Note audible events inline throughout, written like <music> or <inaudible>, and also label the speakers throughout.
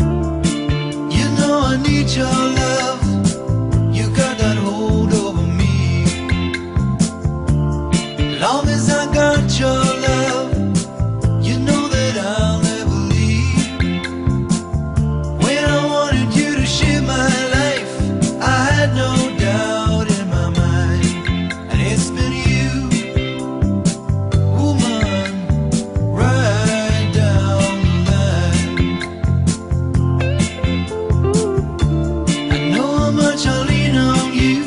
Speaker 1: You know I need your love. You got that hold over me. Long as I got your love, you know that I'll never leave. When I wanted you to share my life, I had no doubt in my mind. And it's been you, woman, right down the line. I know how much I lean on you.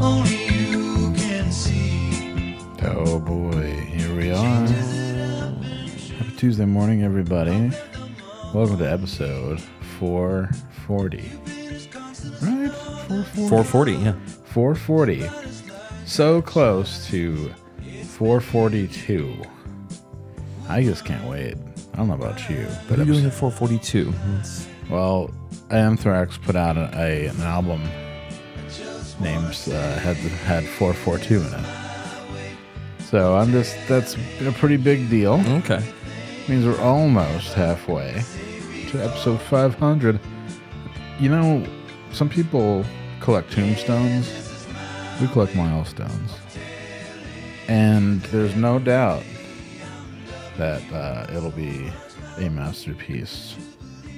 Speaker 1: Only you can see.
Speaker 2: Oh boy, here we are. Happy Tuesday morning, everybody. Welcome to episode 440. Right? 440.
Speaker 3: 440, yeah.
Speaker 2: 440. So close to 442. I just can't wait. I don't know about you,
Speaker 3: What
Speaker 2: but
Speaker 3: are you
Speaker 2: I'm,
Speaker 3: doing at 442? That's-
Speaker 2: well, Anthrax put out a, a- an album named uh, had had 442 in it. So I'm just that's a pretty big deal.
Speaker 3: okay.
Speaker 2: means we're almost halfway to episode 500. You know, some people collect tombstones, we collect milestones. And there's no doubt that uh, it'll be a masterpiece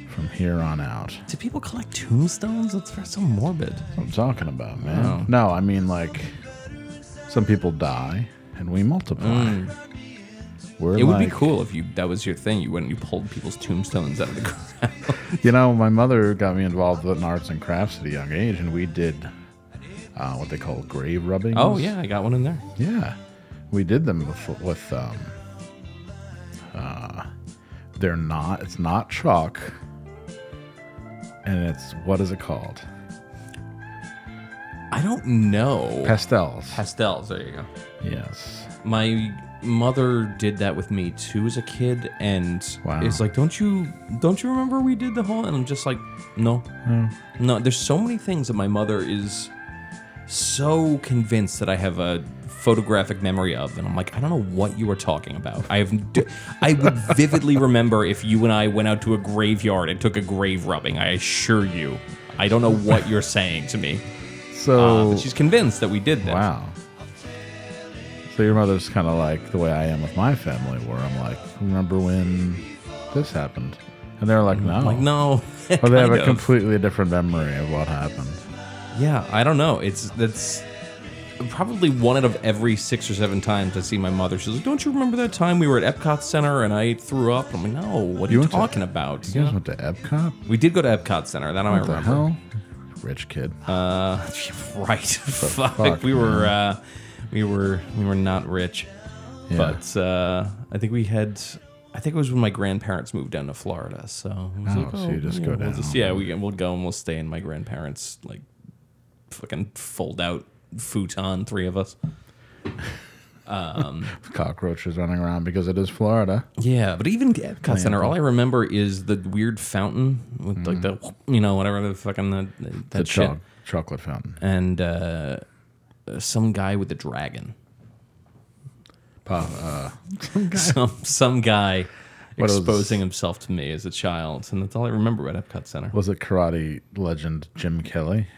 Speaker 2: from here on out.
Speaker 3: Do people collect tombstones? That's very- so morbid.
Speaker 2: That's what I'm talking about, man.
Speaker 3: Oh.
Speaker 2: No, I mean, like, some people die and we multiply. We're
Speaker 3: Mm. It would be
Speaker 2: like-
Speaker 3: cool if you that was your thing. You went and you pulled people's tombstones out of the
Speaker 2: <laughs>
Speaker 3: ground.
Speaker 2: You know, my mother got me involved in arts and crafts at a young age, and we did uh, what they call grave rubbings.
Speaker 3: Oh yeah, I got one in there.
Speaker 2: yeah. We did them with, with um, uh, they're not. It's not chalk, and it's what is it called?
Speaker 3: I don't know.
Speaker 2: Pastels.
Speaker 3: Pastels. There you go.
Speaker 2: yes.
Speaker 3: My mother did that with me too as a kid, and
Speaker 2: Wow.
Speaker 3: it's like, don't you don't you remember we did the whole? And I'm just like, no,
Speaker 2: Hmm.
Speaker 3: no. There's so many things that my mother is so convinced that I have a photographic memory of, and I'm like, I don't know what you are talking about. I have, d- I would vividly remember if you and I went out to a graveyard and took a grave rubbing. I assure you, I don't know what you're saying to me. Uh,
Speaker 2: So
Speaker 3: but she's convinced that we did this.
Speaker 2: wow. So your mother's kind of like the way I am with my family, where I'm like, remember when this happened? And they're like, no,
Speaker 3: I'm Mm, like, no.
Speaker 2: Well,
Speaker 3: <laughs>
Speaker 2: they have
Speaker 3: Kind
Speaker 2: a
Speaker 3: of.
Speaker 2: completely different memory of what happened.
Speaker 3: Yeah, I don't know. It's that's probably one out of every six or seven times I see my mother. She's like, "Don't you remember that time we were at Epcot Center and I threw up?" I'm like, "No, what are
Speaker 2: You
Speaker 3: you,
Speaker 2: went to-
Speaker 3: talking about?"
Speaker 2: You
Speaker 3: Yeah.
Speaker 2: guys went to Epcot?
Speaker 3: We did go to Epcot Center. That I
Speaker 2: What the
Speaker 3: remember.
Speaker 2: hell? Rich kid.
Speaker 3: Uh, <laughs> right. Fuck.
Speaker 2: fuck,
Speaker 3: we were uh, we were we were not rich,
Speaker 2: Yeah.
Speaker 3: but uh, I think we had. I think it was when my grandparents moved down to Florida. So, I was
Speaker 2: Oh, so you just
Speaker 3: yeah,
Speaker 2: go
Speaker 3: we'll
Speaker 2: down.
Speaker 3: yeah, we we'll go and we'll stay in my grandparents' like fucking fold out futon, three
Speaker 2: <laughs>
Speaker 3: of us.
Speaker 2: Cockroaches running around because it is Florida.
Speaker 3: Um. Yeah, but even at Epcot Center, all I remember is the weird fountain with like the you know whatever the fucking the, that
Speaker 2: Mm-hmm. The
Speaker 3: shit.
Speaker 2: choc- chocolate fountain.
Speaker 3: and uh, some guy with a dragon.
Speaker 2: Pop, uh,
Speaker 3: Some some guy
Speaker 2: What was-
Speaker 3: exposing himself to me as a child, and that's all I remember at Epcot Center. <laughs>
Speaker 2: was it karate legend Jim Kelly?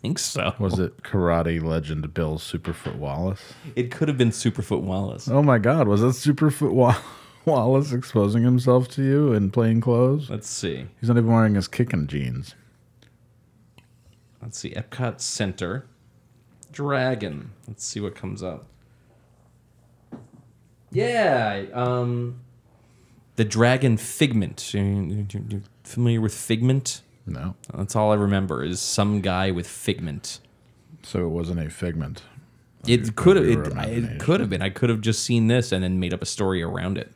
Speaker 3: think so.
Speaker 2: Was it karate legend Bill Superfoot Wallace?
Speaker 3: It could have been Superfoot Wallace.
Speaker 2: Oh my God, was that Superfoot Wa- <laughs> Wallace exposing himself to you in plain clothes?
Speaker 3: Let's see.
Speaker 2: He's not even wearing his kicking jeans.
Speaker 3: Let's see. Epcot Center. Dragon. Let's see what comes up. Yeah. Um, the dragon Figment. You- you- you- you Familiar with Figment?
Speaker 2: No.
Speaker 3: That's all I remember is some guy with Figment.
Speaker 2: So it wasn't a figment.
Speaker 3: It could have.
Speaker 2: of your
Speaker 3: It, I-
Speaker 2: imagination.
Speaker 3: it could have been. I could have just seen this and then made up a story around it.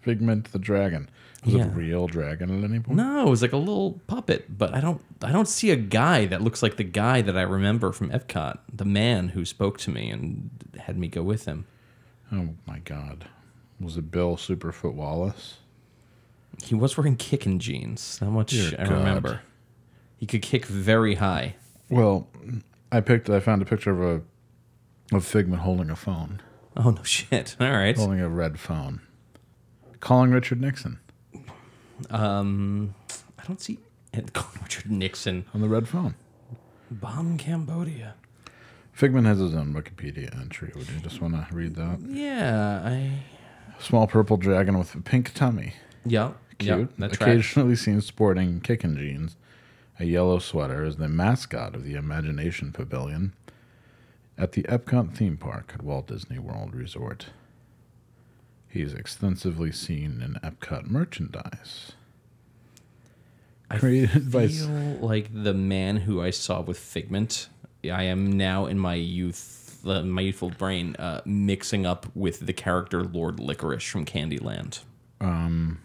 Speaker 2: Figment the dragon. Was it a
Speaker 3: Yeah.
Speaker 2: real dragon at any point?
Speaker 3: No, it was like a little puppet, but I don't I don't see a guy that looks like the guy that I remember from Epcot, the man who spoke to me and had me go with him.
Speaker 2: Oh my God. Was it Bill Superfoot Wallace?
Speaker 3: He was wearing kicking jeans. How much
Speaker 2: Dear
Speaker 3: I
Speaker 2: God.
Speaker 3: remember. He could kick very high. <laughs>
Speaker 2: Well, I picked. I found a picture of a of Figment holding a phone,
Speaker 3: Oh no shit. All right.
Speaker 2: holding a red phone, calling Richard Nixon
Speaker 3: <laughs> Um, I don't see Uh, Richard Nixon
Speaker 2: on the red phone. <laughs>
Speaker 3: bomb Cambodia.
Speaker 2: Figment has his own Wikipedia entry. Would you just want to read that?
Speaker 3: Yeah, I
Speaker 2: Small purple dragon with a pink tummy.
Speaker 3: yeah, yeah,
Speaker 2: Cute.
Speaker 3: that tracks.
Speaker 2: Occasionally seen sporting kicking jeans. A yellow sweater is the mascot of the Imagination Pavilion at the Epcot theme park at Walt Disney World Resort. He is extensively seen in Epcot merchandise.
Speaker 3: I
Speaker 2: created by s-
Speaker 3: feel like the man who I saw with Figment. I am now in my youth, uh, my youthful brain, uh, mixing up with the character Lord Licorice from Candyland. Um,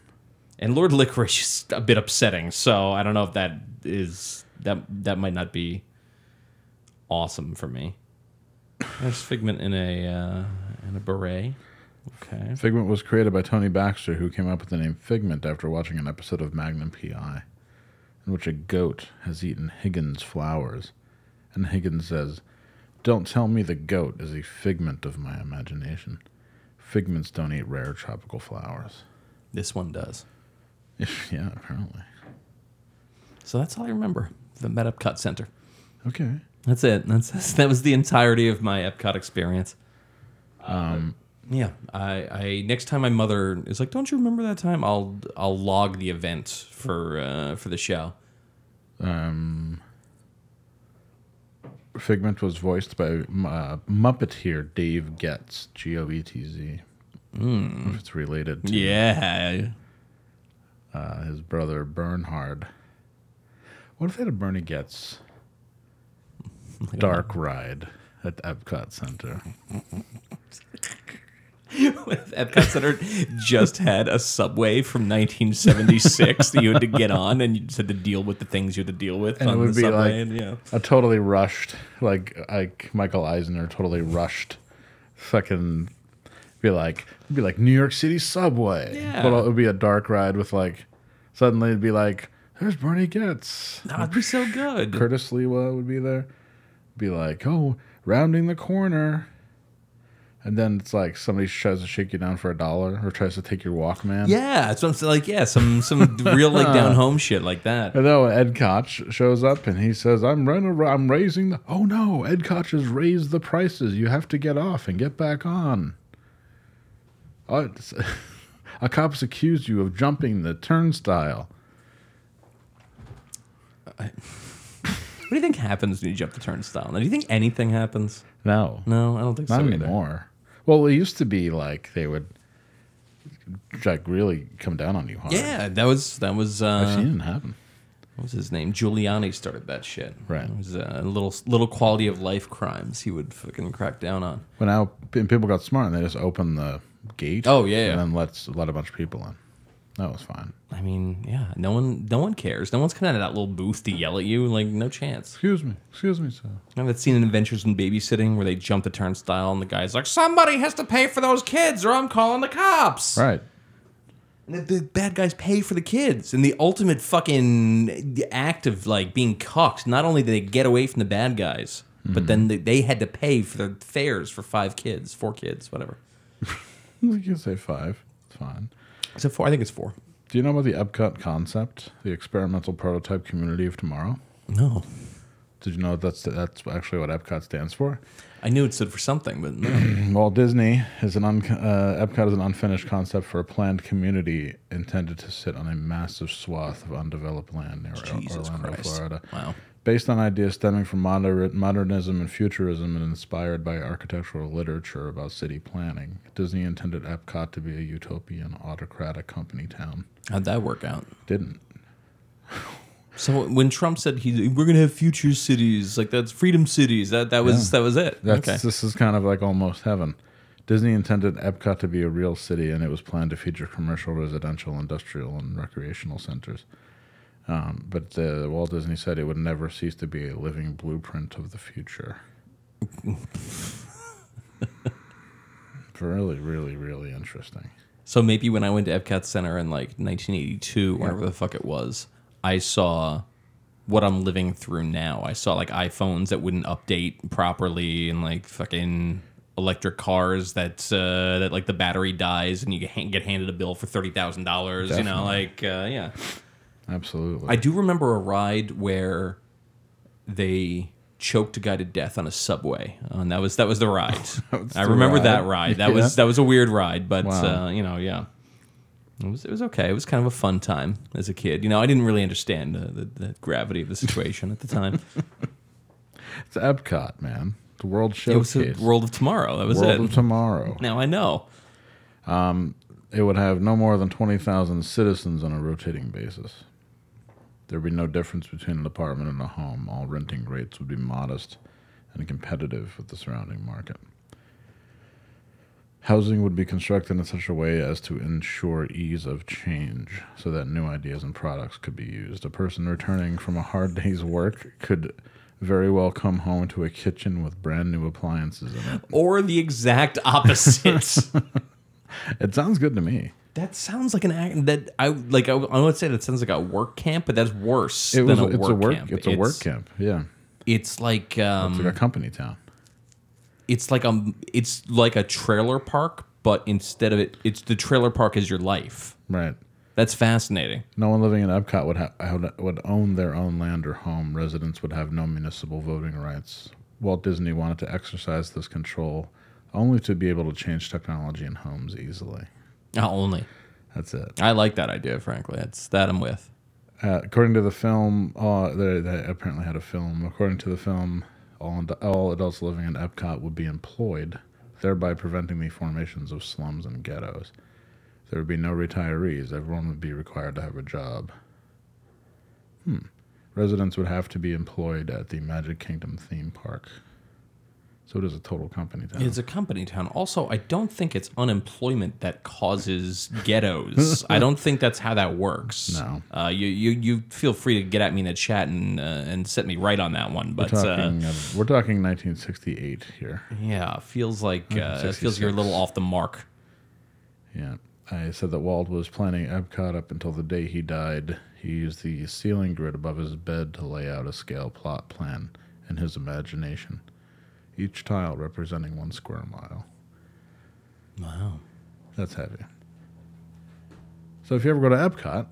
Speaker 3: and Lord Licorice is a bit upsetting, so I don't know if that is that that might not be awesome for me. There's Figment in a uh, in a beret. Okay.
Speaker 2: Figment was created by Tony Baxter, who came up with the name Figment after watching an episode of Magnum PI, in which a goat has eaten Higgins' flowers. And Higgins says, Don't tell me the goat is a figment of my imagination. Figments don't eat rare tropical flowers.
Speaker 3: This one does.
Speaker 2: <laughs> yeah, apparently.
Speaker 3: So that's all I remember. The Met Epcot Center.
Speaker 2: Okay.
Speaker 3: That's it. That's, that's that was the entirety of my Epcot experience. Um, yeah. I, I next time my mother is like, "Don't you remember that time?" I'll I'll log the event for uh, for the show.
Speaker 2: Um, Figment was voiced by uh, Muppeteer Dave Getz, G O E T Z. If it's related to
Speaker 3: Yeah.
Speaker 2: uh, his brother Bernhard. What if they had a Bernie Getz dark ride at Epcot Center?
Speaker 3: Epcot Center just had a subway from 1976 that you had to get on, and you just had to deal with the things you had to deal with
Speaker 2: And it
Speaker 3: on
Speaker 2: would
Speaker 3: the
Speaker 2: be
Speaker 3: subway.
Speaker 2: like
Speaker 3: and, yeah.
Speaker 2: a totally rushed, like like Michael Eisner, totally rushed, fucking be like be like New York City subway,
Speaker 3: Yeah.
Speaker 2: but it would be a dark ride with like suddenly it'd be like there's Bernie Getz,
Speaker 3: That would be so good.
Speaker 2: Curtis Lewa would be there. Be like, oh, rounding the corner. And then it's like somebody tries to shake you down for a dollar or tries to take your Walkman.
Speaker 3: Yeah, that's what I'm saying. Like, yeah, some some real like down home shit like that.
Speaker 2: And then Ed Koch shows up and he says, I'm, run- I'm raising the. Oh no, Ed Koch has raised the prices. You have to get off and get back on. Oh, it's- <laughs> a cop's accused you of jumping the turnstile.
Speaker 3: What do you think happens when you jump the turnstile? Now, do you think anything happens?
Speaker 2: No.
Speaker 3: No, I don't think
Speaker 2: Not
Speaker 3: so either.
Speaker 2: anymore. Well, it used to be like they would like really come down on you hard.
Speaker 3: Yeah, that was that was
Speaker 2: I've
Speaker 3: uh,
Speaker 2: seen it happen.
Speaker 3: what was his name? Giuliani started that shit.
Speaker 2: Right.
Speaker 3: It was uh, little little quality of life crimes he would fucking crack down on.
Speaker 2: But now p- people got smart and they just opened the gate.
Speaker 3: Oh, yeah, yeah.
Speaker 2: and then let let a bunch of people in. That was fine.
Speaker 3: I mean, yeah, no one no one cares. No one's coming out of that little booth to yell at you. Like, no chance.
Speaker 2: Excuse me, excuse me, sir.
Speaker 3: I've that scene in Adventures in Babysitting where they jump the turnstile and the guy's like, "Somebody has to pay for those kids, or I'm calling the cops."
Speaker 2: Right.
Speaker 3: And the, the bad guys pay for the kids. And the ultimate fucking act of like being cucked, not only did they get away from the bad guys,
Speaker 2: Mm-hmm.
Speaker 3: but then they, they had to pay for the fares for five kids, four kids, whatever.
Speaker 2: You can say five. It's fine.
Speaker 3: Is it four? I think it's four.
Speaker 2: Do you know about the Epcot concept, the experimental prototype community of tomorrow?
Speaker 3: No.
Speaker 2: Did you know that's that's actually what Epcot stands for?
Speaker 3: I knew it stood for something, but
Speaker 2: <clears throat>
Speaker 3: no.
Speaker 2: Walt Disney is an un- uh, Epcot is an unfinished concept for a planned community intended to sit on a massive swath of undeveloped land near O-
Speaker 3: Jesus
Speaker 2: Orlando,
Speaker 3: Christ.
Speaker 2: Florida.
Speaker 3: Wow.
Speaker 2: Based on ideas stemming from moder- modernism and futurism and inspired by architectural literature about city planning, Disney intended Epcot to be a utopian, autocratic company town.
Speaker 3: How'd that work out?
Speaker 2: Didn't.
Speaker 3: So when Trump said he we're gonna have future cities, like that's freedom cities, that that was that was it.
Speaker 2: That's
Speaker 3: okay.
Speaker 2: this is kind of like almost heaven. Disney intended Epcot to be a real city, and it was planned to feature commercial, residential, industrial, and recreational centers. Um, but the Walt Disney said it would never cease to be a living blueprint of the future. really, really, really interesting.
Speaker 3: So maybe when I went to Epcot Center in like 1982, whenever the fuck it was, I saw what I'm living through now. I saw like iPhones that wouldn't update properly and like fucking electric cars that uh, that like the battery dies and you get hand- get handed a bill for thirty thousand dollars. You know, like uh, yeah.
Speaker 2: Absolutely.
Speaker 3: I do remember a ride where they choked a guy to death on a subway, Uh, and that was that
Speaker 2: <laughs>
Speaker 3: was the ride.
Speaker 2: was
Speaker 3: I
Speaker 2: the
Speaker 3: remember
Speaker 2: ride.
Speaker 3: that ride. That was
Speaker 2: Yeah.
Speaker 3: that was a weird ride, but
Speaker 2: Wow.
Speaker 3: uh, you know, yeah, it was it was okay. It was kind of a fun time as a kid. You know, I didn't really understand the, the, the gravity of the situation at
Speaker 2: <laughs>
Speaker 3: the time.
Speaker 2: it's Epcot, man. The world
Speaker 3: it was
Speaker 2: showcase.
Speaker 3: the world of tomorrow. That was
Speaker 2: World
Speaker 3: it.
Speaker 2: of tomorrow. Um,
Speaker 3: now I know.
Speaker 2: It would have no more than 20,000 citizens on a rotating basis. There'd be no difference between an apartment and a home. All renting rates would be modest and competitive with the surrounding market. Housing would be constructed in such a way as to ensure ease of change so that new ideas and products could be used. A person returning from a hard day's work could very well come home to a kitchen with brand new appliances in it.
Speaker 3: Or the exact opposite.
Speaker 2: It sounds good to me.
Speaker 3: that sounds like an act that I like. I, I would say that sounds like a work camp, but that's worse
Speaker 2: It
Speaker 3: than
Speaker 2: was,
Speaker 3: a,
Speaker 2: it's
Speaker 3: work
Speaker 2: a work
Speaker 3: camp.
Speaker 2: it's a work camp. Yeah.
Speaker 3: It's like um,
Speaker 2: It's like a company town.
Speaker 3: it's like a it's like a trailer park, but instead of it, it's the trailer park is your life.
Speaker 2: Right.
Speaker 3: That's fascinating.
Speaker 2: No one living in Epcot would ha- would- would own their own land or home. Residents would have no municipal voting rights. Walt Disney wanted to exercise this control only to be able to change technology in homes easily.
Speaker 3: Not only
Speaker 2: That's it.
Speaker 3: I like that idea, frankly. That's that I'm with.
Speaker 2: Uh, according to the film, uh, they, they apparently had a film. According to the film, all, ad- all adults living in Epcot would be employed, thereby preventing the formations of slums and ghettos. There would be no retirees. Everyone would be required to have a job. Hmm. Residents would have to be employed at the Magic Kingdom theme park. So it is a total company town.
Speaker 3: It's a company town. Also, I don't think it's unemployment that causes <laughs> ghettos. I don't think that's how that works.
Speaker 2: No.
Speaker 3: Uh, you, you you feel free to get at me in the chat and uh, and set me right on that one. But uh,
Speaker 2: talking, uh, we're talking 1968 here.
Speaker 3: yeah, feels like uh, it feels
Speaker 2: 66.
Speaker 3: you're a little off the mark.
Speaker 2: Yeah. I said that Walt was planning Epcot up until the day he died. He used the ceiling grid above his bed to lay out a scale plot plan in his imagination, each tile representing one square mile.
Speaker 3: Wow.
Speaker 2: That's heavy. So if you ever go to Epcot,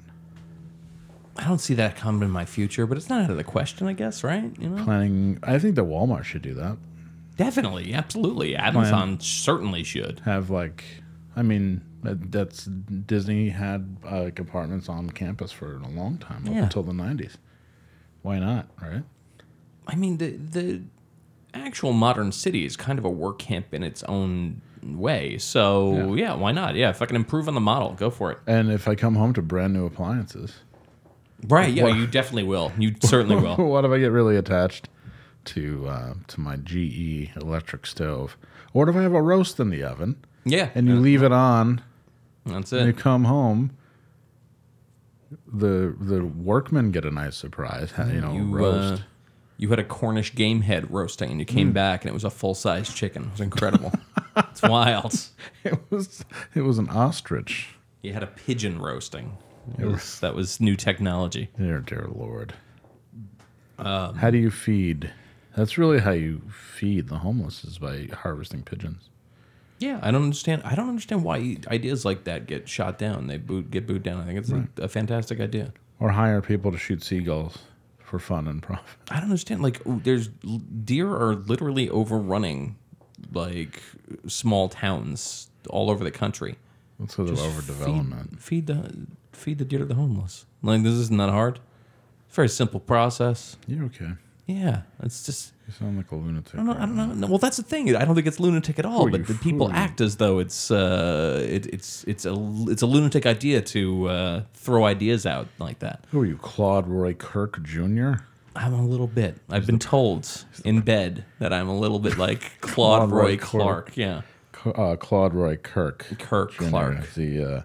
Speaker 3: I don't see that coming in my future, but it's not out of the question, I guess, right? You know.
Speaker 2: planning, I think that Walmart should do that.
Speaker 3: Definitely, absolutely. Amazon certainly should.
Speaker 2: Have like, I mean, that- that's Disney had uh, like apartments on campus for a long time up
Speaker 3: Yeah.
Speaker 2: until the 90s. Why not, right?
Speaker 3: I mean, the the actual modern city is kind of a work camp in its own way. So yeah, why not? Yeah, if I can improve on the model, go for it.
Speaker 2: And if I come home to brand new appliances,
Speaker 3: Right? Yeah, you definitely will. You
Speaker 2: <laughs>
Speaker 3: certainly will.
Speaker 2: what if I get really attached to uh, to my GE electric stove? Or if I have a roast in the oven
Speaker 3: Yeah,
Speaker 2: and you leave it on
Speaker 3: that's
Speaker 2: and you
Speaker 3: it.
Speaker 2: come home, the the workmen get a nice surprise, ha- you know,
Speaker 3: You, uh,
Speaker 2: roast. Mm.
Speaker 3: you had a Cornish game head roasting, and you came back, and it was a full size chicken. It
Speaker 2: <laughs>
Speaker 3: was incredible. it's wild.
Speaker 2: it was it was an ostrich.
Speaker 3: You had a pigeon roasting. It was, that was new technology.
Speaker 2: Dear dear lord.
Speaker 3: Um,
Speaker 2: how do you feed? That's really how you feed the homeless is by harvesting pigeons.
Speaker 3: Yeah, I don't understand. I don't understand why ideas like that get shot down. They boot, get booed down. I think it's a- a, fantastic idea.
Speaker 2: Or hire people to shoot seagulls for fun and profit.
Speaker 3: I don't understand. Like, ooh, there's l- deer are literally overrunning like small towns all over the country.
Speaker 2: That's because of overdevelopment.
Speaker 3: Feed, feed the feed the deer to the homeless. Like, this isn't that hard. Very simple process.
Speaker 2: You're okay.
Speaker 3: Yeah, it's just
Speaker 2: You sound like a lunatic.
Speaker 3: I don't, know- I don't know. Well, that's the thing. I don't think it's lunatic at all.
Speaker 2: Who are
Speaker 3: but
Speaker 2: you
Speaker 3: the people
Speaker 2: fooling?
Speaker 3: act as though it's uh, it, it's it's a it's a lunatic idea to uh, throw ideas out like that.
Speaker 2: Who are you, Claude Roy Kirk Jr.?
Speaker 3: I'm a little bit. I've been told in bed that I'm a little
Speaker 2: <laughs>
Speaker 3: bit like Claude
Speaker 2: Claude
Speaker 3: Roy
Speaker 2: Roy
Speaker 3: Clark. Yeah,
Speaker 2: C- Uh, Claude Roy Kirk.
Speaker 3: Kirk
Speaker 2: Jr.
Speaker 3: Clark.
Speaker 2: The uh,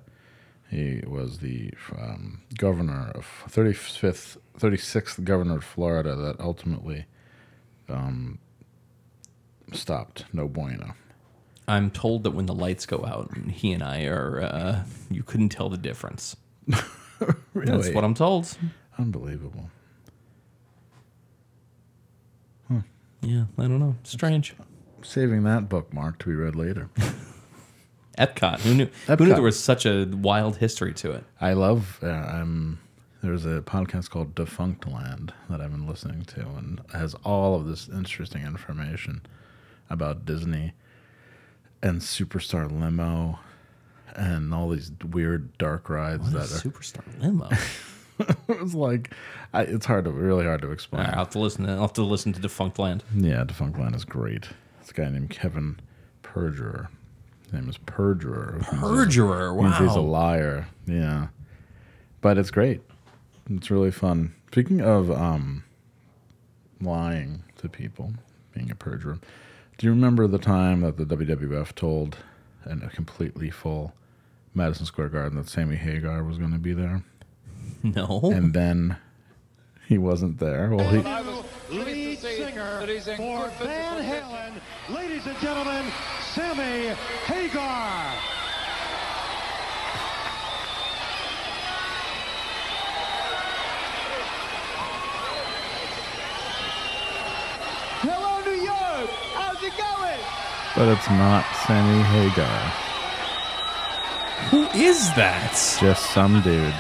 Speaker 2: he was the um, governor of 35th, 36th governor of Florida that ultimately um, stopped. No bueno.
Speaker 3: I'm told that when the lights go out, he and I are uh, you couldn't tell the difference.
Speaker 2: <laughs> Really?
Speaker 3: That's what I'm told.
Speaker 2: Unbelievable.
Speaker 3: Yeah, I don't know. Strange.
Speaker 2: Saving that bookmark to be read
Speaker 3: <laughs>
Speaker 2: later.
Speaker 3: Epcot. Who knew? Who knew
Speaker 2: Epcot.
Speaker 3: there was such a wild history to it?
Speaker 2: I love. Uh, um, there's a podcast called Defunct Land that I've been listening to, and has all of this interesting information about Disney and Superstar Limo and all these weird dark rides
Speaker 3: What a
Speaker 2: that
Speaker 3: superstar
Speaker 2: <laughs>
Speaker 3: limo.
Speaker 2: are. it's like, I, it's hard to really hard to
Speaker 3: All
Speaker 2: explain.
Speaker 3: right, I'll have to listen. To, I'll have to listen to Defunct Land.
Speaker 2: Yeah, Defunct Land is great. It's a guy named Kevin Perjurer. His name is Perjurer. It means he's a-
Speaker 3: Perjurer.
Speaker 2: means he's a
Speaker 3: Wow.
Speaker 2: liar. Yeah. But it's great. It's really fun. Speaking of um, lying to people, being a perjurer, do you remember the time that the WWF told in a completely full Madison Square Garden that Sammy Hagar was going to be there?
Speaker 3: <laughs> No.
Speaker 2: And then he wasn't there. Well, he.
Speaker 4: lead singer for Van Halen. Ladies and gentlemen, Sammy Hagar. Hello, New York. How's it going?
Speaker 2: But it's not Sammy Hagar.
Speaker 3: Who is that?
Speaker 2: Just some dude.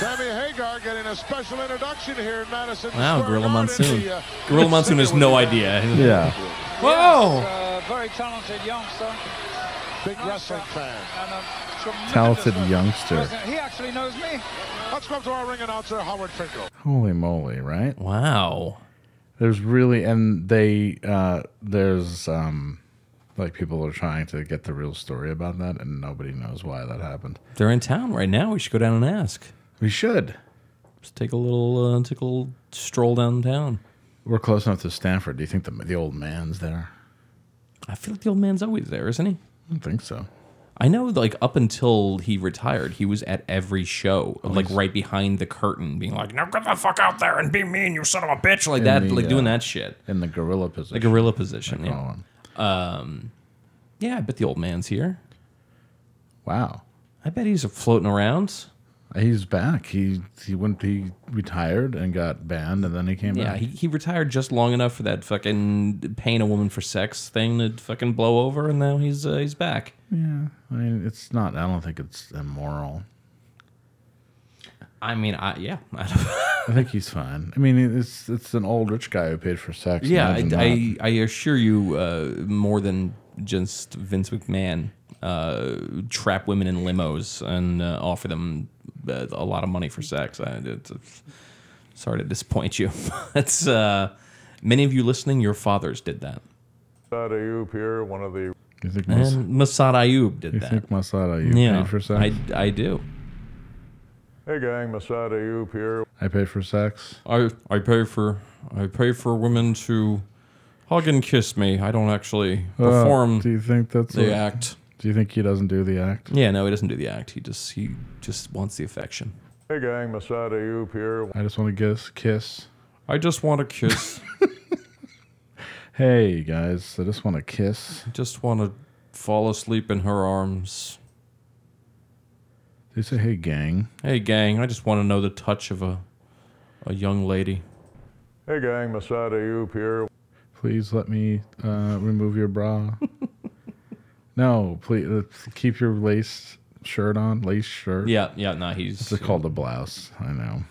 Speaker 4: Sammy Hagar getting a special introduction here in Madison.
Speaker 3: Wow,
Speaker 4: Square
Speaker 3: Gorilla
Speaker 4: Garden.
Speaker 3: Monsoon.
Speaker 4: The, uh,
Speaker 3: Gorilla Monsoon has no idea.
Speaker 2: Yeah.
Speaker 3: Whoa.
Speaker 5: very talented youngster.
Speaker 4: Big wrestling fan.
Speaker 5: And a tremendous
Speaker 2: Talented
Speaker 5: wrestler.
Speaker 2: youngster.
Speaker 5: He actually knows me.
Speaker 4: Let's go up to our ring announcer, Howard Finkel.
Speaker 2: Holy moly, right?
Speaker 3: Wow.
Speaker 2: There's really, and they, uh, there's, um, like people are trying to get the real story about that, and nobody knows why that happened.
Speaker 3: They're in town right now. We should go down and ask.
Speaker 2: We should.
Speaker 3: Just take a little, uh, take a little stroll downtown.
Speaker 2: We're close enough to Stanford. Do you think the the old man's there?
Speaker 3: I feel like the old man's always there, isn't he?
Speaker 2: I don't think so.
Speaker 3: I know, like up until he retired, he was at every show,
Speaker 2: Oh,
Speaker 3: like right behind the curtain, being like, "Now get the fuck out there and be mean, you son of a bitch!" Like that,
Speaker 2: the,
Speaker 3: like doing
Speaker 2: uh,
Speaker 3: that shit,
Speaker 2: In the gorilla position.
Speaker 3: the gorilla position.
Speaker 2: Oh,
Speaker 3: Yeah,
Speaker 2: um,
Speaker 3: yeah. I bet the old man's here.
Speaker 2: Wow.
Speaker 3: I bet he's floating around.
Speaker 2: He's back. He he went. He retired and got banned, and then he came
Speaker 3: Yeah,
Speaker 2: back.
Speaker 3: he, he retired just long enough for that fucking paying a woman for sex thing to fucking blow over, and now he's uh, he's back.
Speaker 2: yeah. I mean, it's not. I don't think it's immoral.
Speaker 3: I mean, I yeah, I don't, <laughs>
Speaker 2: I think he's fine. I mean, it's it's an old rich guy who paid for sex.
Speaker 3: yeah. I,
Speaker 2: Imagine that.
Speaker 3: I I assure you, uh, more than just Vince McMahon, uh, trap women in limos and uh, offer them uh, a lot of money for sex. I, it's, it's- sorry to disappoint you. <laughs> That's uh, many of you listening. Your fathers did that,
Speaker 4: Ayub here, one of the
Speaker 2: You think most,
Speaker 3: and Masad Ayub did
Speaker 2: you
Speaker 3: that.
Speaker 2: think Masada you
Speaker 3: yeah,
Speaker 2: paid for sex?
Speaker 3: I
Speaker 2: I,
Speaker 3: I do.
Speaker 4: Hey gang, Masada Ayub here.
Speaker 2: paid for sex.
Speaker 3: I I pay for I pay for women to hug and kiss me. I don't actually
Speaker 2: Uh,
Speaker 3: perform
Speaker 2: do you think that's
Speaker 3: the
Speaker 2: what-
Speaker 3: act.
Speaker 2: Do you think he doesn't do the act?
Speaker 3: Yeah, no, he doesn't do the act. He just he just wants the affection.
Speaker 4: Hey gang, Masada Ayub here.
Speaker 2: I just want to guess kiss.
Speaker 3: I just want to kiss.
Speaker 2: <laughs> Hey guys, I just want to kiss.
Speaker 3: just want to fall asleep in her arms.
Speaker 2: They say, hey, gang.
Speaker 3: Hey, gang, I just want to know the touch of a, a young lady.
Speaker 6: Hey gang, Masada Youp here.
Speaker 2: Please let me uh, remove your <laughs> bra. no, please let's keep your lace shirt on, lace shirt.
Speaker 3: Yeah, yeah, no, he's.
Speaker 2: It's called a blouse. I know.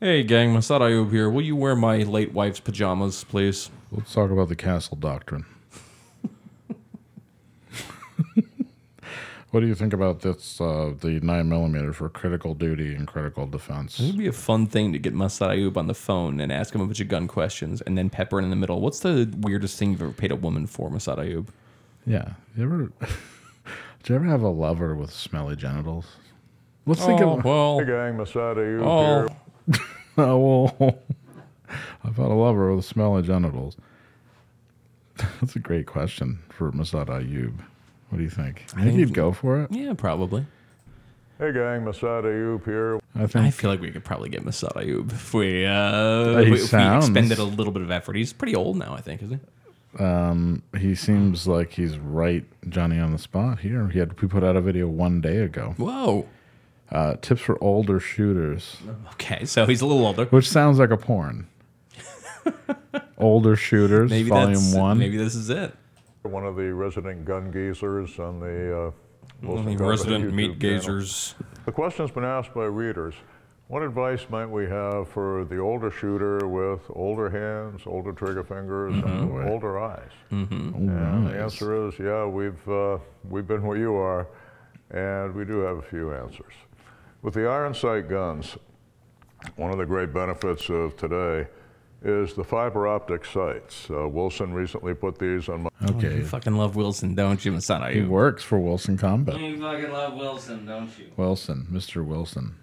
Speaker 3: Hey, gang, Masada Ayub here. Will you wear my late wife's pajamas, please?
Speaker 2: Let's talk about the castle <laughs> doctrine. what do you think about this? Uh, the nine millimeter for critical duty and critical defense.
Speaker 3: It'd be a fun thing to get Masada Ayub on the phone and ask him a bunch of gun questions and then pepper in the middle. What's the weirdest thing you've ever paid a woman for, Masada Ayub?
Speaker 2: Yeah. You ever? <laughs> Did you ever have a lover with smelly genitals? Let's think of.
Speaker 6: Hey
Speaker 3: well,
Speaker 6: gang, Masada Youp
Speaker 3: oh,
Speaker 6: here.
Speaker 2: Oh, <laughs> well, I've had a lover with smelly genitals. <laughs> That's a great question for Masad Ayub. What do you think? I think you'd go for it.
Speaker 3: yeah, probably.
Speaker 6: Hey gang, Masada Youp here.
Speaker 2: I think.
Speaker 3: I feel like we could probably get Masada Ayub if we, uh,
Speaker 2: He
Speaker 3: if we- if we
Speaker 2: sounds-
Speaker 3: expended a little bit of effort. He's pretty old now, I think, isn't he?
Speaker 2: Um, He seems like he's right, Johnny on the spot here. He had we put out a video one day ago.
Speaker 3: Whoa.
Speaker 2: Uh, tips for older shooters,
Speaker 3: Okay, so he's a little older.
Speaker 2: which sounds like a
Speaker 3: <laughs>
Speaker 2: porn. older shooters,
Speaker 3: Maybe
Speaker 2: volume
Speaker 3: that's
Speaker 2: one.
Speaker 3: Maybe this is it.
Speaker 6: One of the resident gun geezers on the uh, Wilson
Speaker 3: The
Speaker 6: Carpet
Speaker 3: resident
Speaker 6: YouTube
Speaker 3: meat
Speaker 6: channel.
Speaker 3: gazers.
Speaker 6: The question's been asked by readers. What advice might we have for the older shooter with older hands, older trigger fingers,
Speaker 3: Mm-hmm.
Speaker 6: and older eyes? And the answer is, yeah, we've uh, we've been where you are, and we do have a few answers. With the iron sight guns, one of the great benefits of today is the fiber optic sights. Uh, Wilson recently put these on. My
Speaker 2: Okay,
Speaker 3: You fucking love Wilson, don't you, Masada?
Speaker 2: it
Speaker 3: Ayub?
Speaker 2: works for Wilson Combat.
Speaker 7: You fucking love Wilson, don't you?
Speaker 2: Wilson, Um, Mr. Wilson.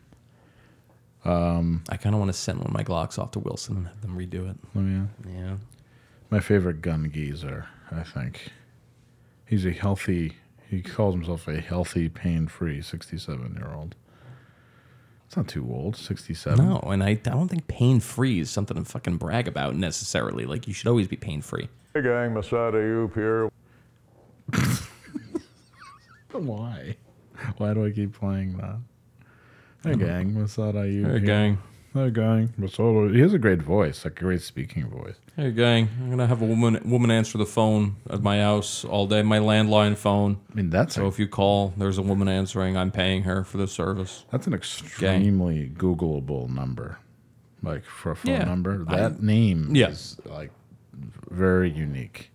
Speaker 3: I kind of want to send one of my Glocks off to Wilson and have them redo it.
Speaker 2: Oh yeah.
Speaker 3: Yeah.
Speaker 2: My favorite gun geezer, I think. He's a healthy, he calls himself a healthy, pain free 67 year old. It's not too old, 67.
Speaker 3: No, and I, I don't think pain free is something to fucking brag about necessarily. Like, you should always be pain free.
Speaker 6: hey gang, Masada Youp
Speaker 2: <laughs>
Speaker 6: here.
Speaker 2: Why? Why do I keep playing that? Hey,
Speaker 3: Uh-huh.
Speaker 2: gang. Masada, you. here? Hey, gang. Masada. He has a great voice, like a great speaking voice.
Speaker 3: Hey, gang. I'm going to have a woman woman answer the phone at my house all day, my landline phone.
Speaker 2: I mean, that's,
Speaker 3: So
Speaker 2: a,
Speaker 3: if you call, there's a woman answering. I'm paying her for the service.
Speaker 2: that's an extremely Googleable number. Like for a phone
Speaker 3: Yeah,
Speaker 2: number,
Speaker 3: I-
Speaker 2: that name
Speaker 3: Yeah.
Speaker 2: is like very unique.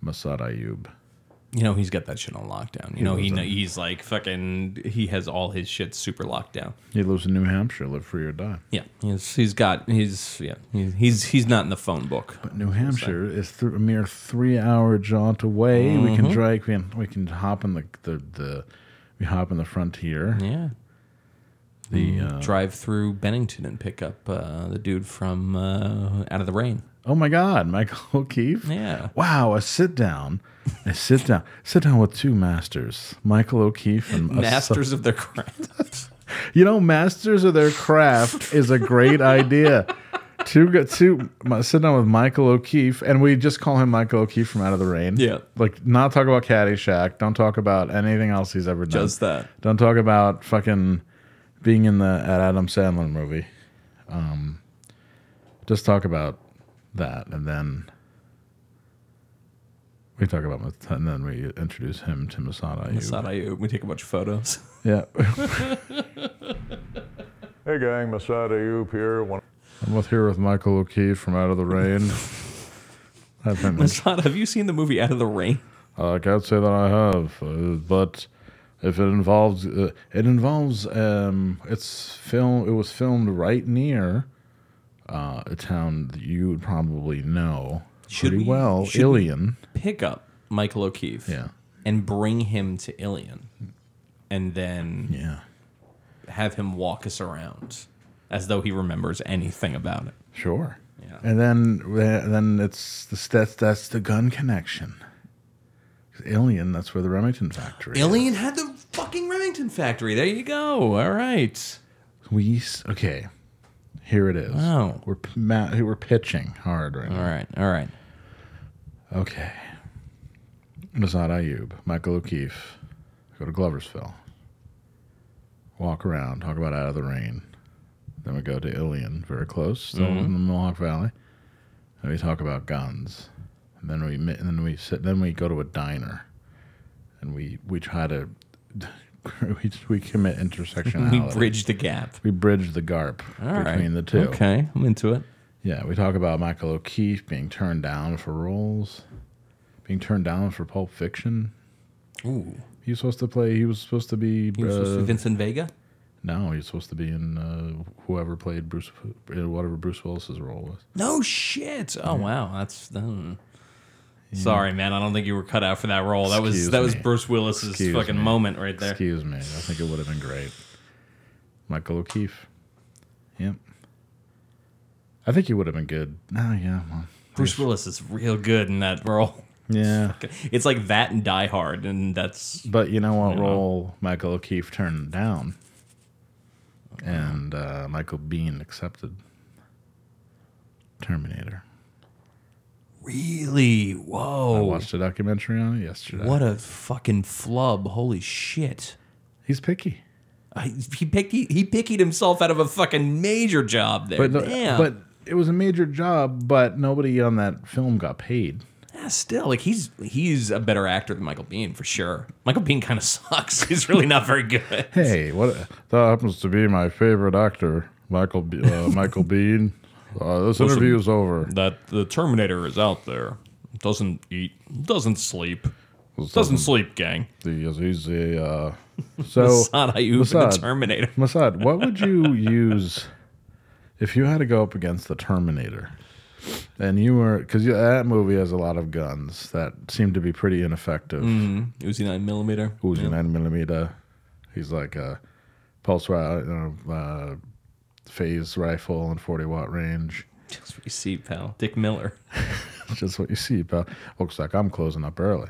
Speaker 2: Masada Ayub.
Speaker 3: You know, he's got that shit on lockdown. You know, he
Speaker 2: does
Speaker 3: kn-
Speaker 2: that.
Speaker 3: he's like fucking, he has all his shit super locked down.
Speaker 2: He lives in New Hampshire. Live free or die.
Speaker 3: Yeah, he's, he's got he's yeah he's, he's he's not in the phone book.
Speaker 2: New Hampshire is th- a mere three-hour jaunt away. We
Speaker 3: Mm-hmm.
Speaker 2: can drive. We can, we can hop in the, the the we hop in the frontier.
Speaker 3: Yeah, Mm.
Speaker 2: The uh,
Speaker 3: drive through Bennington and pick up uh, the dude from uh, Out of the Rain.
Speaker 2: oh my God, <laughs> Michael O'Keefe.
Speaker 3: Yeah.
Speaker 2: Wow, a sit down, a sit down, sit down with two masters, Michael O'Keefe and Mm, a
Speaker 3: Masters of their craft.
Speaker 2: You know, masters of their craft is a great idea. Two, go- two, my- sit down with Michael O'Keefe, and we just call him Michael O'Keefe from Out of the Rain.
Speaker 3: Yeah.
Speaker 2: like not talk about Caddyshack. Don't talk about anything else he's ever done.
Speaker 3: Just that.
Speaker 2: Don't talk about fucking being in the at Adam Sandler movie. Um, just talk about that, and then we talk about and then we introduce him to Masada. Ayub.
Speaker 3: Masada Ayub. We take a bunch of photos.
Speaker 2: Yeah.
Speaker 6: Hey gang, Masada Youp here. One
Speaker 2: I'm with here with Michael O'Keefe from Out of the
Speaker 3: <laughs>
Speaker 2: Rain. I think
Speaker 3: Masada, have you seen the movie Out of the Rain?
Speaker 2: uh, I can't say that I have, uh, but if it involves, uh, it involves, um, it's film. It was filmed right near uh, a town that you would probably know
Speaker 3: Should
Speaker 2: pretty
Speaker 3: we-
Speaker 2: well,
Speaker 3: should we-
Speaker 2: Ilion.
Speaker 3: Pick up Michael O'Keefe.
Speaker 2: Yeah.
Speaker 3: And bring him to Ilion, and then
Speaker 2: Yeah,
Speaker 3: have him walk us around, as though he remembers anything about it.
Speaker 2: sure.
Speaker 3: Yeah.
Speaker 2: And then, uh, then it's the, that's that's the gun connection. 'Cause Ilion, that's where the Remington factory. is.
Speaker 3: Ilion had the fucking Remington factory. There you go. All right.
Speaker 2: We s- okay. Here it is.
Speaker 3: Wow.
Speaker 2: We're p- ma- we're pitching hard right
Speaker 3: All
Speaker 2: now.
Speaker 3: right. All right.
Speaker 2: Okay. Mazad Ayub, Michael O'Keefe, go to Gloversville. walk around, talk about Out of the Rain. Then we go to Ilion, very close, still in the Mohawk Valley. And we talk about guns. And then we mi- and then we sit, then we go to a diner, and we we try to <laughs> we we commit
Speaker 3: <laughs> We
Speaker 2: intersectionality.
Speaker 3: bridge the gap.
Speaker 2: we bridge the garp
Speaker 3: All right.
Speaker 2: between the two.
Speaker 3: Okay, I'm into it.
Speaker 2: Yeah, we talk about Michael O'Keefe being turned down for roles, being turned down for Pulp Fiction.
Speaker 3: Ooh,
Speaker 2: He was supposed to play. He was supposed to be.
Speaker 3: he was supposed to
Speaker 2: uh,
Speaker 3: be Vincent Vega.
Speaker 2: No, he was supposed to be in uh, whoever played Bruce, uh, whatever Bruce Willis's role was.
Speaker 3: No shit. Oh wow, that's. hmm. Sorry, man. I don't think you were cut out for that role. That was
Speaker 2: Excuse
Speaker 3: that was
Speaker 2: me.
Speaker 3: Bruce Willis's
Speaker 2: Excuse
Speaker 3: fucking
Speaker 2: me.
Speaker 3: moment right there.
Speaker 2: Excuse me. I think it would have been great. Michael O'Keefe. Yep. I think he would have been good. No, yeah. Well,
Speaker 3: Bruce Willis is real good in that role.
Speaker 2: yeah.
Speaker 3: <laughs> It's like that and Die Hard, and that's
Speaker 2: But you know what
Speaker 3: Yeah.
Speaker 2: role Michael O'Keefe turned down? And uh, Michael Bean accepted Terminator.
Speaker 3: really
Speaker 2: I
Speaker 3: whoa.
Speaker 2: watched a documentary on it yesterday.
Speaker 3: What a fucking flub! Holy shit.
Speaker 2: He's picky.
Speaker 3: I, he picked he, he pickied himself out of a fucking major job there.
Speaker 2: But, no-
Speaker 3: Damn.
Speaker 2: but it was a major job, but nobody on that film got paid.
Speaker 3: Yeah, Ah, still, like he's he's a better actor than Michael Bean for sure. Michael Bean kind of <laughs> sucks. He's really not very good.
Speaker 2: Hey, what that happens to be my favorite actor, Michael Be- uh, Michael <laughs> Bean. Uh, this interview is over.
Speaker 3: That the Terminator is out there. Doesn't eat. Doesn't sleep.
Speaker 2: This
Speaker 3: sleep, gang.
Speaker 2: The, he's the
Speaker 3: <laughs>
Speaker 2: uh, so
Speaker 3: Not how you the
Speaker 2: Mossad,
Speaker 3: Terminator.
Speaker 2: Mossad, what would you use if you had to go up against the Terminator? And you were because that movie has a lot of guns that seem to be pretty ineffective.
Speaker 3: Mm. Mm-hmm. Uzi nine millimeter.
Speaker 2: Uzi nine millimeter. He's like a pulse ri- uh, uh, phase rifle and forty watt range.
Speaker 3: That's what you see, pal. Dick Miller.
Speaker 2: <laughs>
Speaker 3: <laughs>
Speaker 2: Just what you see, pal. Looks like I'm closing up early.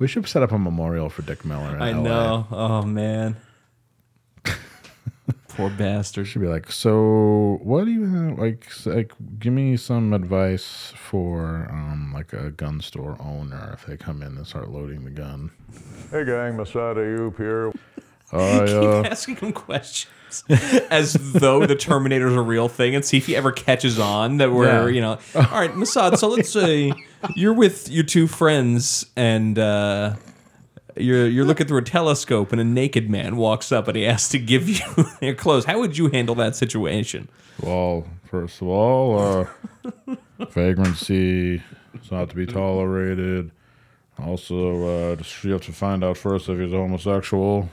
Speaker 2: We should set up a memorial for Dick Miller. In
Speaker 3: I
Speaker 2: LA.
Speaker 3: know.
Speaker 2: <laughs>
Speaker 3: Oh man. Poor bastard.
Speaker 2: Should be like, so what do you have? Like, s- like, give me some advice for um, like a gun store owner if they come in and start loading the gun.
Speaker 6: Hey, gang, Masada Ayub here.
Speaker 2: <laughs> I, uh,
Speaker 3: asking him questions as though the Terminator's a real thing and see if he ever catches on that we're,
Speaker 2: Yeah. <laughs>
Speaker 3: you know, all right, Masad, so let's say you're with your two friends and uh, you're, you're looking through a telescope and a naked man walks up and he asks to give you <laughs> their clothes. How would you handle that situation?
Speaker 2: well, first of all,
Speaker 3: <laughs>
Speaker 2: uh, vagrancy is not to be tolerated. Also, uh, just- you have to find out first if he's a homosexual,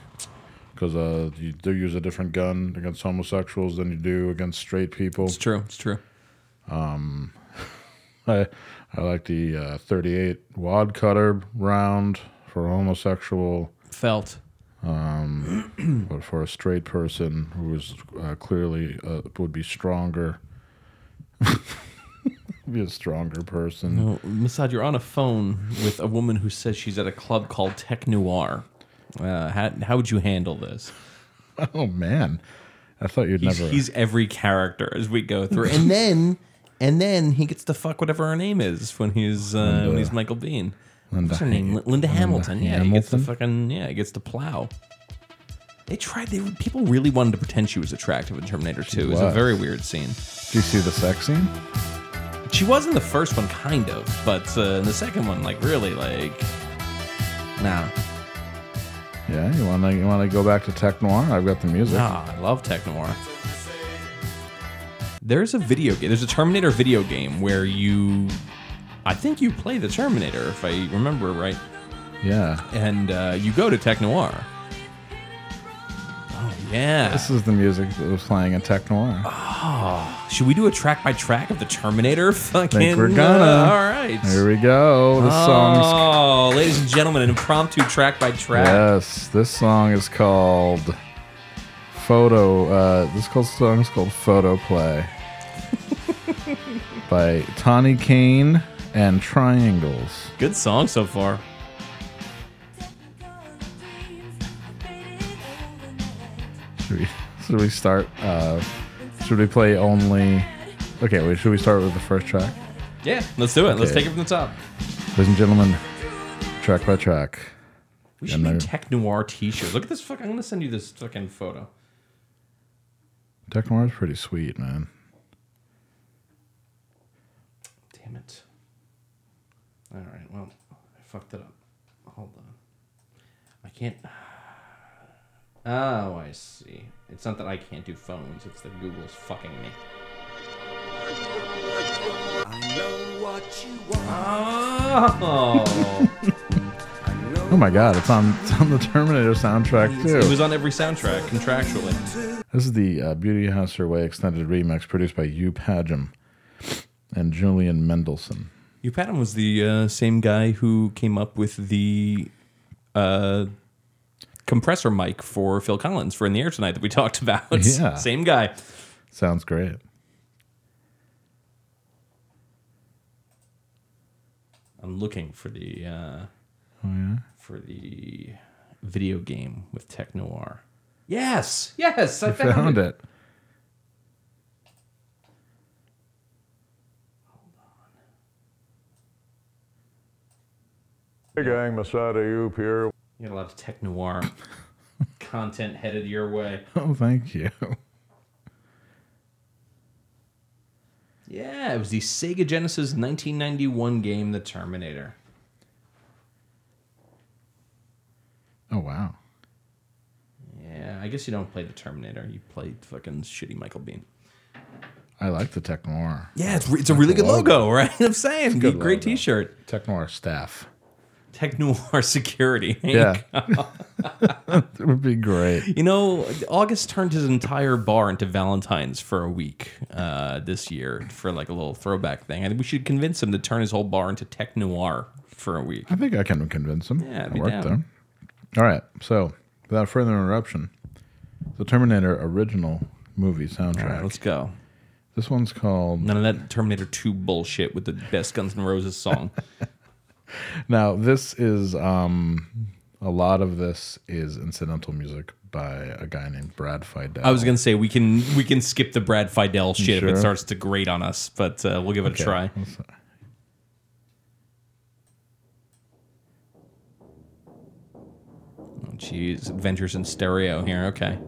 Speaker 2: because uh, you do use a different gun against homosexuals than you do against straight people. Um,
Speaker 3: It's true. It's true.
Speaker 2: <laughs> I, I like the uh, 38 wad cutter round for a homosexual, Um,
Speaker 3: Felt. <clears throat>
Speaker 2: but for a straight person who is uh, clearly uh, would be stronger. <laughs> be a stronger person.
Speaker 3: No, Masad, you're on a phone with a woman who says she's at a club called Tech Noir. Uh, how, how would you handle this?
Speaker 2: <laughs> Oh man, I thought you'd
Speaker 3: He's,
Speaker 2: never.
Speaker 3: he's every character as we
Speaker 2: <laughs>
Speaker 3: go through, and then and then he gets to fuck whatever her name is when he's uh, when he's Michael Bean.
Speaker 2: Linda
Speaker 3: What's her name?
Speaker 2: Ha-
Speaker 3: Linda, Hamilton. Yeah, he gets to
Speaker 2: Hamilton?
Speaker 3: fucking yeah, he gets to plow. They tried. They people really wanted to pretend she was attractive in Terminator Two. It was a
Speaker 2: was.
Speaker 3: very weird scene.
Speaker 2: Do you see the sex scene?
Speaker 3: She was in the first one, kind of, but uh, in the second one, like really, like nah.
Speaker 2: Yeah, you want to you want to go back to tech noir? I've got the music.
Speaker 3: Ah, I love Tech Noir. There's a video game. There's a Terminator video game where you, I think you play the Terminator if I remember right,
Speaker 2: Yeah,
Speaker 3: and uh, you go to Tech Noir. Oh yeah.
Speaker 2: this is the music that was playing in tech noir.
Speaker 3: Ah, Should we do a track by track of the Terminator? <laughs> Fucking.
Speaker 2: we're gonna.
Speaker 3: uh, all right.
Speaker 2: Here we go. This song's
Speaker 3: oh, ladies and gentlemen, an impromptu track by track.
Speaker 2: Yes, this song is called Photo. Uh, this called song is called Photo
Speaker 3: <laughs>
Speaker 2: Play by Tawny Kane and Triangles.
Speaker 3: Good song so far.
Speaker 2: Should we, should we start? Uh, should we play only? Okay, wait, should we start with the first track?
Speaker 3: Yeah, let's do it. Let's
Speaker 2: Okay.
Speaker 3: take it from the top.
Speaker 2: Ladies and gentlemen, track by track,
Speaker 3: We should
Speaker 2: And
Speaker 3: make
Speaker 2: they're-
Speaker 3: tech noir T-shirts. Look at this fucking. I'm gonna send you this fucking photo.
Speaker 2: Tech Noir's pretty sweet, man.
Speaker 3: Damn it. All right. Well, I fucked it up. Hold on. I can't. <sighs> Oh, I see. It's not that I can't do phones. It's that Google's fucking me. Oh,
Speaker 2: Oh my god, it's on it's on the Terminator soundtrack too.
Speaker 3: it was on every soundtrack contractually.
Speaker 2: This is the uh, Beauty Has Her Way extended remix produced by Hugh Padgham and Julian Mendelson.
Speaker 3: Upadam was the uh, same guy who came up with the uh, compressor mic for Phil Collins for In the Air Tonight that we <laughs> talked about.
Speaker 2: Yeah.
Speaker 3: same guy.
Speaker 2: Sounds great.
Speaker 3: I'm looking for the uh,
Speaker 2: Oh,
Speaker 3: for the video game with Tech Noir. Yes, yes, I found,
Speaker 2: Found
Speaker 3: it.
Speaker 2: it.
Speaker 6: Hey gang, Masada Youp here.
Speaker 3: You got a lot of
Speaker 2: <laughs>
Speaker 3: Tech Noir content headed your way.
Speaker 2: Oh, thank you.
Speaker 3: Yeah, it was the Sega Genesis 1991 game, The Terminator.
Speaker 2: Oh wow.
Speaker 3: Yeah, I guess you don't play The Terminator. You play fucking shitty Michael Bean.
Speaker 2: I like the Tech Noir.
Speaker 3: Yeah, it's, re- it's a really good logo, <laughs> right? I'm saying,
Speaker 2: good
Speaker 3: great
Speaker 2: logo.
Speaker 3: T-shirt.
Speaker 2: Tech Noir staff.
Speaker 3: Tech Noir <laughs> Security.
Speaker 2: Yeah.
Speaker 3: <laughs>
Speaker 2: it would be great.
Speaker 3: You know, August turned his entire bar into Valentine's for a week uh, this year for like a little throwback thing. I think we should convince him to turn his whole bar into tech noir for a week.
Speaker 2: I think I can convince him.
Speaker 3: Yeah, I'd
Speaker 2: I
Speaker 3: be
Speaker 2: worked
Speaker 3: down.
Speaker 2: there. All right. So, without further interruption, the Terminator original movie soundtrack.
Speaker 3: All right, let's go.
Speaker 2: this one's called
Speaker 3: None of that Terminator 2 bullshit with the best Guns N' Roses song.
Speaker 2: Now, this is um a lot of this is incidental music by a guy named Brad Fidel.
Speaker 3: I was gonna say we can we can skip the Brad Fidel shit if
Speaker 2: Sure.
Speaker 3: it starts to grate on us, but uh, we'll give it a try. Oh, jeez, Adventures in Stereo here. Okay.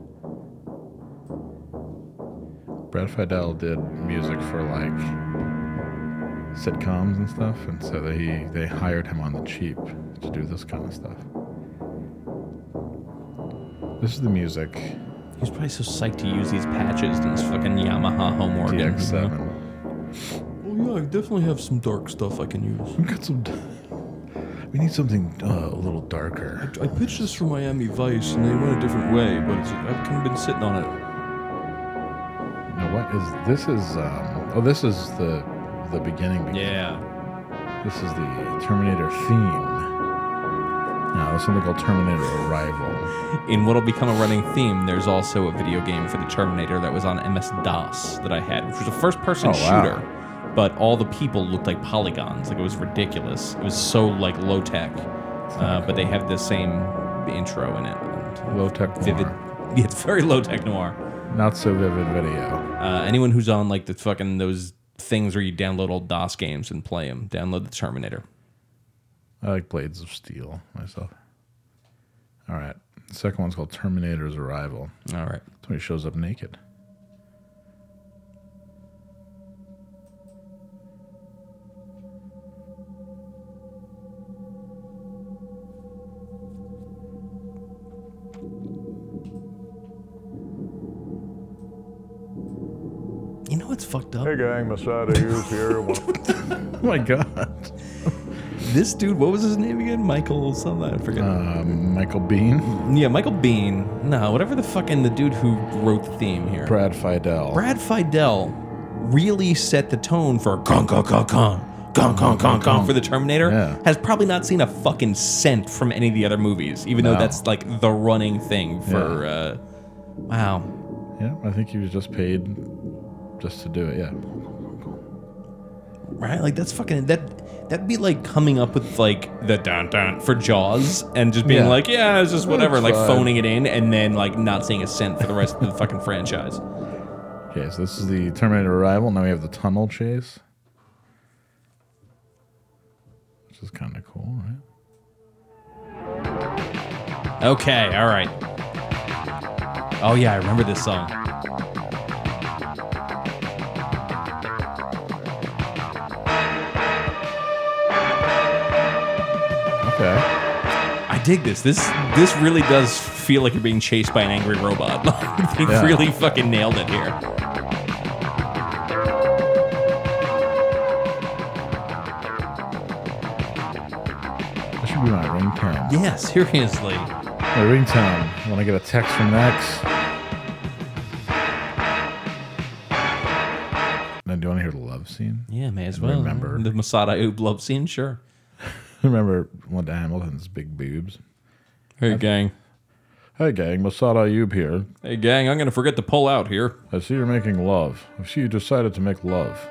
Speaker 2: Brad Fidel did music for like sitcoms and stuff, and so they he, they hired him on the cheap to do this kind of stuff. This is the music
Speaker 3: He's probably so psyched to use these patches and this fucking Yamaha home organ.
Speaker 2: DX7.
Speaker 3: Well, Oh, yeah, I definitely have some dark stuff I can use.
Speaker 2: We got some. We need something uh, a little darker.
Speaker 3: I pitched this for Miami Vice, and they went a different way, but it's, I've kind of been sitting on it.
Speaker 2: Now, what is this? Is um, oh, this is the the beginning. beginning.
Speaker 3: Yeah.
Speaker 2: This is the Terminator theme. Now, there's something called Terminator Arrival.
Speaker 3: In what'll become a running theme, there's also a video game for the Terminator that was on MS-DOS that I had, which was a first-person
Speaker 2: Oh, wow.
Speaker 3: shooter, but all the people looked like polygons. Like it was ridiculous. It was so like low-tech, uh, but they have the same intro in it. and
Speaker 2: Low tech
Speaker 3: Vivid. Yeah, <laughs> it's very low-tech noir.
Speaker 2: Not so vivid video.
Speaker 3: Uh, anyone who's on like the fucking those things where you download old DOS games and play them, download the Terminator.
Speaker 2: I like Blades of <laughs> Steel myself. All right. The second one's called Terminator's Arrival.
Speaker 3: All right.
Speaker 2: That's when he shows up naked.
Speaker 3: You know what's fucked up?
Speaker 6: Hey gang, Masada Youp here. Well,
Speaker 2: Oh <laughs> my God.
Speaker 3: This dude, what was his name again? Michael something. I forget.
Speaker 2: Um, Michael Bean.
Speaker 3: yeah, Michael Bean. No, whatever the fucking the dude who wrote the theme here.
Speaker 2: Brad Fidel.
Speaker 3: Brad Fidel really set the tone for con con con con con con con con for the Terminator.
Speaker 2: Yeah.
Speaker 3: Has probably not seen a fucking cent from any of the other movies, even though
Speaker 2: No.
Speaker 3: that's like the running thing for. Uh, wow.
Speaker 2: Yeah, I think he was just paid just to do it. Yeah.
Speaker 3: Right? Like that's fucking that that'd be like coming up with like the dun dun for Jaws and just being
Speaker 2: Yeah.
Speaker 3: like, yeah, it's just whatever,
Speaker 2: It's
Speaker 3: like
Speaker 2: fine.
Speaker 3: phoning it in and then like not seeing a cent for the rest of the fucking franchise.
Speaker 2: Okay, so this is the Terminator Arrival. Now we have the tunnel chase, which is kind of cool, right?
Speaker 3: Okay, all right. Oh yeah, I remember this song.
Speaker 2: Okay.
Speaker 3: I dig this. This this really does feel like you're being chased by an angry robot. <laughs> they
Speaker 2: Yeah.
Speaker 3: really fucking nailed it here.
Speaker 2: That should be my ringtone.
Speaker 3: Yeah, seriously.
Speaker 2: My ringtone. When I get a text from Max. Now, do you want to hear the love scene?
Speaker 3: Yeah, may as well.
Speaker 2: remember.
Speaker 3: the Masada Oob love scene, sure.
Speaker 2: <laughs> Remember Linda Hamilton's big boobs?
Speaker 3: Hey gang.
Speaker 2: Hey, gang, Masada Ayub here.
Speaker 3: Hey gang, I'm gonna forget to pull out here.
Speaker 2: I see you're making love. I see you decided to make love.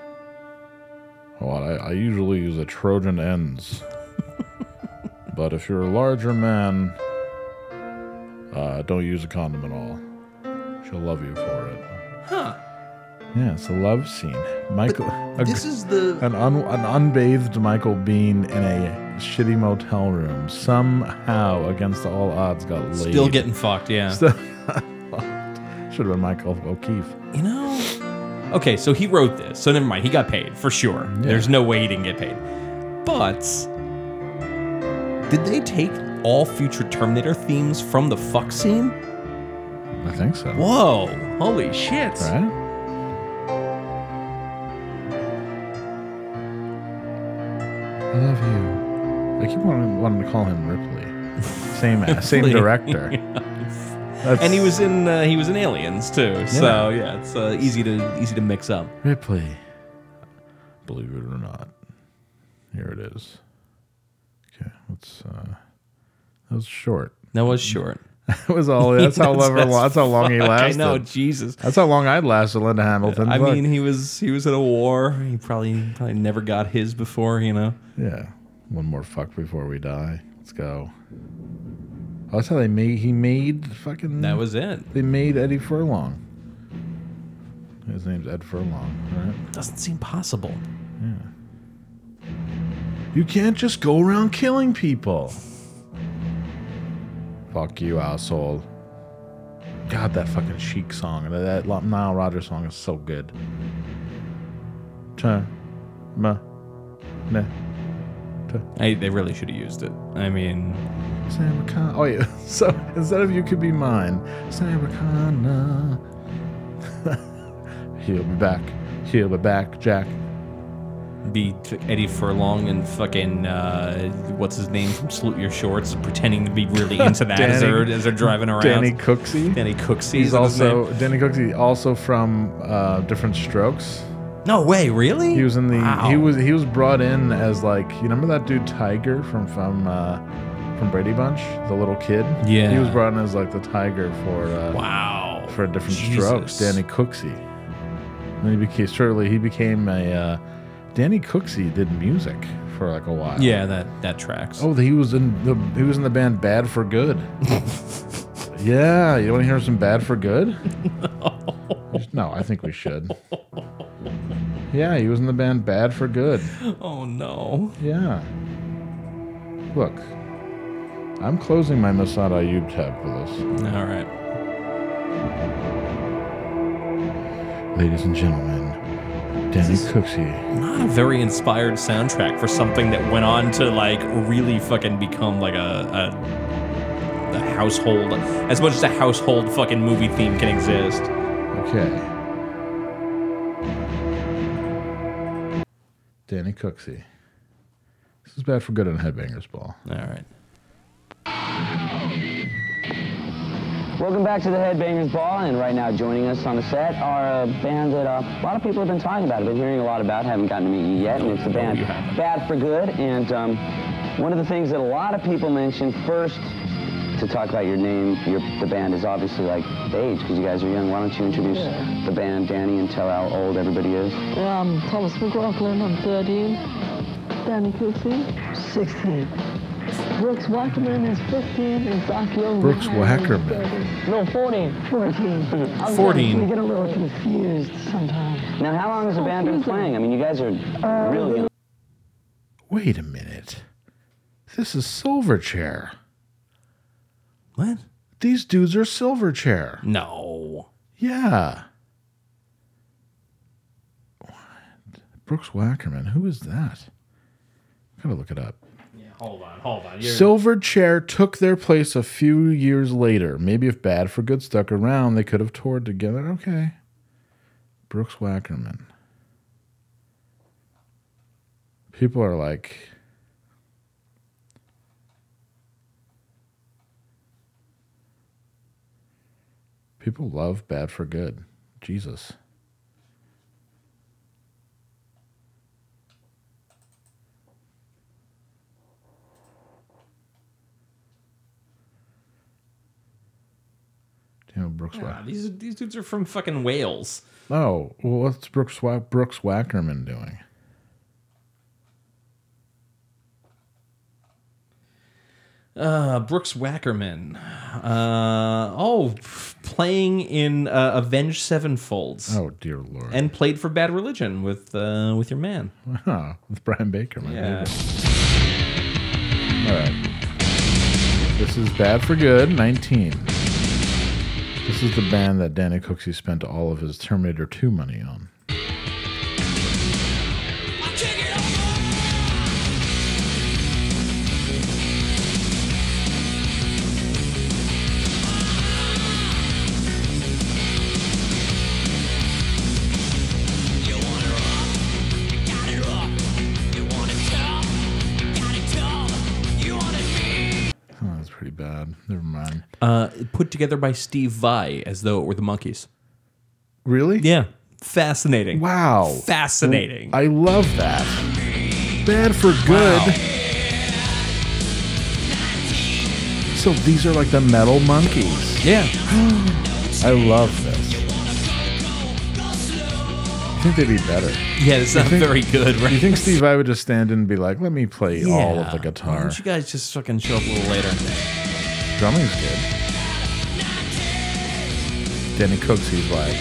Speaker 2: Well, I, I usually use a Trojan
Speaker 3: <laughs>
Speaker 2: ends. but if you're a larger man, uh, don't use a condom at all. She'll love you for it. Huh. Yeah, it's a love scene. Michael, a
Speaker 3: This
Speaker 2: gr-
Speaker 3: is the
Speaker 2: an, un, an unbathed Michael Bean in a shitty motel room, somehow, against all odds, got laid.
Speaker 3: still getting fucked, yeah.
Speaker 2: Still- <laughs> Should have been Michael O'Keefe.
Speaker 3: you know Okay, so he wrote this, so never mind, he got paid for sure. There's no way he didn't get paid. But did they take all future Terminator themes from the fuck scene?
Speaker 2: I think so.
Speaker 3: Whoa! Holy shit! <laughs>
Speaker 2: Right? I love you. I keep wanting, wanting to call him Ripley. Same
Speaker 3: <laughs>
Speaker 2: same
Speaker 3: Ripley.
Speaker 2: director. That's
Speaker 3: And he was in uh, he was in Aliens too, so yeah, it's uh, easy to easy to
Speaker 2: <laughs>
Speaker 3: mix up.
Speaker 2: Ripley. Believe it or not, here it is. Okay, let's. Uh, that was short.
Speaker 3: That was short.
Speaker 2: That was all. <laughs> That's how
Speaker 3: <laughs> That's-
Speaker 2: long. That's, how long he
Speaker 3: I
Speaker 2: lasted.
Speaker 3: know, Jesus.
Speaker 2: That's how long I'd lasted, Linda Hamilton.
Speaker 3: I
Speaker 2: Look.
Speaker 3: mean, he was he was at a war. He probably probably never got his before, you know.
Speaker 2: Yeah. One more fuck before we die. Let's go. Oh, that's how they made he made fucking
Speaker 3: That was it.
Speaker 2: they made Eddie Furlong. His name's Ed Furlong,
Speaker 3: Doesn't seem possible.
Speaker 2: right? You can't just go around killing people. Fuck you, asshole. God, that fucking chic song. That, that Lo- Nile Rodgers song is so good. Turn, ma, ne.
Speaker 3: I, they really should have used it. I mean,
Speaker 2: Sarah Con- Oh, yeah. <laughs> So instead of You Could Be Mine, Sarah Connor. <laughs> He'll be back. He'll be back, Jack.
Speaker 3: be t- Eddie Furlong and fucking uh, what's his name <laughs> from Salute Your Shorts, pretending to
Speaker 2: <laughs>
Speaker 3: be really into that as,
Speaker 2: Danny-
Speaker 3: they're, as they're driving around.
Speaker 2: Danny Cooksey.
Speaker 3: Danny Cooksey.
Speaker 2: He's
Speaker 3: is that his name?
Speaker 2: also Danny Cooksey, also from uh, Different Strokes.
Speaker 3: no way, really.
Speaker 2: He was in the he
Speaker 3: Wow.
Speaker 2: was he was brought in as like you remember that dude Tiger from from uh, from Brady Bunch, the little kid.
Speaker 3: Yeah.
Speaker 2: he was brought in as like the Tiger for uh,
Speaker 3: wow
Speaker 2: for different
Speaker 3: Jesus.
Speaker 2: strokes. Danny Cooksey. And then he became shortly he became a uh, Danny Cooksey did music for like a while.
Speaker 3: Yeah, that that tracks.
Speaker 2: Oh, he was in the he was in the band Bad for
Speaker 3: <laughs>
Speaker 2: Good. yeah, you want to hear some Bad for
Speaker 3: <laughs>
Speaker 2: Good? no, I think we should.
Speaker 3: <laughs>
Speaker 2: Yeah, he was in the band Bad for Good.
Speaker 3: Oh no.
Speaker 2: Yeah. Look, I'm closing my Masada Ayub tab for this.
Speaker 3: All right.
Speaker 2: Ladies and gentlemen, Danny Cooksey.
Speaker 3: Not a very inspired soundtrack for something that went on to like really fucking become like a a, a household as much as a household fucking movie theme can exist.
Speaker 2: Okay. Danny Cooksey. This is bad for good on Headbangers Ball.
Speaker 3: All right.
Speaker 8: Welcome back to the Headbangers Ball, and right now joining us on the set are a band that uh, a lot of people have been talking about, have been hearing a lot about, haven't gotten to meet you yet, and it's the band
Speaker 3: you haven't.
Speaker 8: Bad for Good. And um, one of the things that a lot of people mention first to talk about your name, your, the band is obviously like age, because you guys are young. Why don't you introduce the band, Danny, and tell how old everybody is?
Speaker 9: Um, Thomas McLaughlin, I'm 13. Danny Cooksey, 16. Brooks Wackerman is 15, and Doc Young.
Speaker 2: Brooks
Speaker 9: Wackerman.
Speaker 2: Wackerman.
Speaker 9: No, 14. 14. I'm
Speaker 3: 14.
Speaker 9: sorry, I get a little confused sometimes.
Speaker 8: Now, how long has the
Speaker 2: Oh,
Speaker 8: band been playing? I mean, you guys are really young.
Speaker 2: Wait a minute. This is Silverchair.
Speaker 3: What?
Speaker 2: These dudes are Silverchair.
Speaker 3: No.
Speaker 2: Yeah. What? Brooks Wackerman. Who is that? Gotta look it up.
Speaker 3: Hold on, hold on. You're-
Speaker 2: Silverchair took their place a few years later. Maybe if Bad for Good stuck around, they could have toured together. Okay. Brooks Wackerman. People are like. People love Bad for Good. Jesus. Damn, Brooks Wackerman.
Speaker 3: Yeah, these these dudes are from fucking Wales.
Speaker 2: Oh, well, what's Brooks, Wa- Brooks Wackerman doing? <laughs>
Speaker 3: Uh, Brooks Wackerman. Uh, oh, f- playing in uh, Avenged Sevenfolds.
Speaker 2: Oh, dear Lord.
Speaker 3: And played for Bad Religion with uh, with your man.
Speaker 2: Wow, with Brian Baker, my
Speaker 3: Yeah.
Speaker 2: favorite. All right. This is Bad for Good, 19. This is the band that Danny Cooksey spent all of his Terminator 2 money on. Oh, that's pretty bad. Never mind.
Speaker 3: Uh, put together by Steve Vai as though it were the monkeys.
Speaker 2: Really?
Speaker 3: Yeah. Fascinating.
Speaker 2: Wow.
Speaker 3: Fascinating.
Speaker 2: I love that. Bad for good. So these are like the metal monkeys.
Speaker 3: Yeah.
Speaker 2: <gasps> I love this. I think they'd be better.
Speaker 3: Yeah, it's
Speaker 2: You
Speaker 3: not
Speaker 2: think-
Speaker 3: very good, right?
Speaker 2: You think Steve I would just stand in and be like, let me play all of the
Speaker 3: Yeah. Why
Speaker 2: guitar?
Speaker 3: don't you guys just fucking show up a little later?
Speaker 2: Drumming's good. Danny Cooks, he's like.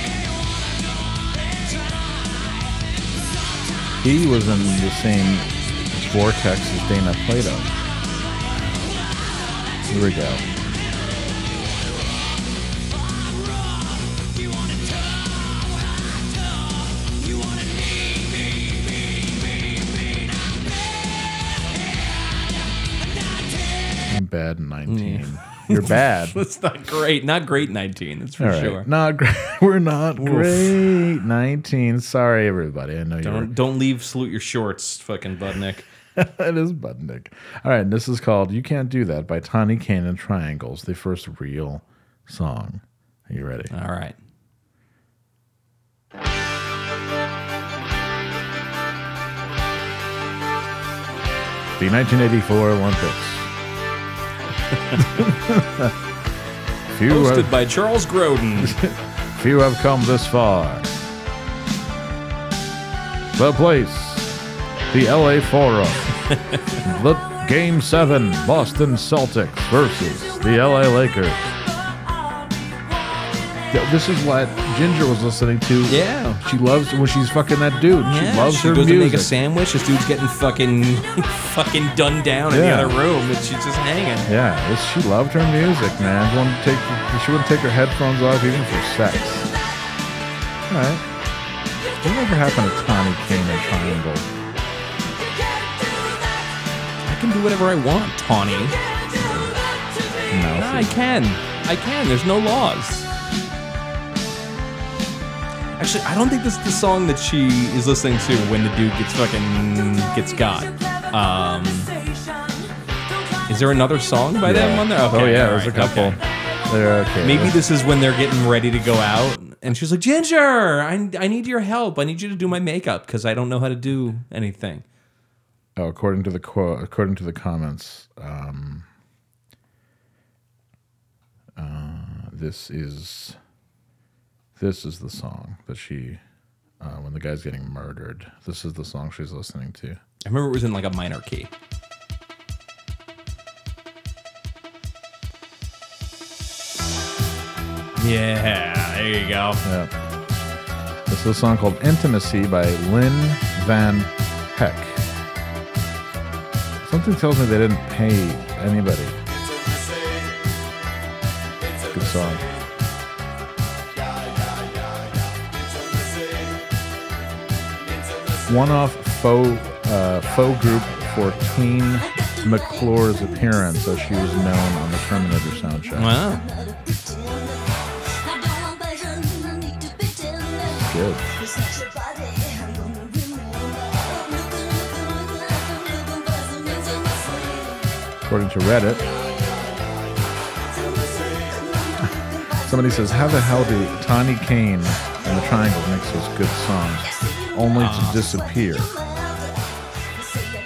Speaker 2: He was in the same vortex as Dana Plato. Here we go. I'm bad in 19. You're bad.
Speaker 3: That's not great. Not great 19, that's <laughs> for
Speaker 2: All right.
Speaker 3: sure.
Speaker 2: Not great. <laughs> We're not
Speaker 3: Oof.
Speaker 2: great. 19. Sorry, everybody. I know you
Speaker 3: Don't don't leave salute your shorts, fucking Budnick.
Speaker 2: <laughs> it is Budnick. All right, and this is called You Can't Do That by Tawny Kane and Triangles, the first real song. Are you ready?
Speaker 3: All right.
Speaker 2: The 1984 Olympics. <laughs>
Speaker 3: <laughs>
Speaker 2: few,
Speaker 3: Hosted
Speaker 2: have,
Speaker 3: by Charles Grodin.
Speaker 2: <laughs> few have come this far. The place, the LA <laughs> Forum. the Game 7, Boston Celtics versus the LA Lakers. Th- This is what Ginger was listening to.
Speaker 3: Yeah.
Speaker 2: She loves when she's fucking that dude.
Speaker 3: Yeah,
Speaker 2: she loves
Speaker 3: she
Speaker 2: her
Speaker 3: goes to make
Speaker 2: music.
Speaker 3: a sandwich. This dude's getting fucking, <laughs> fucking done down in the
Speaker 2: Yeah.
Speaker 3: other room, and she's just hanging.
Speaker 2: yeah, it's- she loved her music, man. She wouldn't take, she wouldn't take her headphones off even for sex. All right. Whatever happened to Tawny King and Triangle?
Speaker 3: I can do whatever I want, Tawny.
Speaker 2: No,
Speaker 3: Nah, I can. I can. There's no laws. Actually, I don't think this is the song that she is listening to when the dude gets fucking gets got. Um, is there another song by them
Speaker 2: Yeah.
Speaker 3: on there?
Speaker 2: oh
Speaker 3: Okay,
Speaker 2: yeah,
Speaker 3: all
Speaker 2: there's a
Speaker 3: right,
Speaker 2: couple.
Speaker 3: okay.
Speaker 2: They're okay.
Speaker 3: Maybe this is when they're getting ready to go out, and she's like, "Ginger, I, I need your help. I need you to do my makeup because I don't know how to do anything."
Speaker 2: Oh, according to the quote, according to the comments, um, uh, this is this is the song that she uh, when the guy's getting murdered. This is the song she's listening to.
Speaker 3: I remember it was in like a minor key. Yeah, there you go.
Speaker 2: Yeah. This is a song called "Intimacy" by Lynn Van Heck. Something tells me they didn't pay anybody song. One-off faux uh, faux group for Tween McClure's appearance, as she was known on the Terminator soundtrack.
Speaker 3: Wow.
Speaker 2: Good. According to Reddit, somebody says, "How the hell do Tawny Kane and the Triangle make such good songs, only
Speaker 3: Ah.
Speaker 2: to disappear?"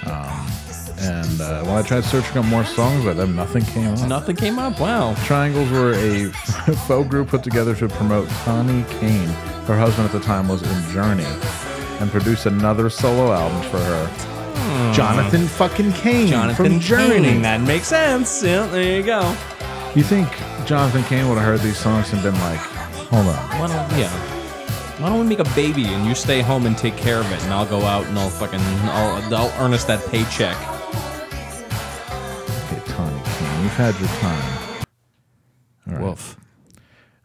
Speaker 2: Um, and uh, when I tried searching up more songs by them, nothing came up.
Speaker 3: Nothing came up. Wow.
Speaker 2: Triangles were a <laughs> faux group put together to promote Tawny Kane. Her husband at the time was in Journey, and produced another solo album for her.
Speaker 3: Hmm.
Speaker 2: Jonathan fucking Kane
Speaker 3: Jonathan
Speaker 2: from Journey.
Speaker 3: Kane, That makes sense. Yeah, there you go.
Speaker 2: You think Jonathan Kane would have heard these songs and been like, "Hold on,
Speaker 3: Why don't yeah? Why don't we make a baby and you stay home and take care of it, and I'll go out and I'll fucking I'll I'll earn us that paycheck.
Speaker 2: okay, Tawny Kane, you've had your time." All right.
Speaker 3: Woof.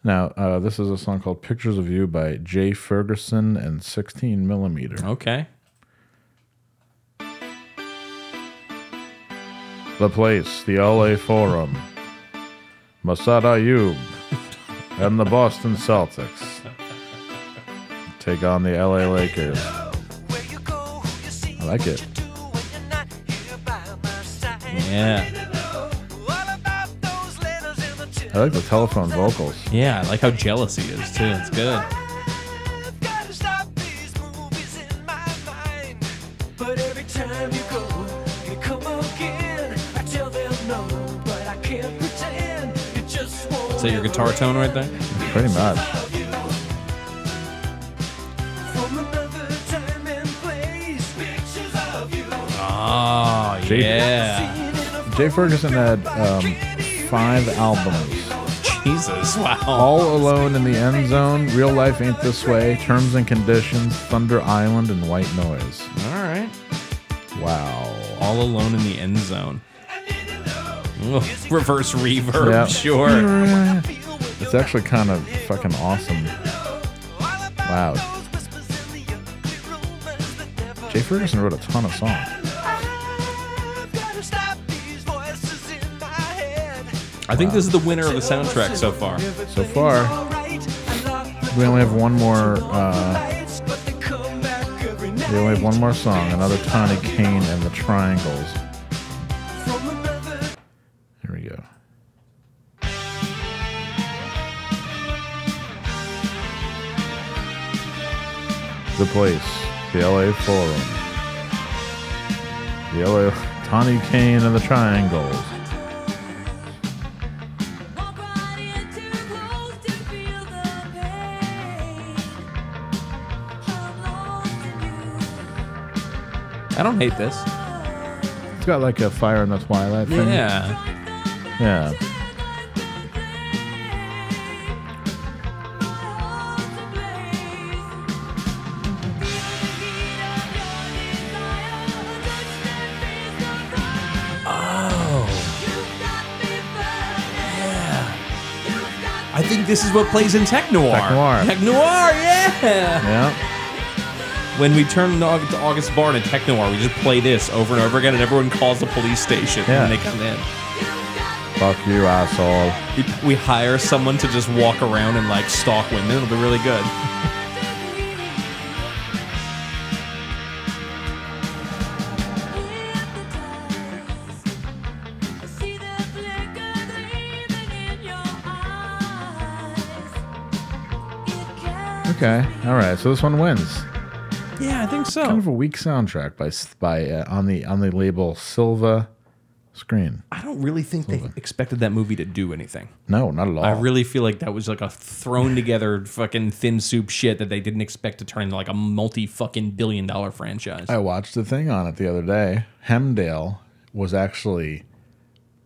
Speaker 2: Now, uh, this is a song called "Pictures of You" by Jay Ferguson and 16 Millimeter.
Speaker 3: Okay.
Speaker 2: The place, the LA Forum, Masada Yub, and the Boston Celtics take on the LA Lakers. I like it.
Speaker 3: Yeah.
Speaker 2: I like the telephone vocals.
Speaker 3: Yeah. I like how jealous he is too. It's good.
Speaker 10: But every time you go, you come again. I tell them no, but I can't pretend. You just won't.
Speaker 3: Is that your guitar tone right there?
Speaker 2: Pretty much.
Speaker 10: From another time and place. Pictures of you.
Speaker 3: Oh
Speaker 2: Jay-
Speaker 3: yeah.
Speaker 2: Jay Ferguson had um, five albums.
Speaker 3: Jesus, wow.
Speaker 2: All Alone in the End Zone, Real Life Ain't This Way, Terms and Conditions, Thunder Island, and White Noise.
Speaker 3: All right.
Speaker 2: Wow.
Speaker 3: All alone in the end zone. Ugh, reverse reverb.
Speaker 2: Yep.
Speaker 3: Sure.
Speaker 2: It's actually kind of fucking awesome. Wow. Jay Ferguson wrote a ton of songs.
Speaker 3: I think this is the winner of the soundtrack so far.
Speaker 2: So far, we only have one more. Uh, we only have one more song. Another Tawny Kane and the Triangles. Here we go. The place, the LA Forum. The LA Tawny Kane and the Triangles.
Speaker 3: I don't hate this.
Speaker 2: It's got like a fire in the twilight thing.
Speaker 3: Yeah.
Speaker 2: Yeah.
Speaker 3: Oh. Yeah. I think this is what plays in Tech Noir.
Speaker 2: Tech Noir.
Speaker 3: Tech Noir, yeah.
Speaker 2: Yeah.
Speaker 3: When we turned on to August Barn in Tech Noir, we just play this over and over again, and everyone calls the police station
Speaker 2: Yeah.
Speaker 3: when they come in.
Speaker 2: Fuck you, asshole.
Speaker 3: We- We hire someone to just walk around and like stalk women. It'll be really good.
Speaker 2: Okay. All right. So this one wins.
Speaker 3: Yeah, I think so.
Speaker 2: Kind of a weak soundtrack by s- by uh, on the on the label Silva Screen.
Speaker 3: I don't really think they expected that movie to do anything.
Speaker 2: No, not at all.
Speaker 3: I really feel like that was like a thrown together fucking thin soup shit that they didn't expect to turn into like a multi fucking billion dollar franchise.
Speaker 2: I watched a thing on it the other day. Hemdale was actually,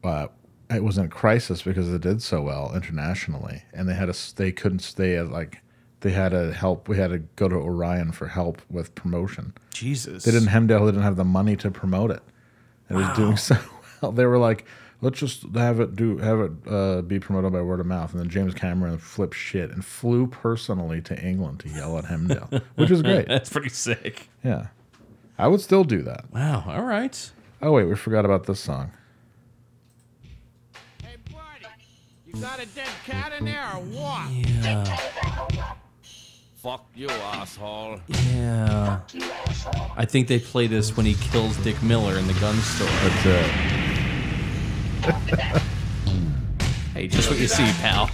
Speaker 2: uh, it was in crisis because it did so well internationally, and they had a s- they couldn't stay at like they had to help. We had to go to Orion for help with promotion.
Speaker 3: Jesus.
Speaker 2: They didn't Hemdale. They didn't have the money to promote it. It was doing so <laughs> well. They were like, let's just have it do have it uh, be promoted by word of mouth, and then James Cameron flipped shit and flew personally to England to yell at Hemdale, which is great.
Speaker 3: <laughs> That's pretty sick.
Speaker 2: Yeah, I would still do that.
Speaker 3: Wow. All right.
Speaker 2: Oh wait, we forgot about this song.
Speaker 11: You got a dead cat in there or what? Fuck you, asshole.
Speaker 3: Yeah. I think they play this when he kills Dick Miller in the gun store. That's
Speaker 2: it.
Speaker 3: hey, just what you see, pal.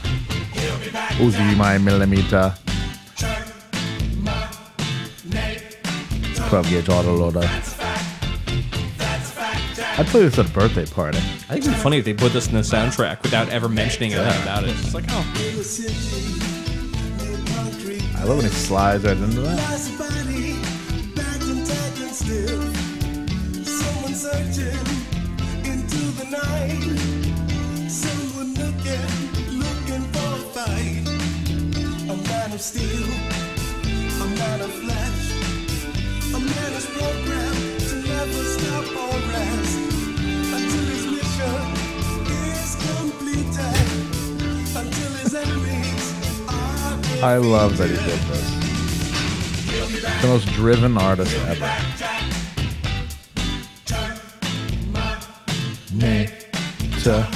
Speaker 2: Uzi my millimeter. 12 gauge autoloader. I'd play this at a birthday party.
Speaker 3: I think it'd be funny if they put this in the soundtrack without ever mentioning anything about it. It's just like, oh,
Speaker 2: I love when he slides right into that.
Speaker 10: Steel. I'm not a flash. A man is programmed to never stop or rest until his mission is completed. Until his enemies are
Speaker 2: I love that he did this. The most driven artist ever. Meter.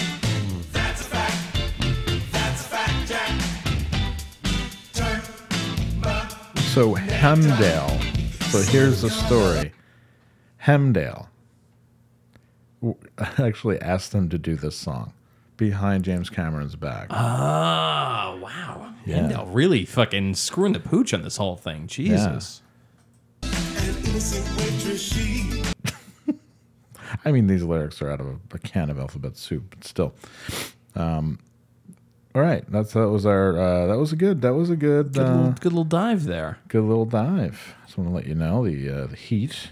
Speaker 2: So Hemdale. So here's the story. Hemdale w- <laughs> actually asked them to do this song behind James Cameron's back.
Speaker 3: ah, wow.
Speaker 2: Yeah.
Speaker 3: Yeah. really fucking screwing the pooch on this whole thing. Jesus.
Speaker 10: an innocent waitress. She
Speaker 2: I mean, these lyrics are out of a, a can of alphabet soup, but still. Um, all right, that's that was our uh, that was a good that was a good
Speaker 3: Good, little,
Speaker 2: uh,
Speaker 3: good little dive there.
Speaker 2: good little dive. Just want to let you know the uh, the Heat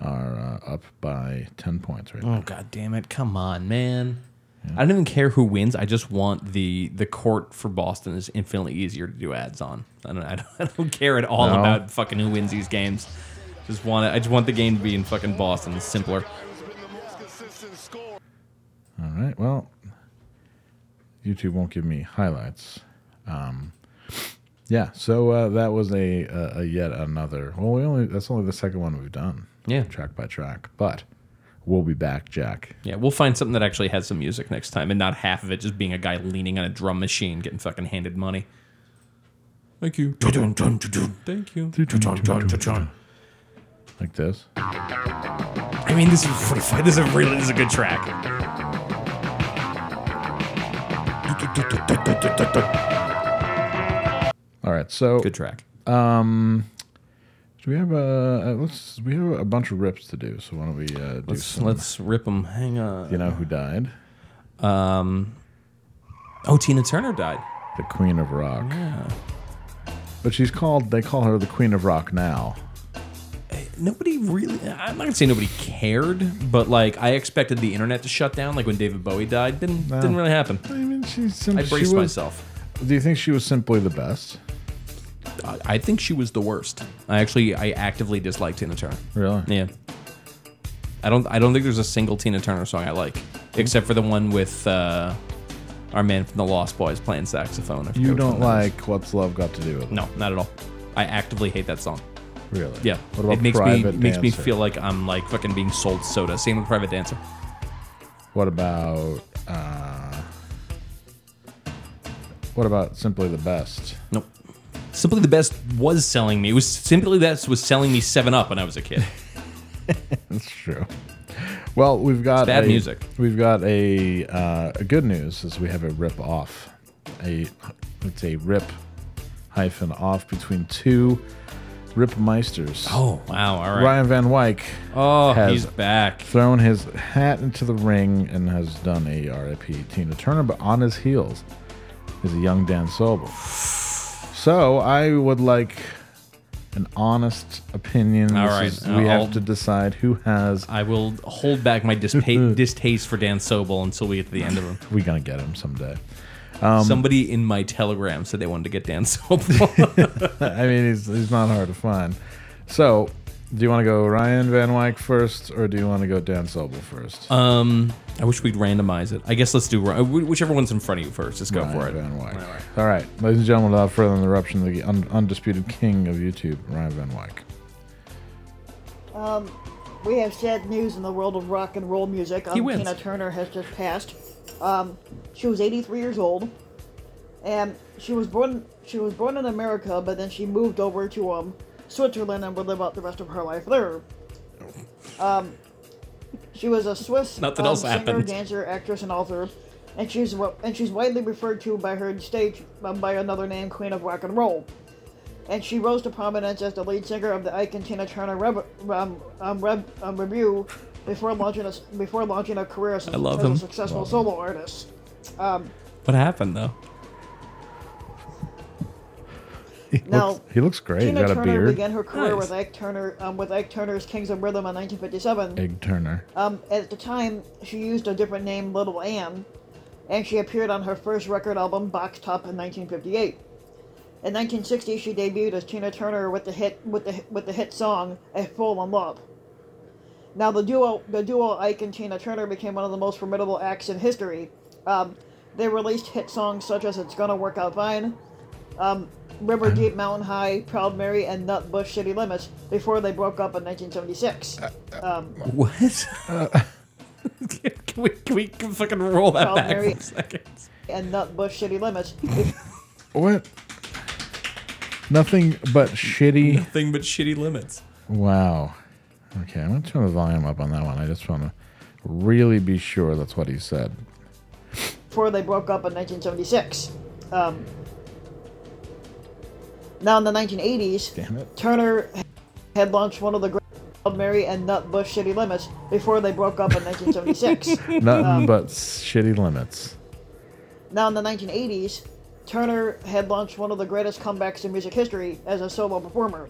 Speaker 2: are uh, up by ten points right now.
Speaker 3: Oh god damn it! Come on, man. I don't even care who wins. I just want the the court for Boston is infinitely easier to do ads on. I don't <laughs> I don't, I don't care at all
Speaker 2: No.
Speaker 3: about fucking who wins these games. Just want it. I just want the game to be in fucking Boston. It's simpler. Oh.
Speaker 2: All right, well, YouTube won't give me highlights. Um, yeah, so uh, that was a, a, a yet another. Well, we only that's only the second one we've done.
Speaker 3: Yeah.
Speaker 2: track by track, but we'll be back, Jack.
Speaker 3: Yeah, we'll find something that actually has some music next time, and not half of it just being a guy leaning on a drum machine getting fucking handed money. Thank you. Thank you.
Speaker 2: Like this.
Speaker 3: I mean, this is pretty fun. This is really this is a good track.
Speaker 2: All right, so
Speaker 3: good track.
Speaker 2: Um, do we have a uh, let's we have a bunch of rips to do? So why don't we uh, do
Speaker 3: Let's
Speaker 2: some?
Speaker 3: let's rip them. Hang on.
Speaker 2: you know who died?
Speaker 3: Um. Oh, Tina Turner died.
Speaker 2: The Queen of Rock. But she's called. They call her the Queen of Rock now.
Speaker 3: Nobody really. I'm not gonna say nobody cared, but like I expected the internet to shut down. Like when David Bowie died, didn't didn't really happen. I
Speaker 2: mean, she's.
Speaker 3: I
Speaker 2: she was-
Speaker 3: braced myself.
Speaker 2: Do you think she was simply the best?
Speaker 3: I, I think she was the worst. I actually I actively disliked Tina Turner.
Speaker 2: Really?
Speaker 3: Yeah. I don't I don't think there's a single Tina Turner song I like, except for the one with uh, our man from the Lost Boys playing saxophone. I forget
Speaker 2: You
Speaker 3: which
Speaker 2: don't
Speaker 3: one that is.
Speaker 2: like what's love got to do with it?
Speaker 3: No, not at all. I actively hate that song.
Speaker 2: Really?
Speaker 3: Yeah.
Speaker 2: What about
Speaker 3: it makes me
Speaker 2: Private
Speaker 3: makes me
Speaker 2: Dancer?
Speaker 3: feel like I'm like fucking being sold soda. Same with Private Dancer.
Speaker 2: What about uh, what about simply the best?
Speaker 3: Nope. Simply the Best was selling me. It was Simply the Best was selling me Seven Up when I was a kid.
Speaker 2: <laughs> That's true. Well, we've got
Speaker 3: bad
Speaker 2: a-
Speaker 3: music.
Speaker 2: We've got a, uh, a good news is we have a rip off. A it's a rip hyphen off between two rip meisters.
Speaker 3: Oh wow! All right.
Speaker 2: Ryan Van Wyk.
Speaker 3: Oh,
Speaker 2: has
Speaker 3: he's back.
Speaker 2: Thrown his hat into the ring and has done a RIP Tina Turner, but on his heels is a young Dan Sobel. So I would like an honest opinion.
Speaker 3: All
Speaker 2: This
Speaker 3: right, uh,
Speaker 2: is- we
Speaker 3: I'll-
Speaker 2: have to decide who has.
Speaker 3: I will hold back
Speaker 2: <laughs>
Speaker 3: my dispa- distaste for Dan Sobel until we get to the end of him.
Speaker 2: We're gonna get him someday. Um,
Speaker 3: Somebody in my
Speaker 2: <laughs>
Speaker 3: Telegram said they wanted to get Dan <laughs> Sobel.
Speaker 2: I mean, he's, he's not hard to find. So Do you want to go Ryan Van Wyck first, or do you want to go Dan Sobel first?
Speaker 3: Um, I wish we'd randomize it. I guess let's do Ry- wh- whichever one's in front of you first. Let's go
Speaker 2: Ryan
Speaker 3: for it.
Speaker 2: Van Wyck. All right, ladies and gentlemen, without further interruption, the un- undisputed king of YouTube, Ryan Van Wyck.
Speaker 12: Um, we have sad news in the world of rock and roll music.
Speaker 3: He
Speaker 12: Um,
Speaker 3: wins.
Speaker 12: Tina Turner has just passed. Um, she was 83 years old, and she was born she was born in America, but then she moved over to um Switzerland and would live out the rest of her life there. Um, she was a Swiss
Speaker 3: Oh. <laughs> Nothing
Speaker 12: um,
Speaker 3: else
Speaker 12: singer,
Speaker 3: happened.
Speaker 12: dancer, actress, and author, and she's wa- and she's widely referred to by her stage um, by another name, Queen of Rock and Roll and she rose to prominence as the lead singer of the Ike and Tina Turner Rev um, um, Rev um, review before launching a s- before launching a career as,
Speaker 3: I love
Speaker 12: as
Speaker 3: him.
Speaker 12: a successful
Speaker 3: Love him.
Speaker 12: solo artist. Um,
Speaker 3: What happened
Speaker 2: <laughs>
Speaker 3: though?
Speaker 2: He,
Speaker 12: now,
Speaker 2: looks, he looks great.
Speaker 12: Tina
Speaker 2: He's got a
Speaker 12: Turner
Speaker 2: beard.
Speaker 12: began her career
Speaker 2: Nice.
Speaker 12: with Ike Turner um, with Ike Turner's Kings of Rhythm in 1957.
Speaker 2: Egg Turner.
Speaker 12: Um, at the time, she used a different name, Little Ann, and she appeared on her first record album, Box Top, in 1958. In 1960, she debuted as Tina Turner with the hit with the with the hit song "I Fall in Love." Now the duo the duo Ike and Tina Turner became one of the most formidable acts in history. Um, they released hit songs such as "It's Gonna Work Out Fine," um, "River Deep, Mountain High," "Proud Mary," and "Nut Bush City Limits" before they broke up in 1976. Um,
Speaker 3: What? can we <laughs> can we fucking roll that
Speaker 12: Proud
Speaker 3: back
Speaker 12: Mary-
Speaker 3: for a second?
Speaker 12: and Nut Bush City Limits
Speaker 2: What? Nothing but shitty.
Speaker 3: Nothing but shitty limits.
Speaker 2: Wow. Okay, I'm gonna turn the volume up on that one. I just want to really be sure that's what he said.
Speaker 12: before they broke up in 1976. Um, now in the 1980s,
Speaker 2: Damn it.
Speaker 12: Turner had launched one of the great Proud Mary and Nut Bush City Limits before they broke up
Speaker 3: <laughs>
Speaker 12: in 1976.
Speaker 2: Nothing
Speaker 12: Um,
Speaker 2: but shitty limits.
Speaker 12: now in the 1980s, Turner had launched one of the greatest comebacks in music history as a solo performer.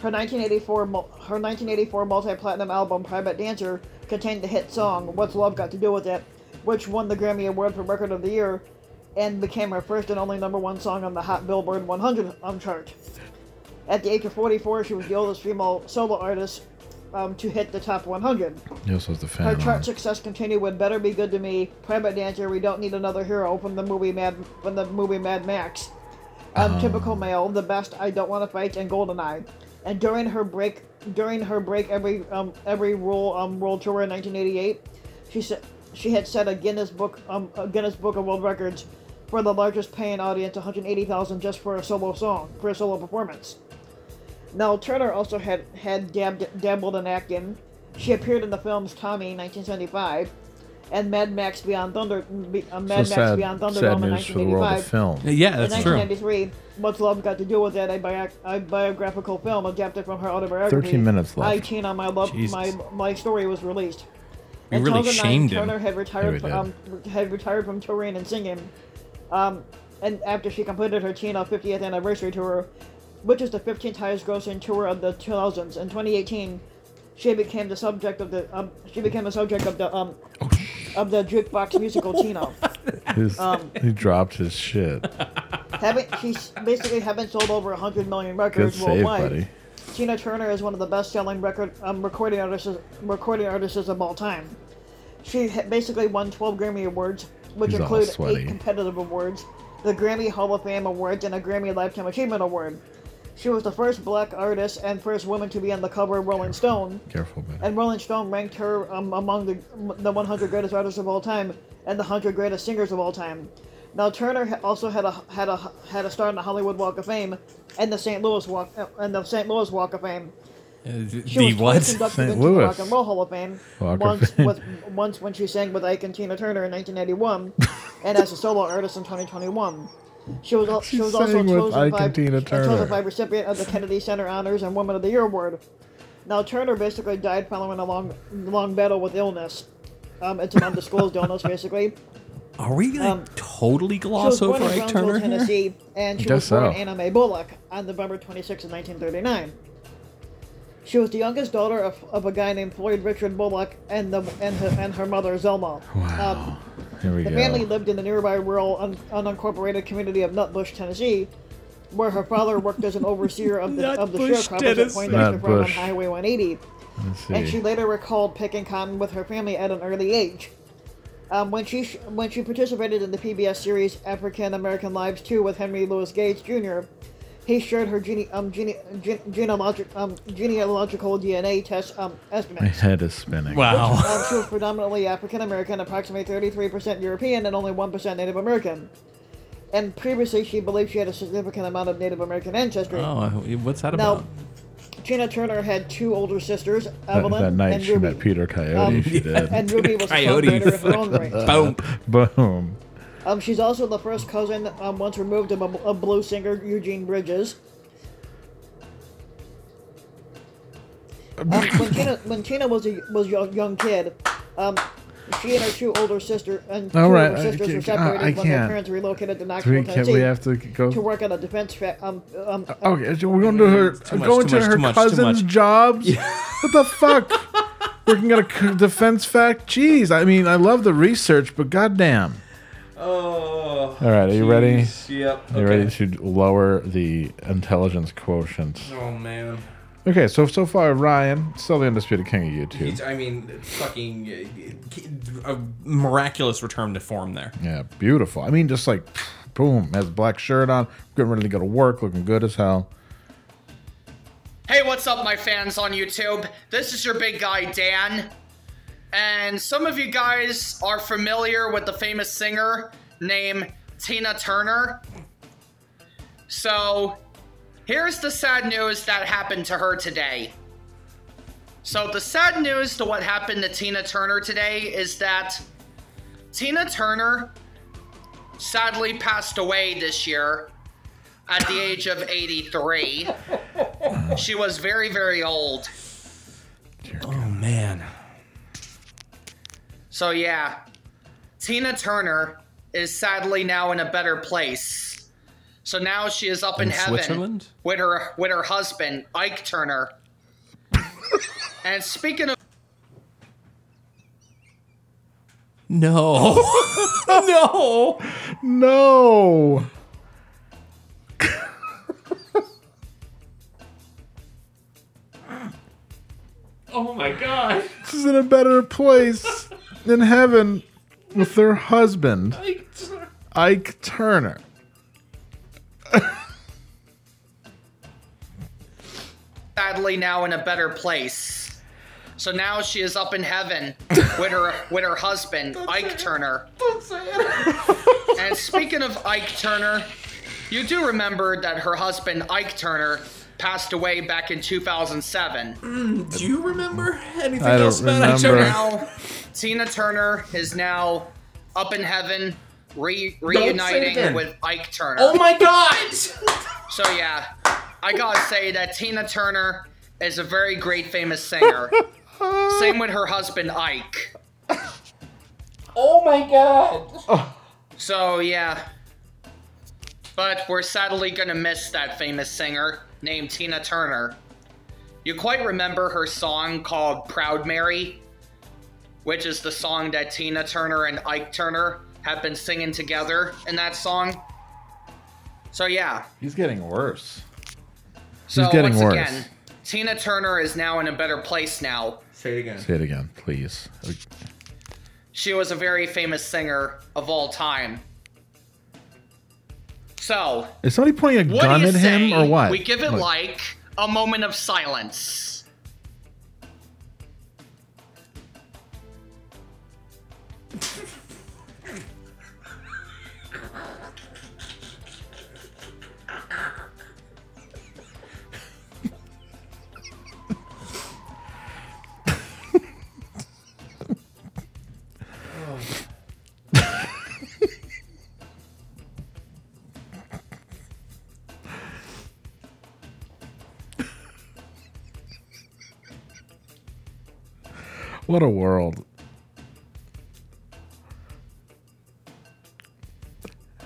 Speaker 12: Her 1984 mul- her 1984 multi-platinum album Private Dancer contained the hit song What's Love Got to Do with It, which won the Grammy Award for Record of the Year and became her first and only number 1 song on the Hot Billboard 100 um, chart. At the age of 44, she was the oldest female solo artist um, to hit the top 100.
Speaker 2: He also was the
Speaker 12: Her
Speaker 2: fan.
Speaker 12: chart success continued with "Better Be Good to Me," "Private Dancer," "We Don't Need Another Hero" from the movie Mad from the movie Mad Max, um,
Speaker 2: Oh.
Speaker 12: "Typical Male," "The Best," "I Don't Want to Fight," and "Goldeneye." And during her break, during her break every um, every rule um, world tour in 1988, she said she had set a Guinness book um, a Guinness Book of World Records for the largest paying audience, 180,000, just for a solo song for a solo performance. Now, Turner also had had dabbed, dabbled in acting. She appeared in the films Tommy (1975) and Mad Max Beyond Thunder. Be, uh, Mad Max
Speaker 2: sad-
Speaker 12: Beyond
Speaker 2: sad
Speaker 12: Thunderdome in
Speaker 2: news for the world of
Speaker 12: 1985.
Speaker 2: film.
Speaker 3: Yeah, that's
Speaker 12: in
Speaker 3: true.
Speaker 12: 1993, What's Love Got to Do with It? A, bio- a biographical film adapted from her autobiography.
Speaker 2: 13 minutes left.
Speaker 12: I Tina, my love,
Speaker 2: Jesus.
Speaker 12: my my story was released.
Speaker 2: We
Speaker 12: In
Speaker 2: really
Speaker 12: 2009,
Speaker 2: shamed him.
Speaker 12: Turner had
Speaker 2: Yeah,
Speaker 12: retired
Speaker 2: we
Speaker 12: from,
Speaker 2: did.
Speaker 12: um, had retired from touring and singing, um, and after she completed her Tina 50th anniversary tour, which is the 15th highest grossing tour of the 2000s. In 2018, she became the subject of the um, she became the subject of the um, of the jukebox musical Tina.
Speaker 2: Oh, <laughs> His-
Speaker 12: um,
Speaker 2: he dropped his shit.
Speaker 12: having she's basically haven't sold over 100 million records
Speaker 2: save,
Speaker 12: worldwide.
Speaker 2: buddy.
Speaker 12: Tina Turner is one of the best-selling record um, recording artists recording artists of all time. She ha- basically won 12 Grammy awards, which
Speaker 2: He's all
Speaker 12: include
Speaker 2: sweaty.
Speaker 12: eight competitive awards, the Grammy Hall of Fame awards, and a Grammy Lifetime Achievement Award. She was the first black artist and first woman to be on the cover of Rolling Stone.
Speaker 2: Careful, man.
Speaker 12: And Rolling Stone ranked her um, among the, the 100 greatest artists of all time and the 100 greatest singers of all time. Now Turner ha- also had a had a had a star in the Hollywood Walk of Fame and the St. Louis Walk uh, and the St. Louis Walk of Fame. She
Speaker 3: Uh, the
Speaker 12: was
Speaker 3: what?
Speaker 12: twice inducted
Speaker 3: St.
Speaker 12: into the
Speaker 3: Louis.
Speaker 12: Rock and Roll Hall of Fame.
Speaker 3: Walk of
Speaker 12: once
Speaker 3: Fame.
Speaker 12: with once when she sang with Ike and Tina Turner
Speaker 2: <laughs>
Speaker 12: in 1991, and as a solo artist in 2021. She was al- she
Speaker 2: She
Speaker 12: was also a
Speaker 2: sang with
Speaker 12: 2005,
Speaker 2: Ike and Tina
Speaker 12: a
Speaker 2: Turner.
Speaker 12: 2005 recipient of the Kennedy Center Honors and Woman of the Year Award. Now Turner basically died following a long long battle with illness. Um, it's an undisclosed illness, basically.
Speaker 3: Are we gonna totally gloss
Speaker 12: she was born
Speaker 3: over
Speaker 12: in
Speaker 3: Ike
Speaker 12: Brownsville,
Speaker 3: Turner here?
Speaker 12: Tennessee, and
Speaker 3: I
Speaker 12: she was
Speaker 3: guess
Speaker 12: born
Speaker 3: so.
Speaker 12: Anna Mae Bullock on November 26, 1939. She was the youngest daughter of, of a guy named Floyd Richard Bullock and the and her, and her mother Zelma. Uh, Wow.
Speaker 2: Here we
Speaker 12: the
Speaker 2: go.
Speaker 12: family lived in the nearby rural un, unincorporated community of Nutbush, Tennessee, where her father worked as an overseer of the,
Speaker 10: Nut
Speaker 12: of the
Speaker 10: bush,
Speaker 12: sharecroppers at
Speaker 10: Dennis.
Speaker 12: Poindexter
Speaker 2: Nut
Speaker 12: Farm on
Speaker 2: bush.
Speaker 12: Highway 180,
Speaker 2: Let's
Speaker 12: and she
Speaker 2: see.
Speaker 12: later recalled picking cotton with her family at an early age. Um, when she sh- when she participated in the PBS series African American Lives 2 with Henry Louis Gates Jr., he shared her gene- um, gene- gen- genealogic- um, genealogical DNA test um,
Speaker 2: My
Speaker 12: estimates.
Speaker 2: head is spinning.
Speaker 3: <laughs>
Speaker 12: Um, she was predominantly African American, approximately 33% European, and only 1% Native American. And previously, she believed she had a significant amount of Native American ancestry.
Speaker 3: Oh, I- what's that
Speaker 12: Now,
Speaker 3: about?
Speaker 12: Gina Turner had two older sisters,
Speaker 2: That,
Speaker 12: Evelyn
Speaker 2: that night
Speaker 12: and
Speaker 2: she
Speaker 12: Ruby.
Speaker 2: met Peter Coyote.
Speaker 12: Um,
Speaker 2: she <laughs> did.
Speaker 12: <laughs>
Speaker 3: <laughs>
Speaker 12: and Ruby was a songwriter of her own
Speaker 3: Boom.
Speaker 12: right.
Speaker 2: Boom.
Speaker 12: Um, she's also the first cousin, um, once removed, of a, a blues singer Eugene Bridges. Um, when
Speaker 2: <laughs>
Speaker 12: Tina when Tina was a was a young, young kid, um, she and her two older sister and two
Speaker 2: All right,
Speaker 12: older
Speaker 2: I
Speaker 12: sisters were
Speaker 2: can't- ah, I-
Speaker 12: separated
Speaker 2: I
Speaker 12: when their
Speaker 2: can't.
Speaker 12: parents relocated to
Speaker 2: we-
Speaker 12: Knoxville,
Speaker 2: can't we
Speaker 12: Tennessee,
Speaker 2: have to go- Oh,
Speaker 12: work on a defense fa- um, um,
Speaker 2: Okay, so we're going to her
Speaker 3: Too much,
Speaker 2: going
Speaker 3: too
Speaker 2: to her
Speaker 3: much, too much, too
Speaker 2: cousin's
Speaker 3: much.
Speaker 2: jobs.
Speaker 3: <laughs>
Speaker 2: <laughs> What the fuck? Working at a c- defense fact. Jeez, I mean, I love the research, but goddamn.
Speaker 3: Oh.
Speaker 2: All right, are you
Speaker 3: jeez.
Speaker 2: ready?
Speaker 3: Yep.
Speaker 2: Are you
Speaker 3: okay.
Speaker 2: ready to lower the intelligence quotient?
Speaker 3: Oh man.
Speaker 2: Okay, so so far Ryan still the undisputed king of YouTube.
Speaker 3: He's, I mean, fucking uh, a miraculous return to form there.
Speaker 2: Yeah, beautiful. I mean, just like, boom, has a black shirt on, getting ready to go to work, looking good as hell.
Speaker 13: Hey, what's up, my fans on YouTube? This is your big guy, Dan. And some of you guys are familiar with the famous singer named Tina Turner. So, here's the sad news that happened to her today. So, the sad news to what happened to Tina Turner today is that Tina Turner sadly passed away this year at the age of 83. She was very, very old.
Speaker 3: Oh man.
Speaker 13: So, yeah, Tina Turner is sadly now in a better place. So now she is up in,
Speaker 3: In
Speaker 13: heaven
Speaker 3: Switzerland?
Speaker 13: with her with her husband Ike Turner. and speaking of
Speaker 3: No. <laughs> <laughs> no.
Speaker 2: No.
Speaker 3: Oh my god.
Speaker 2: <laughs> She's in a better place in heaven with her husband, Ike Turner.
Speaker 13: sadly now in a better place. So now she is up in heaven with her with her husband Ike Turner.
Speaker 10: Don't say it.
Speaker 13: and speaking of Ike Turner, you do remember that her husband Ike Turner passed away back in 2007.
Speaker 3: Mm, do you remember anything
Speaker 2: I don't
Speaker 3: else about Ike Turner?
Speaker 2: remember.
Speaker 13: Now, Tina Turner is now up in heaven, re-
Speaker 3: Don't say it
Speaker 13: reuniting
Speaker 3: again.
Speaker 13: with Ike Turner.
Speaker 3: Oh my god!
Speaker 13: <laughs> So yeah, I gotta say that Tina Turner is a very great famous
Speaker 3: <laughs>
Speaker 13: singer. Same with her husband Ike.
Speaker 3: Oh my <laughs> god.
Speaker 13: So yeah. But we're sadly gonna miss that famous singer named Tina Turner. You quite remember her song called Proud Mary, which is the song that Tina Turner and Ike Turner have been singing together in that song. So yeah.
Speaker 2: He's getting worse.
Speaker 13: So
Speaker 2: He's getting
Speaker 13: once
Speaker 2: worse.
Speaker 13: again, Tina Turner is now in a better place now.
Speaker 3: Say it again.
Speaker 2: Say it again, please.
Speaker 13: She was a very famous singer of all time. So,
Speaker 2: Is somebody pointing a
Speaker 13: what
Speaker 2: gun
Speaker 13: do you
Speaker 2: at
Speaker 13: say
Speaker 2: him or what?
Speaker 13: we give it
Speaker 2: Look,
Speaker 13: like a moment of silence?
Speaker 2: What a world. <laughs>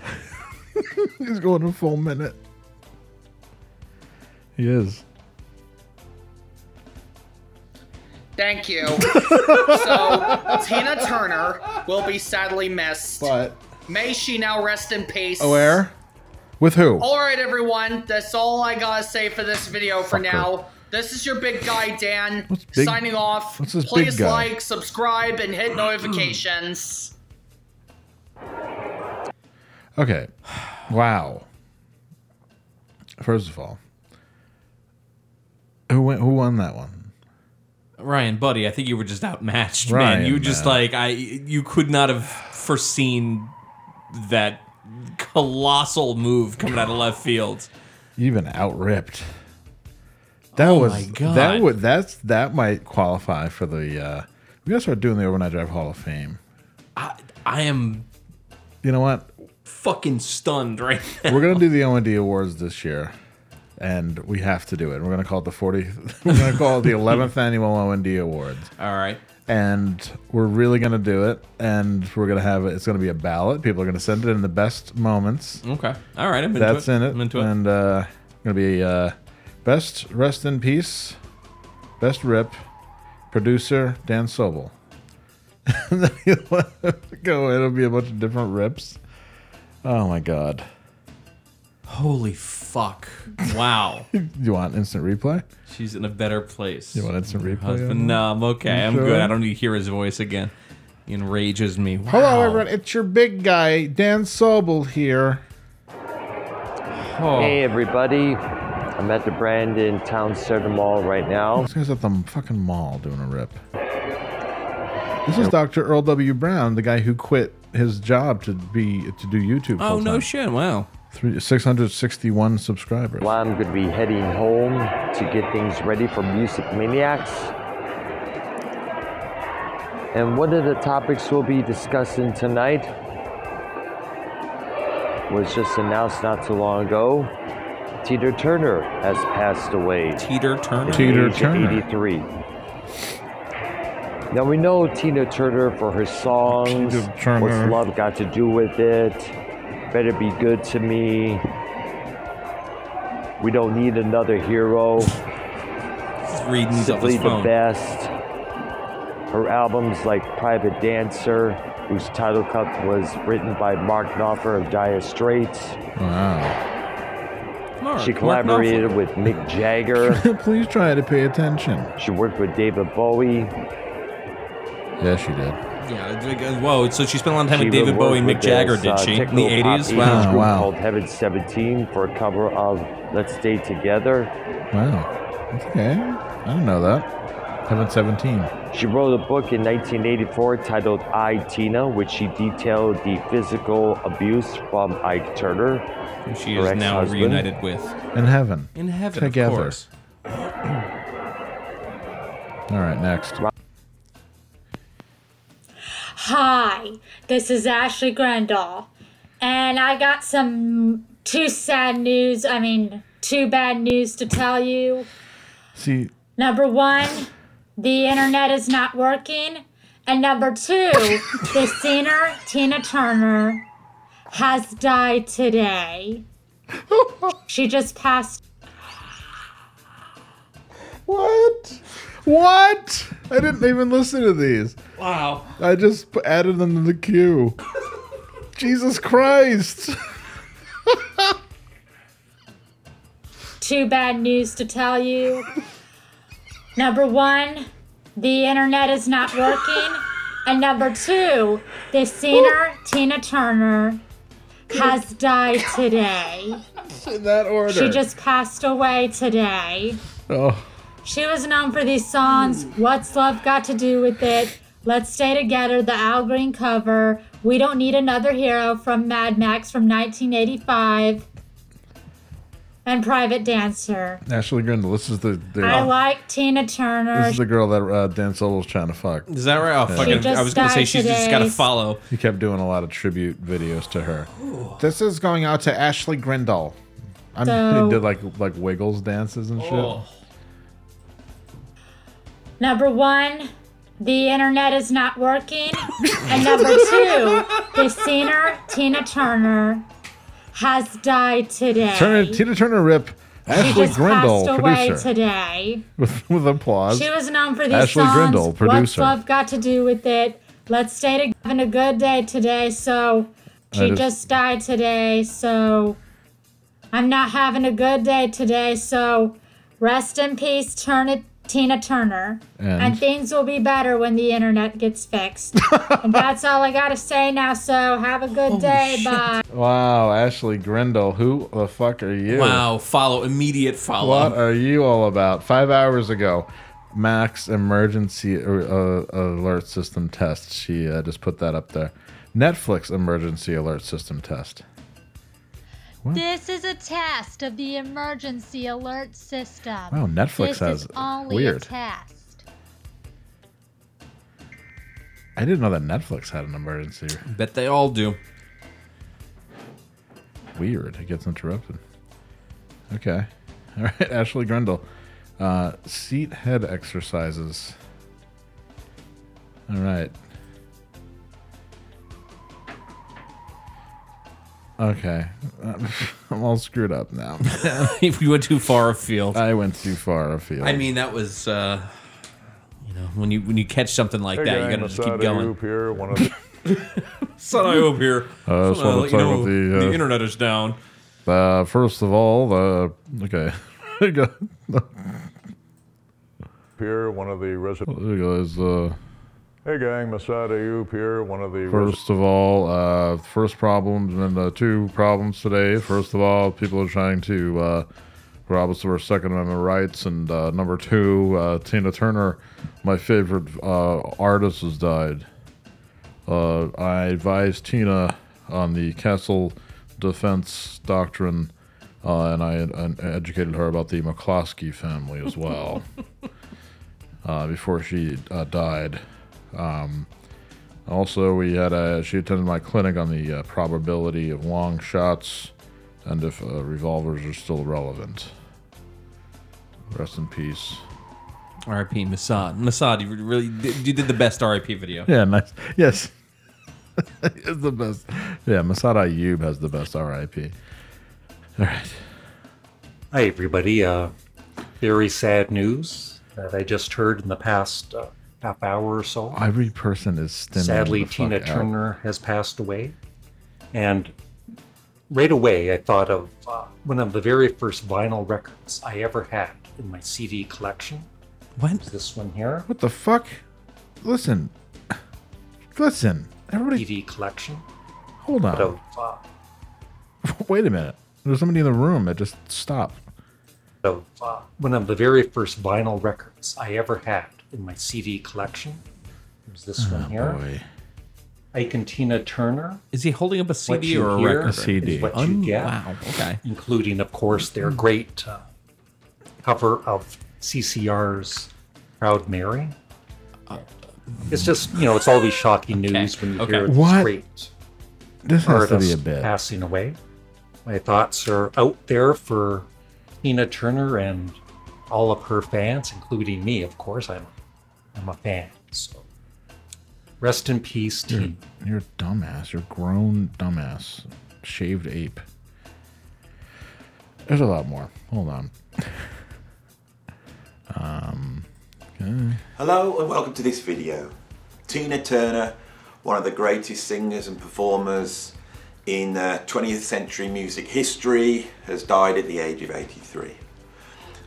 Speaker 2: He's going a full minute. He is. <laughs>
Speaker 13: Thank you. so, Tina Turner will be sadly missed.
Speaker 2: But
Speaker 13: May she now rest in peace.
Speaker 2: aware. With who?
Speaker 13: All right, everyone. That's all I gotta say for this video for now. This is your big guy, Dan,
Speaker 2: big-
Speaker 13: signing off.
Speaker 2: what's this big
Speaker 13: Please
Speaker 2: guy?
Speaker 13: like, subscribe, and hit notifications.
Speaker 2: Okay. Wow. First of all, who went, who won that one?
Speaker 3: Ryan, buddy, I think you were just outmatched,
Speaker 2: Ryan,
Speaker 3: man. You just
Speaker 2: man.
Speaker 3: like I, you could not have foreseen that colossal move coming out of left field.
Speaker 2: Even outripped. That was
Speaker 3: Oh my God.
Speaker 2: that would that's that might qualify for the. uh We gotta start doing the overnight drive Hall of Fame.
Speaker 3: I am
Speaker 2: You know what?
Speaker 3: fucking stunned right now.
Speaker 2: We're gonna do the O and D awards this year, and we have to do it. We're gonna call it the forty. <laughs> We're gonna call it the eleventh annual O and D awards.
Speaker 3: All right.
Speaker 2: And we're really gonna do it, and we're gonna have it. It's gonna be a ballot. People are gonna send it in the best moments.
Speaker 3: Okay. All right. I'm into
Speaker 2: That's
Speaker 3: it.
Speaker 2: in it.
Speaker 3: I'm into it.
Speaker 2: And uh, gonna be uh, best rest in peace, best rip, producer Dan Sobel. <laughs> And then you'll go. It'll be a bunch of different rips. Oh my god.
Speaker 3: Holy fuck!
Speaker 2: <laughs>
Speaker 3: Wow.
Speaker 2: You want instant replay?
Speaker 3: She's in a better place.
Speaker 2: You want instant
Speaker 3: Her
Speaker 2: replay
Speaker 3: husband-
Speaker 2: on that?
Speaker 3: No, I'm okay.
Speaker 2: You
Speaker 3: I'm
Speaker 2: sure?
Speaker 3: good. I don't need to hear his voice again. He enrages me. Wow.
Speaker 2: Hello, everyone. It's your big guy, Dan Sobel here.
Speaker 14: Hey everybody, I'm at the Brandon Town Center Mall right
Speaker 3: Oh.
Speaker 14: now.
Speaker 2: This guy's at the fucking mall doing a rip. This is Dr. Earl W. Brown, the guy who quit his job to be to do YouTube.
Speaker 3: Oh, no
Speaker 2: shit! Wow. Three, 661 subscribers.
Speaker 14: Well, I'm gonna be heading home to get things ready for Music Maniacs. And one of the topics we'll be discussing tonight was just announced not too long ago. Teeter Turner has passed away.
Speaker 3: Teeter Turner.
Speaker 14: at the
Speaker 2: Teeter
Speaker 14: age of
Speaker 2: Turner.
Speaker 14: 83. Now we know Tina Turner for her songs,
Speaker 2: Tina Turner.
Speaker 14: what's love got to do with it, better be good to me. We don't need another hero.
Speaker 3: reading off
Speaker 14: Simply
Speaker 3: his
Speaker 14: the
Speaker 3: phone.
Speaker 14: best. Her albums like Private Dancer, whose title cut was written by Mark Knopfler of Dire Straits.
Speaker 2: Wow. Mark-
Speaker 14: she
Speaker 2: Mark
Speaker 14: collaborated with Mick Jagger.
Speaker 2: <laughs> Please try to pay attention.
Speaker 14: She worked with David Bowie.
Speaker 2: Yeah, she did.
Speaker 3: Yeah. it's like, uh, Whoa. So she spent a lot of time
Speaker 14: She
Speaker 3: with David
Speaker 14: worked
Speaker 3: Bowie and
Speaker 14: with
Speaker 3: Mick Jagger,
Speaker 14: this,
Speaker 3: did
Speaker 14: uh,
Speaker 3: she? In
Speaker 14: techno
Speaker 3: the
Speaker 14: pop
Speaker 3: 80s?
Speaker 14: English
Speaker 3: Wow.
Speaker 14: group Called Heaven 17 for a cover of Let's Stay Together.
Speaker 2: Wow. That's okay. I didn't know that. Heaven 17.
Speaker 14: She wrote a book in 1984 titled I, Tina, which she detailed the physical abuse from Ike Turner.
Speaker 3: Who she
Speaker 14: her
Speaker 3: is now
Speaker 14: ex-husband.
Speaker 3: reunited with.
Speaker 2: In heaven.
Speaker 3: In heaven, of
Speaker 2: Together. <clears throat>
Speaker 3: course.
Speaker 2: All right, next.
Speaker 15: Hi, this is Ashley Grendel, and I got some two sad news. I mean, two bad news to tell you.
Speaker 2: See,
Speaker 15: Number one, the internet is not working, and number two, the singer Tina Turner has died today. She just passed.
Speaker 2: What? What? I didn't even listen to these.
Speaker 3: Wow.
Speaker 2: I just p- added them to the queue. Jesus Christ.
Speaker 15: two bad news to tell you. Number one, the internet is not working. And number two, the singer Tina Turner has died today.
Speaker 2: In that order.
Speaker 15: She just passed away today.
Speaker 2: Oh,
Speaker 15: She was known for these songs What's Love Got to Do with It? Let's Stay Together, the Al Green cover, We Don't Need Another Hero from Mad Max from 1985, and Private Dancer.
Speaker 2: Ashley Grindle. This is the. the
Speaker 15: I like Tina Turner.
Speaker 2: this is the girl that uh, Dan Sobel's trying to fuck.
Speaker 3: Is that right? Oh,
Speaker 2: Yeah.
Speaker 3: fucking, I was going to say
Speaker 15: died
Speaker 3: she's just got to
Speaker 15: today.
Speaker 3: follow.
Speaker 2: He kept doing a lot of tribute videos to her. This is going out to Ashley Grindle. I'm,
Speaker 15: So-
Speaker 2: he did like like Wiggles dances and shit.
Speaker 15: Oh. Number one, the internet is not
Speaker 2: <laughs>
Speaker 15: working. and number two, the singer Tina Turner has died today.
Speaker 2: Turner, Tina Turner, rip.
Speaker 15: she
Speaker 2: Ashley
Speaker 15: just
Speaker 2: Grindle,
Speaker 15: passed away
Speaker 2: producer.
Speaker 15: today.
Speaker 2: <laughs> With, with applause.
Speaker 15: She was known for these
Speaker 2: Ashley
Speaker 15: songs.
Speaker 2: Grindle,
Speaker 15: What's
Speaker 2: producer.
Speaker 15: love got to do with it? Let's stay together. Having a good day today. So
Speaker 2: I
Speaker 15: she
Speaker 2: just-
Speaker 15: just died today. So I'm not having a good day today, so rest in peace, Turn- Tina Turner.
Speaker 2: And?
Speaker 15: and things will be better when the internet gets fixed.
Speaker 2: <laughs>
Speaker 15: and that's all I gotta say now, so have a good day. Bye.
Speaker 2: Wow, Ashley Grindle, who the fuck are you?
Speaker 3: Wow, follow, immediate follow.
Speaker 2: What are you all about? Five hours ago, Max emergency uh, uh, alert system test. She uh, just put that up there. Netflix emergency alert system test.
Speaker 16: This is a test of the emergency alert system.
Speaker 2: Wow, Netflix
Speaker 16: this
Speaker 2: has-
Speaker 16: is only
Speaker 2: weird.
Speaker 16: a test.
Speaker 2: I didn't know that Netflix had an emergency.
Speaker 3: Bet they all do.
Speaker 2: Weird. It gets interrupted. Okay. <laughs> All right, Ashley Grendel. Uh, seat head exercises. All right. Okay. <laughs> I'm all screwed up now.
Speaker 3: <laughs> if we went too far afield.
Speaker 2: I went too far afield.
Speaker 3: I mean, that was, uh, you know, when you when you catch something like
Speaker 6: Hey,
Speaker 3: that,
Speaker 6: gang,
Speaker 3: you gotta just
Speaker 6: Masada
Speaker 3: keep going.
Speaker 6: Ayub here, one of the-
Speaker 3: <laughs> Son, I hope here.
Speaker 2: Uh, just
Speaker 3: Son, I'll
Speaker 2: wanna
Speaker 3: let you
Speaker 2: talk
Speaker 3: know
Speaker 2: about the, uh,
Speaker 3: the internet is down.
Speaker 2: Uh, first of all, the okay. <laughs> There you go.
Speaker 6: <laughs> here, one of the resident.
Speaker 2: There you go, is, uh,
Speaker 6: Hey, gang, Masada Ayub here, one of the resident.
Speaker 2: First of all, uh, first problems and uh, two problems today. First of all, people are trying to uh, rob us of our Second Amendment rights, and uh, number two, uh, Tina Turner, my favorite uh, artist, has died. Uh, I advised Tina on the Castle Defense Doctrine, uh, and I and educated her about the McCloskey family as well. uh, before she uh, died. Um, also, we had a, she attended my clinic on the uh, probability of long shots and if uh, revolvers are still relevant. Rest in peace.
Speaker 3: R.I.P. Masad. Masad, you really you did the best R.I.P. video.
Speaker 2: Yeah, nice. Yes. it's the best. Yeah, Masada Ayub has the best RIP. All right.
Speaker 17: Hi, everybody. Uh, very sad news that I just heard in the past uh, half hour or so.
Speaker 2: Every person is stimming
Speaker 17: Sadly,
Speaker 2: the fuck
Speaker 17: Tina
Speaker 2: out.
Speaker 17: Turner has passed away. And right away, I thought of uh, one of the very first vinyl records I ever had in my CD collection.
Speaker 3: What?
Speaker 17: This one here.
Speaker 2: What the fuck? Listen. Listen. Everybody.
Speaker 17: CD collection.
Speaker 2: Hold
Speaker 17: But uh,
Speaker 2: on.
Speaker 17: of, uh,
Speaker 2: <laughs> Wait a minute. There's somebody in the room. It just stopped.
Speaker 17: of uh, one of the very first vinyl records I ever had in my CD collection. There's this
Speaker 2: Oh,
Speaker 17: one here.
Speaker 2: boy.
Speaker 17: Ike and Tina Turner.
Speaker 3: Is he holding up a
Speaker 17: What
Speaker 3: CD
Speaker 17: you
Speaker 3: or a
Speaker 17: hear
Speaker 3: record?
Speaker 17: is what you get,
Speaker 3: Wow. Okay. Hmm.
Speaker 17: Including, of course, their great uh, cover of CCR's Proud Mary.
Speaker 3: Uh,
Speaker 17: It's just, you know, it's always shocking news when you hear this
Speaker 2: What?
Speaker 17: great
Speaker 2: This has to be
Speaker 17: artist
Speaker 2: a bit.
Speaker 17: passing away. My thoughts are out there for Tina Turner and all of her fans, including me, of course. I'm, I'm a fan. So rest in peace,
Speaker 2: You're,
Speaker 17: Tina.
Speaker 2: you're a dumbass. You're a grown dumbass. Shaved ape. There's a lot more. Hold on. <laughs> um. Okay.
Speaker 18: Hello and welcome to this video. Tina Turner, one of the greatest singers and performers in uh, 20th century music history, has died at the age of 83.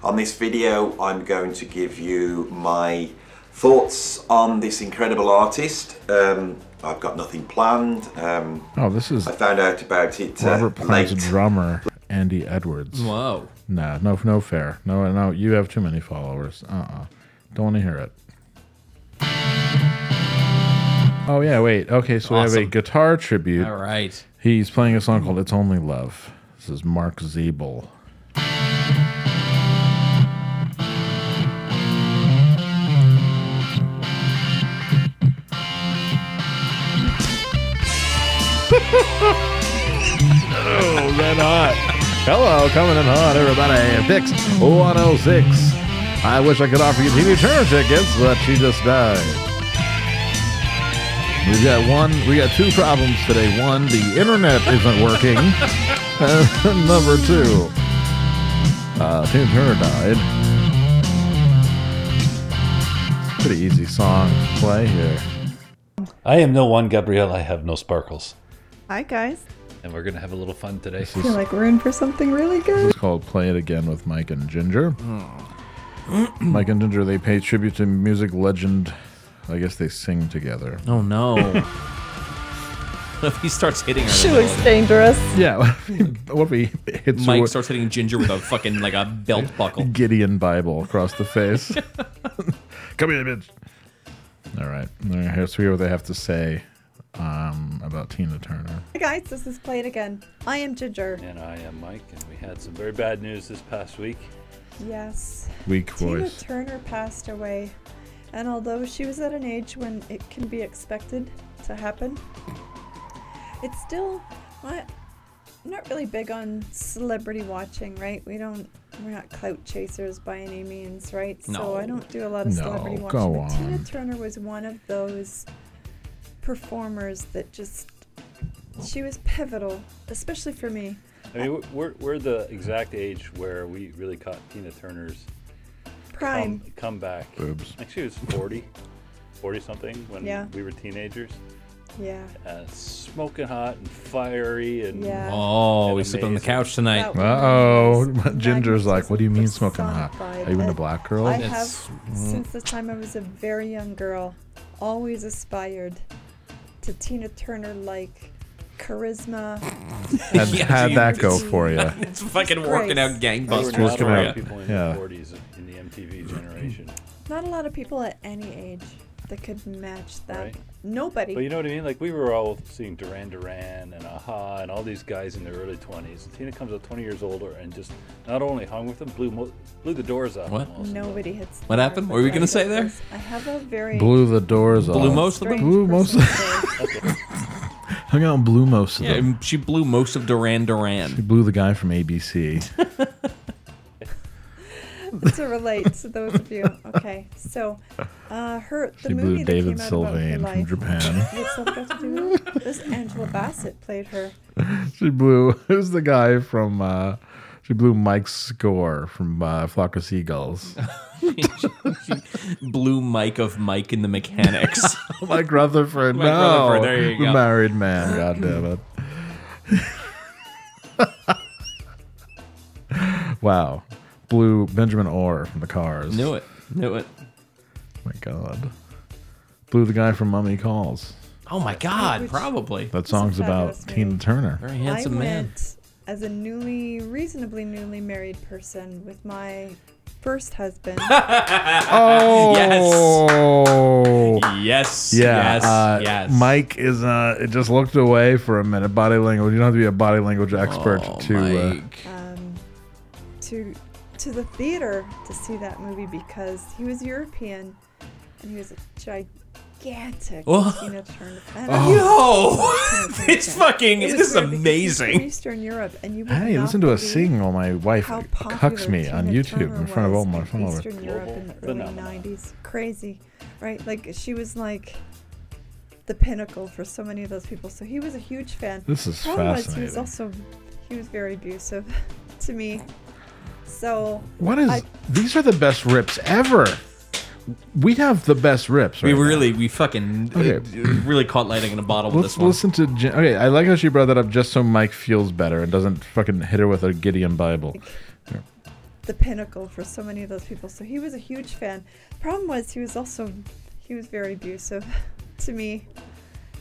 Speaker 18: On this video, I'm going to give you my thoughts on this incredible artist. Um, I've got nothing planned. Um,
Speaker 2: Oh, this is
Speaker 18: I found out about it uh,
Speaker 2: Robert Plant's
Speaker 18: late.
Speaker 2: drummer, Andy Edwards.
Speaker 3: Whoa.
Speaker 2: Nah, no, no fair. No, no, you have too many followers. Uh uh-uh. uh. do not want to hear it. Oh, yeah, wait. Okay, so we have a
Speaker 3: Awesome.
Speaker 2: guitar tribute.
Speaker 3: All right.
Speaker 2: He's playing a song called It's Only Love. This is Mark Zeebel. oh, that hot. Hello, coming in hot, everybody. Pix 106. I wish I could offer you TV Turner tickets, but she just died. We've got one, we got two problems today. One, the internet isn't working. <laughs> And number two, uh, Tina Turner died. Pretty easy song to play here.
Speaker 19: I am no one, Gabrielle. I have no sparkles.
Speaker 20: Hi, guys.
Speaker 19: and we're gonna have a little fun today.
Speaker 20: I feel like we're in for something really good.
Speaker 2: It's called Play It Again with Mike and
Speaker 3: <clears throat>
Speaker 2: Ginger. Mike and Ginger, they pay tribute to music legend. I guess they sing together.
Speaker 3: Oh no.
Speaker 2: <laughs>
Speaker 3: if he starts hitting her. in the
Speaker 20: She
Speaker 3: middle
Speaker 20: looks
Speaker 3: of it.
Speaker 20: dangerous.
Speaker 2: Yeah, <laughs> what if he, what if he hits
Speaker 3: Mike
Speaker 2: her with
Speaker 3: starts hitting Ginger with a fucking like a belt buckle.
Speaker 2: Gideon Bible across the
Speaker 3: <laughs>
Speaker 2: face? Come here, bitch. All right. All right, Here's hear what they have to say um, about Tina Turner.
Speaker 20: Hey guys, this is Play It Again. I am Ginger.
Speaker 19: And I am Mike, and we had some very bad news this past week.
Speaker 20: Yes.
Speaker 2: Weak
Speaker 20: Tina
Speaker 2: voice.
Speaker 20: Turner passed away, and although she was at an age when it can be expected to happen, it's still not, I'm not really big on celebrity watching, right? We don't we're not clout chasers by any means, right? So I
Speaker 2: No.
Speaker 20: don't do a lot of
Speaker 2: No,
Speaker 20: celebrity watching.
Speaker 2: go
Speaker 20: but Tina
Speaker 2: on.
Speaker 20: Turner was one of those performers that just she was pivotal, especially for me.
Speaker 19: I mean, we're, we're the exact age where we really caught Tina Turner's
Speaker 20: Prime.
Speaker 19: come, comeback.
Speaker 2: Boobs.
Speaker 19: Like she was 40, 40 something when
Speaker 20: Yeah.
Speaker 19: we were teenagers.
Speaker 20: Yeah.
Speaker 19: Uh, smoking hot and fiery and
Speaker 20: Yeah.
Speaker 3: Oh, we sleep on the couch tonight.
Speaker 2: Uh oh. <laughs> Ginger's like, what do you mean smoking hot? Uh,
Speaker 20: personified
Speaker 2: Are you into
Speaker 20: Oh, that
Speaker 2: black girls?
Speaker 20: I have, since the time I was a very young girl, always aspired to Tina Turner like charisma.
Speaker 2: <laughs> Had, had that go for you.
Speaker 3: It's fucking working out gangbusters.
Speaker 19: There were not a lot
Speaker 2: Yeah.
Speaker 19: of people in
Speaker 2: Yeah.
Speaker 19: the 40s in the MTV
Speaker 3: Mm-hmm.
Speaker 19: generation.
Speaker 20: Not a lot of people at any age that could match that. Nobody.
Speaker 19: But you know what I mean? Like we were all seeing Duran Duran and Aha and all these guys in their early 20s. And Tina comes out 20 years older and just not only hung with them, blew mo- blew the doors out.
Speaker 3: What?
Speaker 19: almost.
Speaker 20: Nobody hits.
Speaker 3: What happened? What were we gonna say there?
Speaker 20: I have a very
Speaker 2: Blew the doors off.
Speaker 3: Blew most of them?
Speaker 2: Blew most of <laughs> Hung out and blew most of
Speaker 3: Yeah,
Speaker 2: them.
Speaker 3: and she blew most of Duran Duran.
Speaker 2: She blew the guy from ABC.
Speaker 20: <laughs> to relate to those of you. Okay, so uh, her the
Speaker 2: She blew
Speaker 20: movie that
Speaker 2: David
Speaker 20: came out about her
Speaker 2: Sylvain from
Speaker 20: life- <laughs>
Speaker 2: Japan.
Speaker 20: What's that got to do with it? This Angela Bassett played her.
Speaker 2: <laughs> she blew <laughs> who's the guy from uh she blew Mike's score from uh, Flock of
Speaker 3: <laughs>
Speaker 2: Seagulls.
Speaker 3: Blue Mike of Mike and
Speaker 2: <laughs>
Speaker 3: the Mechanics.
Speaker 2: Mike Rutherford.
Speaker 3: Mike
Speaker 2: no.
Speaker 3: Rutherford, there you
Speaker 2: The
Speaker 3: go.
Speaker 2: Married man, god damn
Speaker 3: <clears throat>
Speaker 2: it. wow. Blew Benjamin Orr from the cars.
Speaker 3: Knew it. Knew it.
Speaker 2: My god. Blew the guy from Mummy
Speaker 3: <laughs>
Speaker 2: Calls.
Speaker 3: Oh my God, probably.
Speaker 2: That song's about Tina Turner.
Speaker 3: Very handsome
Speaker 20: I
Speaker 3: man.
Speaker 20: went as a newly, reasonably newly married person with my
Speaker 3: <laughs>
Speaker 20: first husband.
Speaker 2: Oh yes, Oh.
Speaker 3: yes,
Speaker 2: yeah.
Speaker 3: yes,
Speaker 2: uh,
Speaker 3: yes.
Speaker 2: Mike is uh, it just looked away for a minute. Body language. You don't have to be a body language expert
Speaker 3: Oh,
Speaker 2: to. Uh,
Speaker 20: um, to to the theater to see that movie because he was European and he was a gigantic
Speaker 3: Oh.
Speaker 20: Tina
Speaker 3: <laughs>
Speaker 20: Turner fan. <laughs>
Speaker 3: Oh. <laughs>
Speaker 20: Tina
Speaker 3: Yo!
Speaker 20: Turner
Speaker 3: It's
Speaker 20: fan.
Speaker 3: fucking-
Speaker 20: It was
Speaker 3: this is
Speaker 20: weird because he's from
Speaker 3: amazing.
Speaker 20: Eastern Europe, and you would
Speaker 2: hey,
Speaker 20: not
Speaker 2: listen to us
Speaker 20: believe
Speaker 2: sing while my wife
Speaker 20: how
Speaker 2: cucks
Speaker 20: popular
Speaker 2: me on
Speaker 20: Tina
Speaker 2: YouTube
Speaker 20: Turner
Speaker 2: in front of all
Speaker 20: was
Speaker 2: my
Speaker 20: in
Speaker 2: followers.
Speaker 20: Eastern Europe in the early '90s, crazy, right? Like she was like the pinnacle for so many of those people. So he was a huge fan.
Speaker 2: This is
Speaker 20: Problem Was he was
Speaker 2: fascinating.
Speaker 20: also he was very abusive <laughs> to me. So
Speaker 2: What is?
Speaker 20: I-
Speaker 2: these are the best rips ever. We have the best rips.
Speaker 3: We
Speaker 2: Right
Speaker 3: really, we fucking
Speaker 2: Okay.
Speaker 3: uh, really caught lightning in a bottle with
Speaker 2: Let's
Speaker 3: this one.
Speaker 2: listen to. Jen- okay, I like how she brought that up just so Mike feels better and doesn't fucking hit her with a Gideon Bible. Here.
Speaker 20: the pinnacle for so many of those people. So he was a huge fan. Problem was he was also he was very abusive <laughs> to me.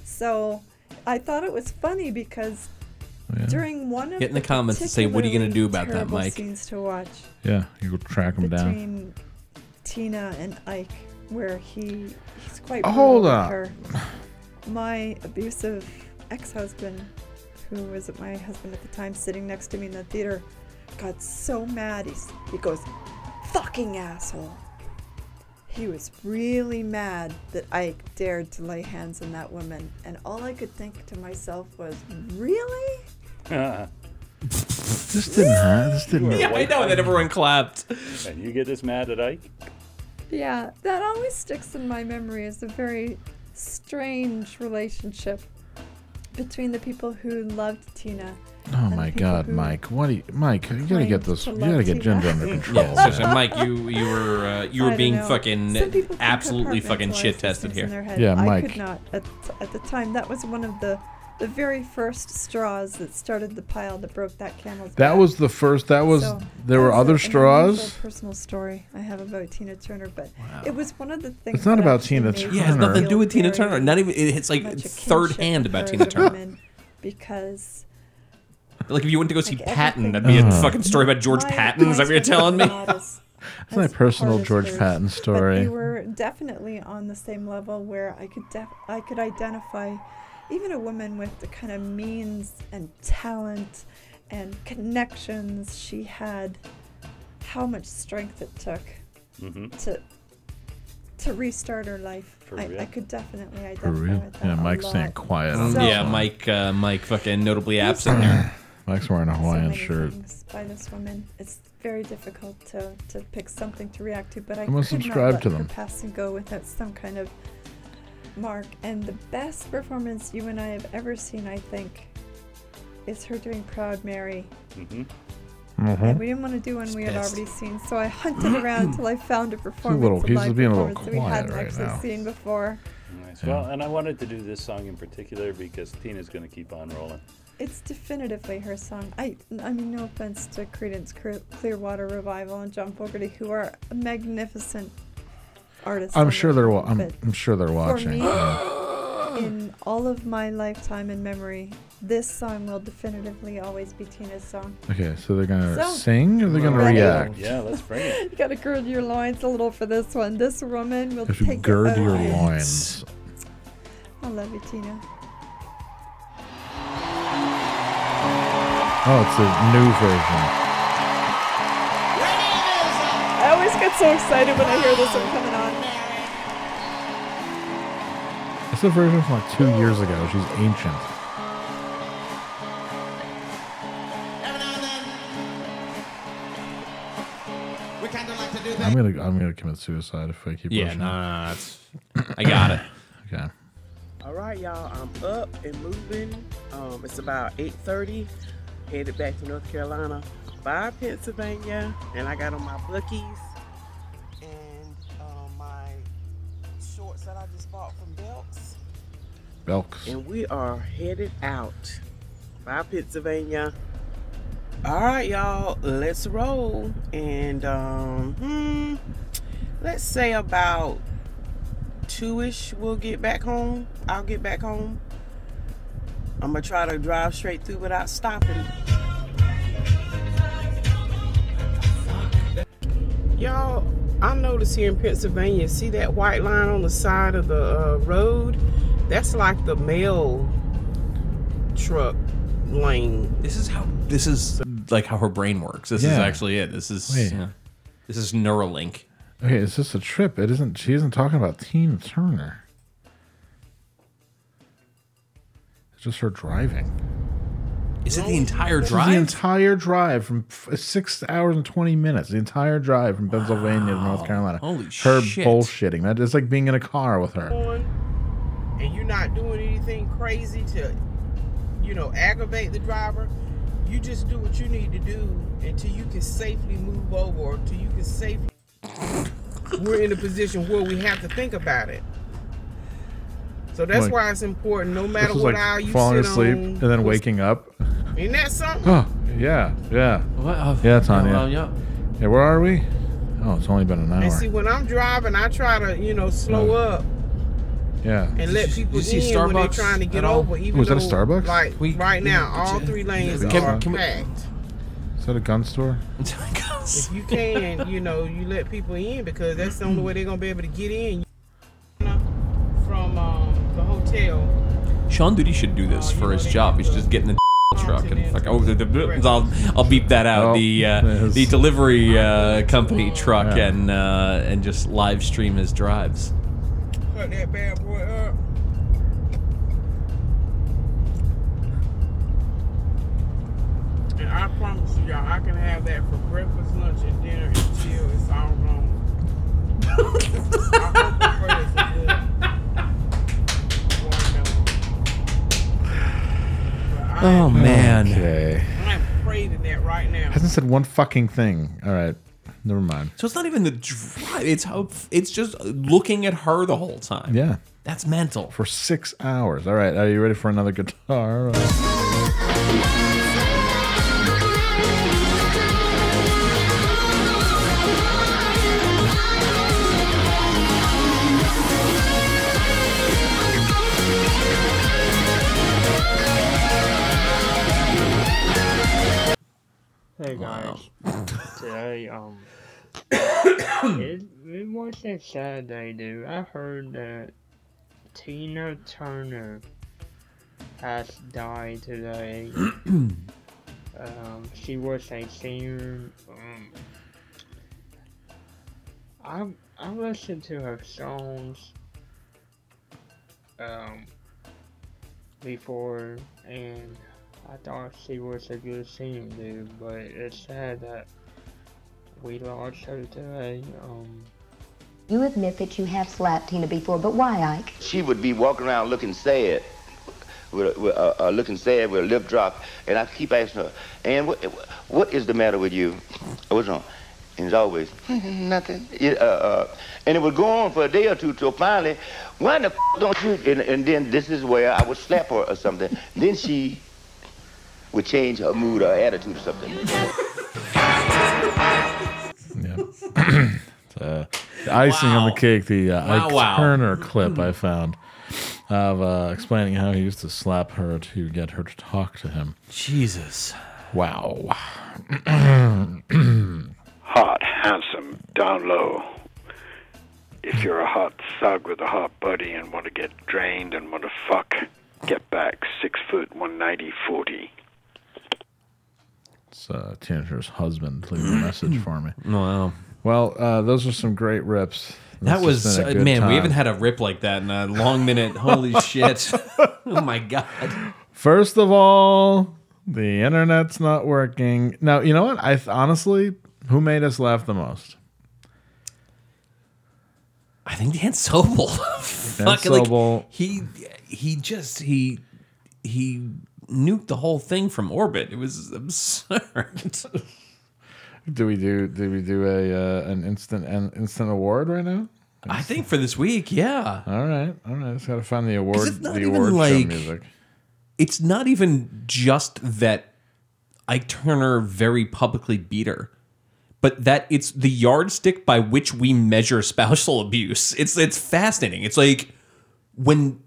Speaker 20: So I thought it was funny because
Speaker 2: Yeah.
Speaker 20: during one of
Speaker 3: Oh, Get in the comments and say, what are you gonna do about that,
Speaker 20: terrible
Speaker 3: Mike?
Speaker 20: Scenes to watch
Speaker 2: Yeah, you go track him down.
Speaker 20: between Tina and Ike, where he he's quite
Speaker 2: Oh,
Speaker 20: brutal
Speaker 2: hold
Speaker 20: with
Speaker 2: up.
Speaker 20: her. My abusive ex-husband, who was my husband at the time, sitting next to me in the theater, got so mad. He's, he goes, "Fucking asshole." He was really mad that Ike dared to lay hands on that woman, and all I could think to myself was, "Really?"
Speaker 2: <laughs> This didn't happen. This didn't.
Speaker 3: <laughs> Yeah, I know that everyone clapped.
Speaker 19: And you get this mad at Ike?
Speaker 20: Yeah, that always sticks in my memory as a very strange relationship between the people who loved Tina.
Speaker 2: Oh my God, Mike! What do you, Mike? You gotta get
Speaker 20: claimed
Speaker 2: this.
Speaker 20: to
Speaker 2: You
Speaker 20: love
Speaker 2: gotta get
Speaker 20: Tina.
Speaker 2: Ginger under
Speaker 20: Yeah,
Speaker 2: control.
Speaker 3: Yeah, especially
Speaker 2: man.
Speaker 3: Mike, you you were uh, you
Speaker 20: I
Speaker 3: were
Speaker 20: don't
Speaker 3: being
Speaker 20: know. Some
Speaker 3: fucking
Speaker 20: people think
Speaker 3: absolutely fucking
Speaker 20: compartmentalize
Speaker 3: shit
Speaker 20: these
Speaker 3: tested
Speaker 20: things
Speaker 3: here.
Speaker 20: in their head.
Speaker 2: Yeah,
Speaker 20: I
Speaker 2: Mike.
Speaker 20: could not at, at the time. That was one of the the very first straws that started the pile that broke that camel's
Speaker 2: That was the first. That was.
Speaker 20: So,
Speaker 2: there were
Speaker 20: that's a-
Speaker 2: other
Speaker 20: an
Speaker 2: straws.
Speaker 20: unusual personal story I have about Tina Turner, but it was one of the things.
Speaker 2: It's not
Speaker 20: that
Speaker 2: about
Speaker 20: actually
Speaker 2: Tina
Speaker 20: made me
Speaker 3: Yeah, it has nothing to do with Tina
Speaker 20: feel very
Speaker 3: Turner. Not even it's like
Speaker 20: much a
Speaker 3: third
Speaker 20: kinship
Speaker 3: hand about
Speaker 20: for
Speaker 3: Tina
Speaker 20: the
Speaker 3: Turner.
Speaker 20: woman Because
Speaker 3: Like if you went to go see Patton, that'd be a
Speaker 2: Uh.
Speaker 3: fucking story about George Patton. Is that what you're telling me?
Speaker 2: That's my personal George Patton
Speaker 20: But
Speaker 2: story.
Speaker 20: we were definitely on the same level where I could def- I could identify even a woman with the kind of means and talent and connections she had, how much strength it took
Speaker 19: Mhm.
Speaker 20: to to restart her life.
Speaker 3: Mm-hmm. For
Speaker 20: I,
Speaker 3: real.
Speaker 20: I could definitely identify
Speaker 2: For real.
Speaker 20: with that.
Speaker 2: Yeah,
Speaker 20: a
Speaker 2: Mike's
Speaker 20: lot.
Speaker 2: staying quiet. on
Speaker 20: So-
Speaker 2: this
Speaker 3: Mm, yeah,
Speaker 2: one.
Speaker 3: Mike. Uh, Mike, fucking notably absent there.
Speaker 2: Mike's wearing a Hawaiian
Speaker 20: many
Speaker 2: shirt.
Speaker 20: things by this woman. It's very difficult to, to pick something to react to, but I
Speaker 2: I'm gonna
Speaker 20: could
Speaker 2: subscribe
Speaker 20: not let
Speaker 2: to
Speaker 20: her
Speaker 2: them.
Speaker 20: pass and go without some kind of mark. And the best performance you and I have ever seen, I think, is her doing Proud Mary.
Speaker 19: Mm-hmm.
Speaker 20: And we didn't want to do one we had
Speaker 2: pissed.
Speaker 20: already seen, so I hunted around till I found a performance,
Speaker 2: little- <laughs> he's
Speaker 20: live
Speaker 2: being a little
Speaker 20: performance that we
Speaker 2: quiet
Speaker 20: hadn't
Speaker 2: right
Speaker 20: actually
Speaker 2: now.
Speaker 20: seen before.
Speaker 19: Nice. Well, and I wanted to do this song in particular because Tina's going to keep on rolling.
Speaker 20: It's definitively her song. I, I mean, no offense to Credence Clearwater Revival and John Fogerty, who are magnificent artists.
Speaker 2: I'm
Speaker 20: on
Speaker 2: sure
Speaker 20: their
Speaker 2: they're.
Speaker 20: own,
Speaker 2: Wa- I'm,
Speaker 20: but
Speaker 2: I'm sure they're watching. yeah.
Speaker 20: For me, in all of my lifetime and memory, this song will definitively always be Tina's song.
Speaker 2: Okay, so they're gonna
Speaker 20: So-
Speaker 2: sing or they're gonna
Speaker 20: Ready?
Speaker 2: react.
Speaker 19: Yeah, let's bring it.
Speaker 20: <laughs> you gotta gird your loins a little for this one. This woman will
Speaker 2: If you
Speaker 20: take it
Speaker 2: gird your
Speaker 20: over.
Speaker 2: loins,
Speaker 20: I love you, Tina.
Speaker 2: oh, it's a new version.
Speaker 20: I always get so excited when I hear this one coming on.
Speaker 2: It's a version from like two years ago. She's ancient.
Speaker 11: We kind of like to do
Speaker 2: I'm gonna. I'm gonna commit suicide if I keep.
Speaker 3: Yeah,
Speaker 2: listening.
Speaker 3: nah, that's- I got it.
Speaker 2: <coughs> okay.
Speaker 21: All right, y'all. I'm up and moving. Um, it's about 8:30. Headed back to North Carolina, by Pennsylvania, and I got on my bookies. And um, my shorts that I just bought from Belts.
Speaker 2: Belks.
Speaker 21: And we are headed out by Pennsylvania. All right, y'all, let's roll. And um, hmm, let's say about two ish, we'll get back home. I'll get back home. I'm gonna try to drive straight through without stopping. Y'all, I noticed here in Pennsylvania, see that white line on the side of the uh, road? That's like the mail truck lane.
Speaker 3: This is how This is like how her brain works. This is
Speaker 2: Yeah.
Speaker 3: actually it. This is
Speaker 2: Wait.
Speaker 3: yeah. this is Neuralink.
Speaker 2: Okay, it's just a trip. It isn't. She isn't talking about Tina Turner. It's just her driving.
Speaker 3: Is it the entire
Speaker 2: This is The
Speaker 3: drive?
Speaker 2: entire drive from f- uh, six hours and twenty minutes. The entire drive from Pennsylvania to North Carolina.
Speaker 3: Holy
Speaker 2: her
Speaker 3: shit.
Speaker 2: bullshitting. That it's like being in a car with her.
Speaker 21: on and you're not doing anything crazy to, you know, aggravate the driver, you just do what you need to do until you can safely move over or until you can safely. We're in a position where we have to think about it. So that's
Speaker 2: Like,
Speaker 21: why it's important, no
Speaker 2: This
Speaker 21: matter
Speaker 2: is
Speaker 21: what
Speaker 2: like
Speaker 21: aisle you
Speaker 2: falling
Speaker 21: sit
Speaker 2: asleep
Speaker 21: on.
Speaker 2: and then waking up.
Speaker 21: Ain't that something?
Speaker 2: Oh <gasps> yeah, yeah, yeah, Tanya.
Speaker 21: well,
Speaker 3: Oh, yeah.
Speaker 2: Yeah, where are we? Oh, it's only been an
Speaker 21: And
Speaker 2: hour.
Speaker 21: see, when I'm driving, I try to, you know, slow
Speaker 2: Oh.
Speaker 21: up
Speaker 2: Yeah.
Speaker 21: and let people
Speaker 3: you see
Speaker 21: in when they're
Speaker 3: Starbucks
Speaker 21: trying to get
Speaker 3: at all?
Speaker 21: over. Even
Speaker 2: Oh, is that a
Speaker 21: though,
Speaker 2: Starbucks?
Speaker 21: Like
Speaker 3: We-
Speaker 21: right now,
Speaker 3: <laughs> we-
Speaker 21: all three lanes
Speaker 2: Can-
Speaker 21: are
Speaker 2: can we-
Speaker 21: packed.
Speaker 2: Is that a gun
Speaker 3: <laughs>
Speaker 2: store?
Speaker 21: If you can, you know, you let people in because that's the only way they're gonna be able to get in. You know, From um, the hotel,
Speaker 3: Sean Duty should do this for his job. He should just get in the <laughs> truck and fuck. Oh, the, the, I'll I'll beep that out. the uh, the delivery uh, company truck
Speaker 21: Yeah.
Speaker 3: and uh, and just live stream his drives.
Speaker 21: cut that bad boy up. And I promise you, y'all, I can have that for breakfast, lunch, and dinner until it's all gone.
Speaker 2: Oh
Speaker 3: man.
Speaker 2: Okay.
Speaker 21: I'm craving that right now.
Speaker 2: Hasn't said one fucking thing. All right. Never mind.
Speaker 3: So it's not even the drive. It's how it's just looking at her the whole time.
Speaker 2: Yeah.
Speaker 3: That's mental.
Speaker 2: For six hours. All right. Are you ready for another guitar? <laughs>
Speaker 22: Hey guys, today um, it, it wasn't Saturday, dude. I heard that Tina Turner has died today. um, she was a singer. Um, I I listened to her songs um before, and I thought she was a good singer, dude. But it's sad that we lost her today. Um,
Speaker 1: You admit that you have slapped Tina before, but why,
Speaker 23: <laughs>
Speaker 1: Ike?
Speaker 23: She would be walking around looking sad, with, a- with, uh, uh, looking sad with a lip drop, and I keep asking her, "And what, what is the matter with you? What's wrong?" And it's always
Speaker 24: Nothing.
Speaker 23: it, uh, uh, and it would go on for a day or two till finally, why the f- don't you? And, and then this is where I would slap her or something. then she would change her mood or attitude or something.
Speaker 2: uh, the icing on the cake, the uh,
Speaker 3: Wow,
Speaker 2: Ike
Speaker 3: wow.
Speaker 2: Turner clip I found of uh, explaining how he used to slap her to get her to talk to him.
Speaker 3: Jesus.
Speaker 2: Wow. <clears throat>
Speaker 25: Hot, handsome, down low. If you're a hot thug with a hot buddy and want to get drained and want to fuck, get back six foot one ninety forty.
Speaker 2: It's uh, Teenager's husband leaving a message for me.
Speaker 3: <clears throat> Wow.
Speaker 2: Well, uh, those are some great rips.
Speaker 3: That
Speaker 2: This has
Speaker 3: was
Speaker 2: been a
Speaker 3: uh,
Speaker 2: good
Speaker 3: man.
Speaker 2: time.
Speaker 3: We haven't had a rip like that in a long
Speaker 2: <laughs>
Speaker 3: minute. Holy shit! oh my god.
Speaker 2: First of all, the internet's not working. Now, you know what? I th- honestly, who made us laugh the most?
Speaker 3: I think Dan Sobel. <laughs> Fucking like,
Speaker 2: Sobel.
Speaker 3: he he just he he nuked the whole thing from orbit. It was <laughs> absurd.
Speaker 2: Do we do? Do we do a uh, an instant an instant award right now?
Speaker 3: I think for this week, yeah.
Speaker 2: All right, all right. Just gotta find the award.
Speaker 3: It's not
Speaker 2: the
Speaker 3: even
Speaker 2: award show
Speaker 3: like
Speaker 2: music.
Speaker 3: it's not even just that Ike Turner very publicly beat her, but that it's the yardstick by which we measure spousal abuse. It's it's fascinating. It's like when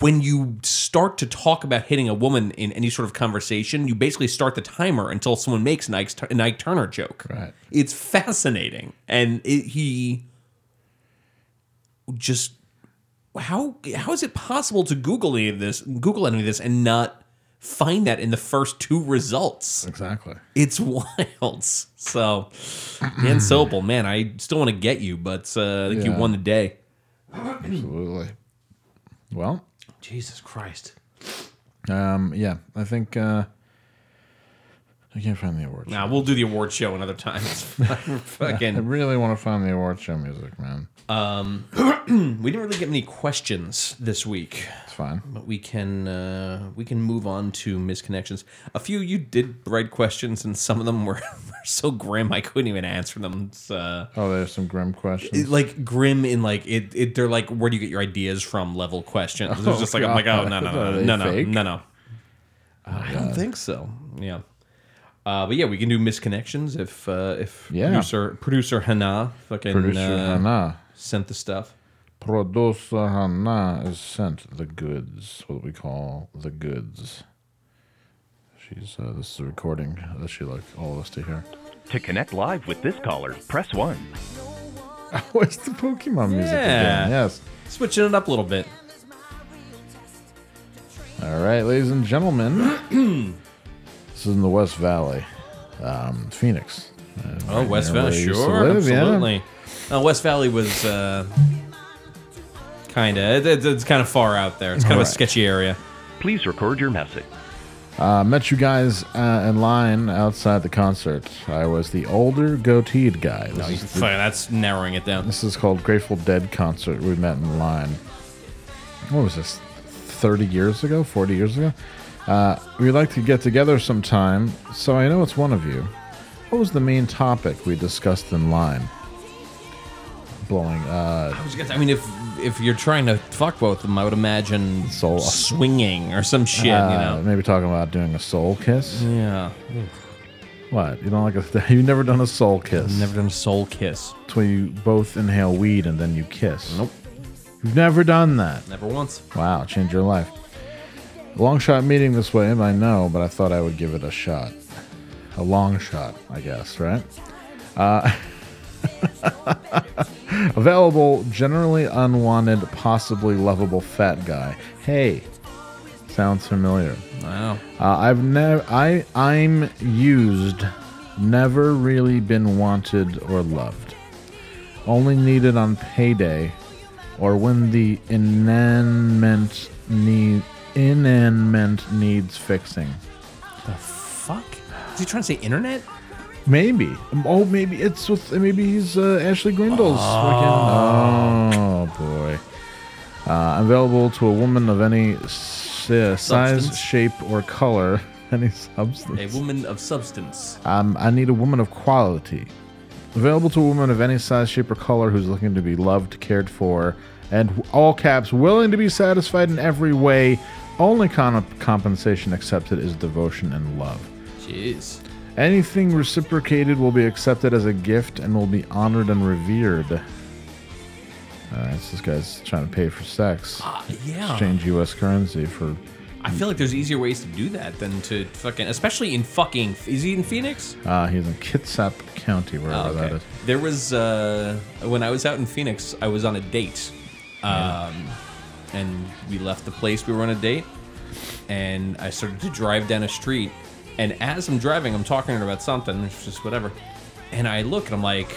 Speaker 3: when you start to talk about hitting a woman in any sort of conversation, you basically start the timer until someone makes an Ike, an Ike Turner joke.
Speaker 2: Right.
Speaker 3: It's fascinating, and it, he just how how is it possible to Google any of this, Google any of this, and not find that in the first two results?
Speaker 2: Exactly.
Speaker 3: It's <laughs> wild. So, Dan Sobel, man, I still want to get you, but uh, I think
Speaker 2: Yeah.
Speaker 3: you won the day.
Speaker 2: Absolutely. Well,
Speaker 3: Jesus Christ.
Speaker 2: um, yeah, I think uh, I can't find the award.
Speaker 3: Now we'll do the award show another time. <laughs>
Speaker 2: <laughs>
Speaker 3: It's
Speaker 2: I
Speaker 3: fucking.
Speaker 2: really want to find the award show music, man.
Speaker 3: Um, <clears throat> we didn't really get many questions this week. It's
Speaker 2: fine,
Speaker 3: but we can uh, we can move on to misconnections. A few you did write questions, and some of them were, <laughs> were so grim I couldn't even answer them. It's, uh,
Speaker 2: Oh, there's some grim questions.
Speaker 3: it- like grim in like it, it. They're like, where do you get your ideas from? Level questions. It's
Speaker 2: Oh,
Speaker 3: just like I'm like,
Speaker 2: God. <laughs>
Speaker 3: oh no no
Speaker 2: Are
Speaker 3: no
Speaker 2: they
Speaker 3: no no
Speaker 2: fake?
Speaker 3: no no. I don't
Speaker 2: God.
Speaker 3: think so. Yeah. Uh, but yeah, we can do misconnections if uh, if
Speaker 2: Yeah.
Speaker 3: producer producer Hannah fucking
Speaker 2: Producer
Speaker 3: uh,
Speaker 2: Hannah.
Speaker 3: sent the stuff.
Speaker 2: Producer Hannah is sent the goods, what we call the goods. She's uh, this is a recording that she like all of us to hear. <laughs>
Speaker 26: To connect live with this caller, press 1.
Speaker 2: Oh, it's the Pokemon music again. Yes.
Speaker 3: Switching it up a little bit.
Speaker 2: All right, ladies and
Speaker 3: <clears throat>
Speaker 2: gentlemen. this is in the West Valley, um, Phoenix. Uh,
Speaker 3: Oh,
Speaker 2: right
Speaker 3: West
Speaker 2: near where
Speaker 3: Valley,
Speaker 2: I used to
Speaker 3: sure,
Speaker 2: live, yeah.
Speaker 3: absolutely. Uh, West Valley was uh, kind of it, it's kind of far out there. It's kind of
Speaker 2: Right.
Speaker 3: a sketchy area.
Speaker 26: Please record your message.
Speaker 2: Uh, met you guys uh, in line outside the concert. I was the older goateed guy. This
Speaker 3: No, you,
Speaker 2: is the-
Speaker 3: fuck, that's narrowing it down.
Speaker 2: This is called Grateful Dead concert. We met in line. What was this? Thirty years ago? Forty years ago? Uh, we'd like to get together sometime, so I know it's one of you. What was the main topic we discussed in line? Blowing. Uh,
Speaker 3: I was gonna. I mean, if if you're trying to fuck both of them, I would imagine swinging or some shit. you
Speaker 2: Uh,
Speaker 3: know,
Speaker 2: Maybe talking about doing a soul kiss.
Speaker 3: Yeah.
Speaker 2: What? You don't like a? <laughs> You've never done a soul kiss.
Speaker 3: never done a soul kiss.
Speaker 2: It's where you both inhale weed and then you kiss.
Speaker 3: Nope.
Speaker 2: You've never done that.
Speaker 3: Never once.
Speaker 2: Wow, change your life. Long shot meeting this way, and I know, but I thought I would give it a shot. A long shot, I guess, right? Uh, <laughs> available, generally unwanted, possibly lovable fat guy. Hey, sounds familiar.
Speaker 3: Wow.
Speaker 2: Uh, I've never, I, I'm used, never really been wanted or loved. Only needed on payday, or when the inanimate need, inanimate needs fixing.
Speaker 3: The fuck? Is he trying to say internet?
Speaker 2: Maybe. Oh, maybe it's with maybe he's uh, Ashley Grindel's. uh,
Speaker 3: Oh.
Speaker 2: fucking- oh boy. Uh, available to a woman of any s- uh, size,
Speaker 3: Substance.
Speaker 2: shape, or color. <laughs> Any substance.
Speaker 3: A woman of substance.
Speaker 2: Um, I need a woman of quality. Available to a woman of any size, shape, or color who's looking to be loved, cared for, and all caps, willing to be satisfied in every way. Only con- compensation accepted is devotion and love.
Speaker 3: Jeez.
Speaker 2: Anything reciprocated will be accepted as a gift and will be honored and revered. Uh, it's this guy's trying to pay for sex.
Speaker 3: yeah.
Speaker 2: Exchange U.S. currency for.
Speaker 3: I feel like there's easier ways to do that than to fucking, especially in fucking. Is he in Phoenix?
Speaker 2: Uh, he's in Kitsap County, wherever that is.
Speaker 3: There was uh, when I was out in Phoenix, I was on a date, um, and we left the place. We were on a date, and I started to drive down a street. And as I'm driving, I'm talking to her about something, it's just whatever. And I look, and I'm like,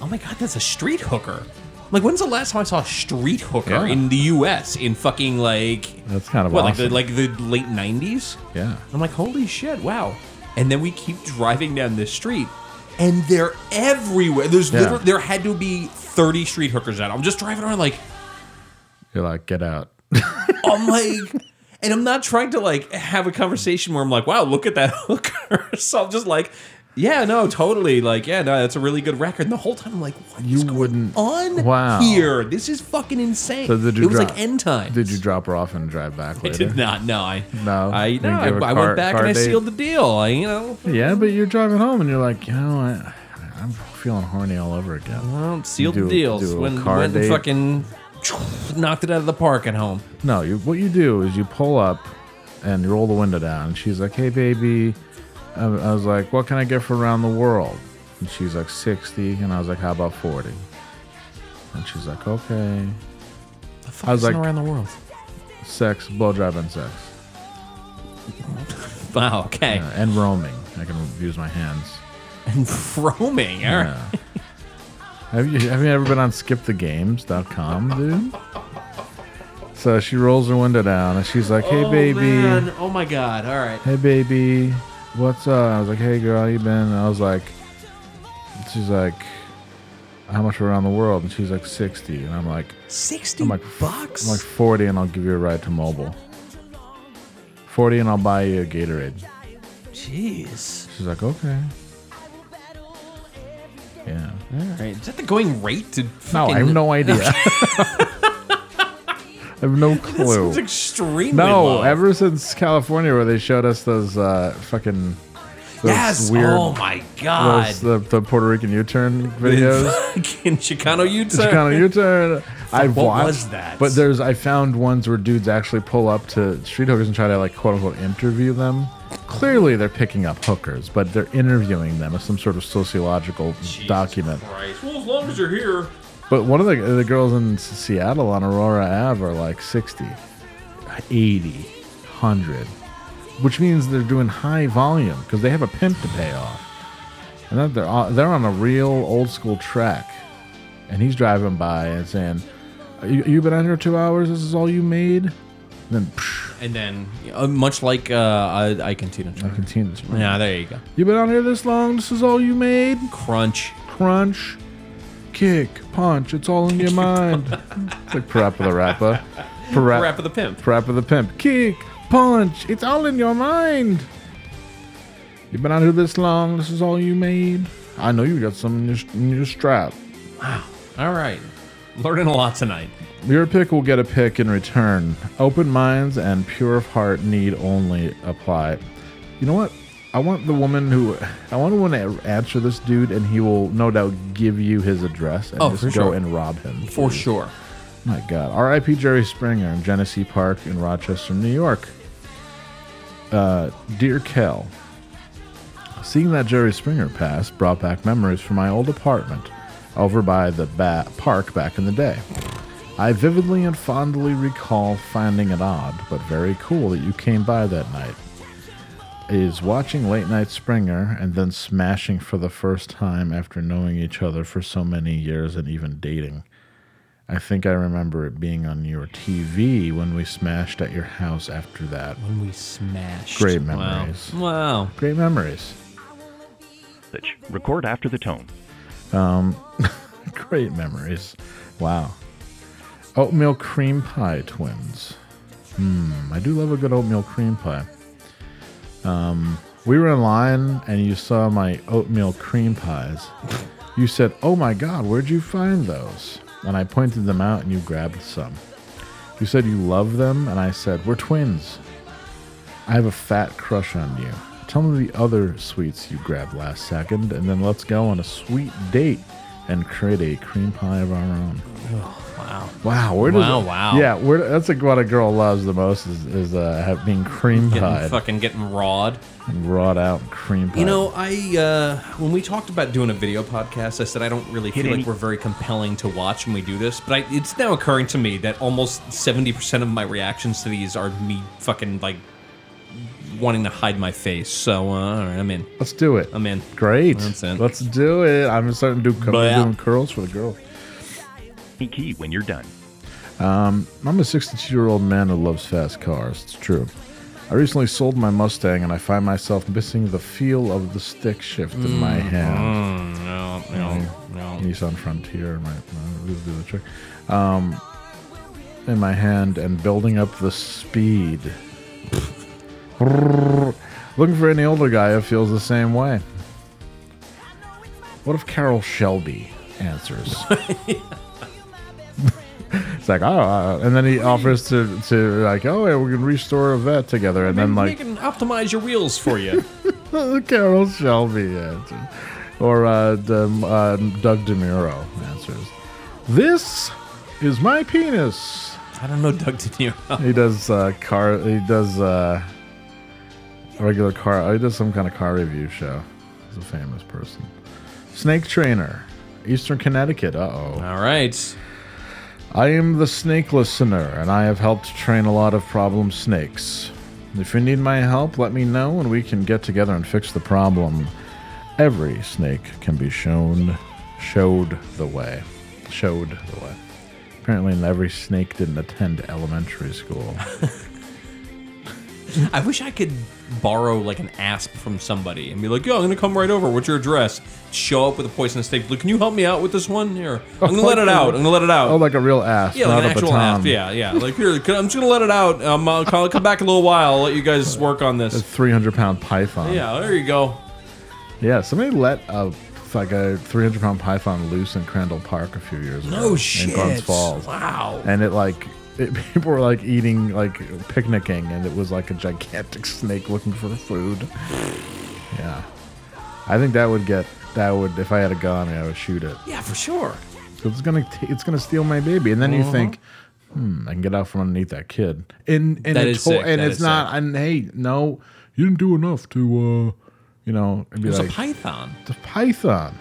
Speaker 3: "Oh my god, that's a street hooker!" I'm like, when's the last time I saw a street hooker
Speaker 2: Yeah.
Speaker 3: in the U.S. in fucking like
Speaker 2: That's kind of
Speaker 3: what,
Speaker 2: awesome.
Speaker 3: like the like the late '90s?
Speaker 2: Yeah.
Speaker 3: I'm like, holy shit, wow. And then we keep driving down this street, and they're everywhere. There's
Speaker 2: Yeah.
Speaker 3: literally there had to be 30 street hookers out. I'm just driving around like,
Speaker 2: You're like, get out.
Speaker 3: I'm like, <laughs> and I'm not trying to like have a conversation where I'm like, wow, look at that <laughs> hooker. so I'm just like, yeah, no, totally. Like, yeah, no, that's a really good record. And the whole time I'm like, what
Speaker 2: You wouldn't.
Speaker 3: on
Speaker 2: Wow.
Speaker 3: here? This is fucking insane.
Speaker 2: So did you
Speaker 3: it was
Speaker 2: drop,
Speaker 3: like end time.
Speaker 2: Did you drop her off and drive back
Speaker 3: I
Speaker 2: later?
Speaker 3: did not. No, I
Speaker 2: No.
Speaker 3: I,
Speaker 2: You
Speaker 3: no,
Speaker 2: didn't
Speaker 3: I,
Speaker 2: give her
Speaker 3: I
Speaker 2: car-
Speaker 3: went back
Speaker 2: car
Speaker 3: and I
Speaker 2: date?
Speaker 3: sealed the deal. I, you know,
Speaker 2: Yeah, but you're driving home and you're like, you know, I, I'm feeling horny all over again.
Speaker 3: Well, sealed
Speaker 2: do-
Speaker 3: the deals.
Speaker 2: do a little
Speaker 3: when
Speaker 2: car
Speaker 3: when
Speaker 2: date.
Speaker 3: fucking <sniffs> knocked it out of the park at home. <laughs>
Speaker 2: No, you, what you do is you pull up and you roll the window down. And she's like, hey, baby. I, I was like, what can I get for around the world? And she's like, 60. And I was like, how about 40? And she's like, okay. The
Speaker 3: fuck is around the world?
Speaker 2: Sex, blowjob, and sex.
Speaker 3: Wow. Okay.
Speaker 2: Yeah, and roaming. I can use my hands.
Speaker 3: And roaming. All right.
Speaker 2: Have you have you ever been on skipthegames.com,
Speaker 3: <laughs>
Speaker 2: dude? So she rolls her window down and she's like, "Hey,
Speaker 3: oh,
Speaker 2: baby.
Speaker 3: Man. Oh my god. All right.
Speaker 2: Hey, baby. What's up?" I was like, "Hey, girl, how you been?" And I was like, "She's like, how much around the world?" And she's like, 60. And I'm like,
Speaker 3: 60
Speaker 2: I'm like,
Speaker 3: bucks?
Speaker 2: I'm like 40, and I'll give you a ride to mobile. 40, and I'll buy you a Gatorade.
Speaker 3: Jeez.
Speaker 2: She's like, "Okay." Yeah.
Speaker 3: All right. Is that the going rate to?
Speaker 2: No,
Speaker 3: Fucking...
Speaker 2: I have no
Speaker 3: <laughs>
Speaker 2: idea. I have no clue.
Speaker 3: sounds extremely
Speaker 2: no.
Speaker 3: low.
Speaker 2: Ever since California, where they showed us those uh, fucking those
Speaker 3: Yes!
Speaker 2: weird,
Speaker 3: Oh my God.
Speaker 2: those- the, the Puerto Rican
Speaker 3: <laughs>
Speaker 2: U-turn <laughs> videos.
Speaker 3: Fucking Chicano U-turn.
Speaker 2: Chicano
Speaker 3: <laughs>
Speaker 2: U-turn. I've
Speaker 3: what
Speaker 2: watched,
Speaker 3: was that?
Speaker 2: But there's I found ones where dudes actually pull up to street hookers and try to like quote unquote interview them. Clearly, they're picking up hookers, but they're interviewing them as some sort of sociological document.
Speaker 3: Christ. Well, as long as you're here.
Speaker 2: But one of the, the girls in S- Seattle on Aurora Ave are like 60, 80, 100, which means they're doing high volume because they have a pimp to pay off. And that they're, on- they're on a real old school track. And he's driving by and saying, "Uh, you, You've been out here two hours? This is all you made? And then, psh,
Speaker 3: And then, uh, much like uh, I, I continue. I
Speaker 2: continue.
Speaker 3: Yeah, there you go.
Speaker 2: You've been out here this long? This is all you made?
Speaker 3: Crunch.
Speaker 2: Crunch. Kick. Punch. It's all in <laughs> your mind. it's like Parappa the Rappa. Parap-
Speaker 3: Parappa the Pimp.
Speaker 2: Parappa the Pimp. Kick. Punch. It's all in your mind. You've been out here this long. This is all you made. I know you got some in your, in your strap.
Speaker 3: Wow. All right. Learning a lot tonight.
Speaker 2: Your pick will get a pick in return. Open minds and pure of heart need only apply. You know what? I want the woman who I want to want to answer this dude, and he will no doubt give you his address and
Speaker 3: Oh,
Speaker 2: just
Speaker 3: for
Speaker 2: go
Speaker 3: sure.
Speaker 2: and rob him
Speaker 3: For sure.
Speaker 2: My God, R.I.P. Jerry Springer in Genesee Park in Rochester, New York. Uh, dear Kel, seeing that Jerry Springer passed brought back memories from my old apartment over by the ba- park back in the day. I vividly and fondly recall finding it odd, but very cool that you came by that night. Is watching Late Night Springer and then smashing for the first time after knowing each other for so many years and even dating. I think I remember it being on your TV when we smashed at your house after that.
Speaker 3: When we smashed.
Speaker 2: Great
Speaker 3: Wow.
Speaker 2: memories.
Speaker 3: Wow.
Speaker 2: Great memories.
Speaker 26: Record after the tone.
Speaker 2: Um, <laughs> great memories. Wow. Oatmeal cream pie twins. Hmm, I do love a good oatmeal cream pie. Um, we were in line and you saw my oatmeal cream pies. You said, Oh my God, where'd you find those? And I pointed them out and you grabbed some. You said you love them, and I said, We're twins. I have a fat crush on you. Tell me the other sweets you grabbed last second, and then let's go on a sweet date and create a cream pie of our own.
Speaker 3: wow.
Speaker 2: Wow. Where does
Speaker 3: Wow, wow.
Speaker 2: Yeah, where, that's like what a girl loves the most is, is uh, have, being cream
Speaker 3: Getting
Speaker 2: pied
Speaker 3: fucking getting rawed.
Speaker 2: and wrought out cream pie.
Speaker 3: You know, I uh, when we talked about doing a video podcast, I said I don't really
Speaker 2: Hit
Speaker 3: feel
Speaker 2: any-
Speaker 3: like we're very compelling to watch when we do this. But I, it's now occurring to me that almost seventy percent of my reactions to these are me fucking like wanting to hide my face. So uh, all right, I'm in.
Speaker 2: Let's do it.
Speaker 3: I'm in.
Speaker 2: Great.
Speaker 3: That's it.
Speaker 2: Let's do it. I'm starting to do, I'm
Speaker 3: Blah.
Speaker 2: doing curls for the girls.
Speaker 26: Key when you're done.
Speaker 2: Um, I'm a 62 year old man who loves fast cars. It's true. I recently sold my Mustang and I find myself missing the feel of the stick shift in my
Speaker 3: Mm.
Speaker 2: hand.
Speaker 3: Mm, no, no, no.
Speaker 2: Nissan Frontier might might do the trick. Um, in my hand and building up the speed. <laughs> Looking for any older guy who feels the same way. What if Carol Shelby answers? It's like, oh, uh, and then he offers to, to like, oh, yeah, we can restore a vet together. And then,
Speaker 3: we
Speaker 2: like,
Speaker 3: can optimize your wheels
Speaker 2: <laughs>
Speaker 3: for you.
Speaker 2: Carol Shelby answers. Or uh, the, uh, Doug DeMuro answers. This is my penis.
Speaker 3: I don't know Doug DeMuro.
Speaker 2: He does uh, car, he does uh, regular car, he does some kind of car review show. He's a famous person. Snake Trainer, Eastern Connecticut. Uh oh.
Speaker 3: All right.
Speaker 2: I am the snake listener, and I have helped train a lot of problem snakes. If you need my help, let me know, and we can get together and fix the problem. Every snake can be shown, showed the way, showed the way. Apparently, not every snake didn't attend elementary school.
Speaker 3: I wish I could borrow like an asp from somebody and be like, "Yo, I'm gonna come right over. What's your address?" Show up with a poisonous snake. Like, can you help me out with this one? Here, I'm gonna let it out. I'm gonna let it out.
Speaker 2: Oh, like a real ass,
Speaker 3: yeah,
Speaker 2: not
Speaker 3: like an
Speaker 2: a
Speaker 3: actual
Speaker 2: baton.
Speaker 3: asp. Yeah, yeah. Like here, I'm just gonna let it out. Um, I'll call, come back in a little while. I'll let you guys work on
Speaker 2: A
Speaker 3: this.
Speaker 2: 300 pound python.
Speaker 3: Yeah, there you go.
Speaker 2: Yeah, somebody let a like a 300 pound python loose in Crandall Park a few years
Speaker 3: No
Speaker 2: ago.
Speaker 3: shit.
Speaker 2: In Glens Falls.
Speaker 3: Wow.
Speaker 2: And it like <laughs> it, people were like eating like picnicking, and it was like a gigantic <laughs> snake looking for
Speaker 3: <sighs>
Speaker 2: food. Yeah, I think that would get that would if I had a gun, I would shoot it.
Speaker 3: Yeah, for sure.
Speaker 2: 'Cause It's gonna t- it's gonna steal my baby, and then you
Speaker 3: Mhm.
Speaker 2: think. Hmm, I can get out from underneath that kid, and and
Speaker 3: That
Speaker 2: it
Speaker 3: is
Speaker 2: to-
Speaker 3: sick,
Speaker 2: and
Speaker 3: that
Speaker 2: it's
Speaker 3: is
Speaker 2: not. And hey, no, you didn't do enough to, uh, you know, it'd
Speaker 3: It
Speaker 2: be
Speaker 3: was
Speaker 2: like-
Speaker 3: a python.
Speaker 2: the Python.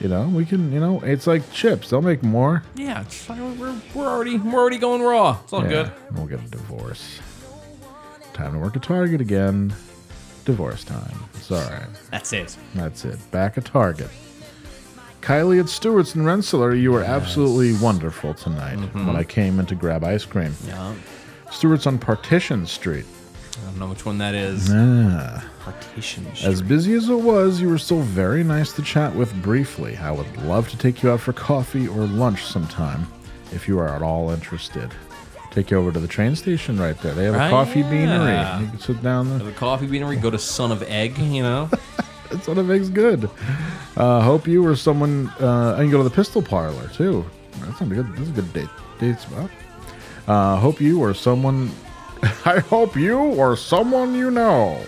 Speaker 2: You know, we can, you know, it's like chips. They'll make more.
Speaker 3: Yeah, it's like we're, we're already we're already going raw. It's all
Speaker 2: Yeah,
Speaker 3: good.
Speaker 2: and We'll get a divorce. Time to work at Target again. Divorce time. It's all right.
Speaker 3: That's it.
Speaker 2: That's it. Back at Target. Kylie at Stewart's in Rensselaer, you were absolutely wonderful tonight
Speaker 3: Mhm.
Speaker 2: when I came in to grab ice cream.
Speaker 3: Yeah.
Speaker 2: Stewart's on Partition Street.
Speaker 3: I don't know which one that is.
Speaker 2: Yeah.
Speaker 3: Partition.
Speaker 2: As busy as it was, you were still very nice to chat with briefly. I would love to take you out for coffee or lunch sometime if you are at all interested. Take you over to the train station right there. They have
Speaker 3: Right,
Speaker 2: a coffee
Speaker 3: yeah.
Speaker 2: beanery. You can sit down there.
Speaker 3: The coffee beanery. Go to Son of Egg. You know.
Speaker 2: That's what it makes good. Uh, hope you or someone. Uh, and you go to the pistol parlor too. That sounds good. This is a good date date spot. Uh, hope you or someone, <laughs> I hope you or someone you know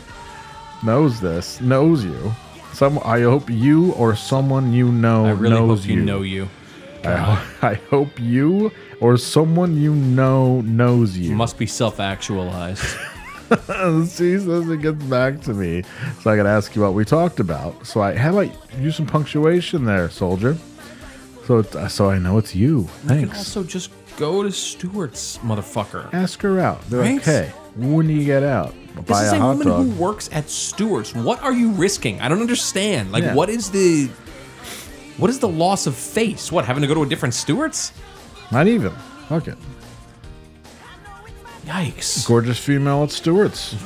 Speaker 2: knows this knows you. Some I hope you or someone you know
Speaker 3: I really
Speaker 2: knows
Speaker 3: hope you know you.
Speaker 2: I, ho- I hope you or someone you know knows you.
Speaker 3: Must be
Speaker 2: <laughs>
Speaker 3: self actualized.
Speaker 2: Jesus, it gets back to me. So I got to ask you what we talked about. So I how about use some punctuation there, soldier? So it's, so I know it's you.
Speaker 3: You
Speaker 2: Thanks.
Speaker 3: can also just go to Stewart's motherfucker.
Speaker 2: Ask her out. They're like,
Speaker 3: Right?
Speaker 2: hey, when do you get out? I'll
Speaker 3: This
Speaker 2: buy
Speaker 3: is
Speaker 2: a
Speaker 3: a
Speaker 2: hot
Speaker 3: woman
Speaker 2: dog.
Speaker 3: who works at Stewart's. What are you risking? I don't understand. Like,
Speaker 2: Yeah.
Speaker 3: what is the what is the loss of face? What having to go to a different Stewart's?
Speaker 2: Not even. Fuck it.
Speaker 3: Yikes.
Speaker 2: Gorgeous female at Stewart's.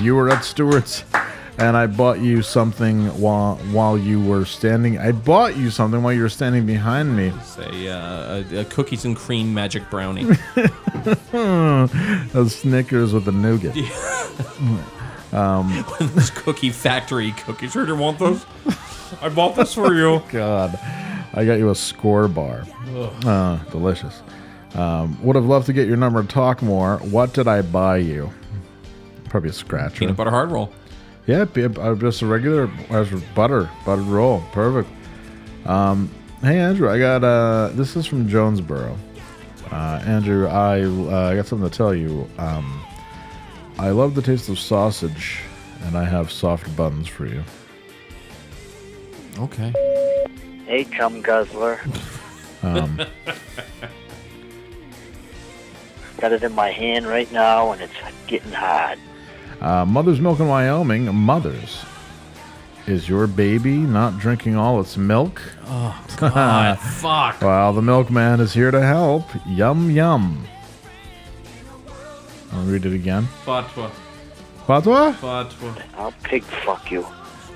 Speaker 2: You were at Stewart's, and I bought you something while while you were standing. I bought you something while you were standing behind me. <laughs>
Speaker 3: Say uh, a, a cookies and cream magic brownie. <laughs>
Speaker 2: Those Snickers with the nougat. <laughs> um,
Speaker 3: Those cookie factory cookies. Reader, want those? I bought this for
Speaker 2: <laughs>
Speaker 3: <laughs> you.
Speaker 2: God, I got you a score bar.
Speaker 3: Ugh.
Speaker 2: Uh, delicious. Um, would have loved to get your number to talk more. What did I buy you? Probably a scratcher.
Speaker 3: Peanut butter hard roll.
Speaker 2: Yeah, be- uh, just a regular as butter buttered roll. Perfect. Um, hey Andrew, I got uh, this is from Jonesboro. Uh, Andrew, I uh, I got something to tell you. Um, I love the taste of sausage, and I have soft buns for you.
Speaker 3: Okay.
Speaker 4: Hey, chum guzzler.
Speaker 2: Um,
Speaker 4: <laughs> Got it in my hand right now, and it's getting hot.
Speaker 2: Uh, Mother's Milk in Wyoming, Mother's. Is your baby not drinking all its milk?
Speaker 3: Oh,
Speaker 2: <laughs>
Speaker 3: God, fuck.
Speaker 2: Well, the milkman is here to help. Yum, yum. I'll read it again.
Speaker 3: Fatwa.
Speaker 2: Fatwa?
Speaker 3: Fatwa.
Speaker 4: I'll pig fuck you.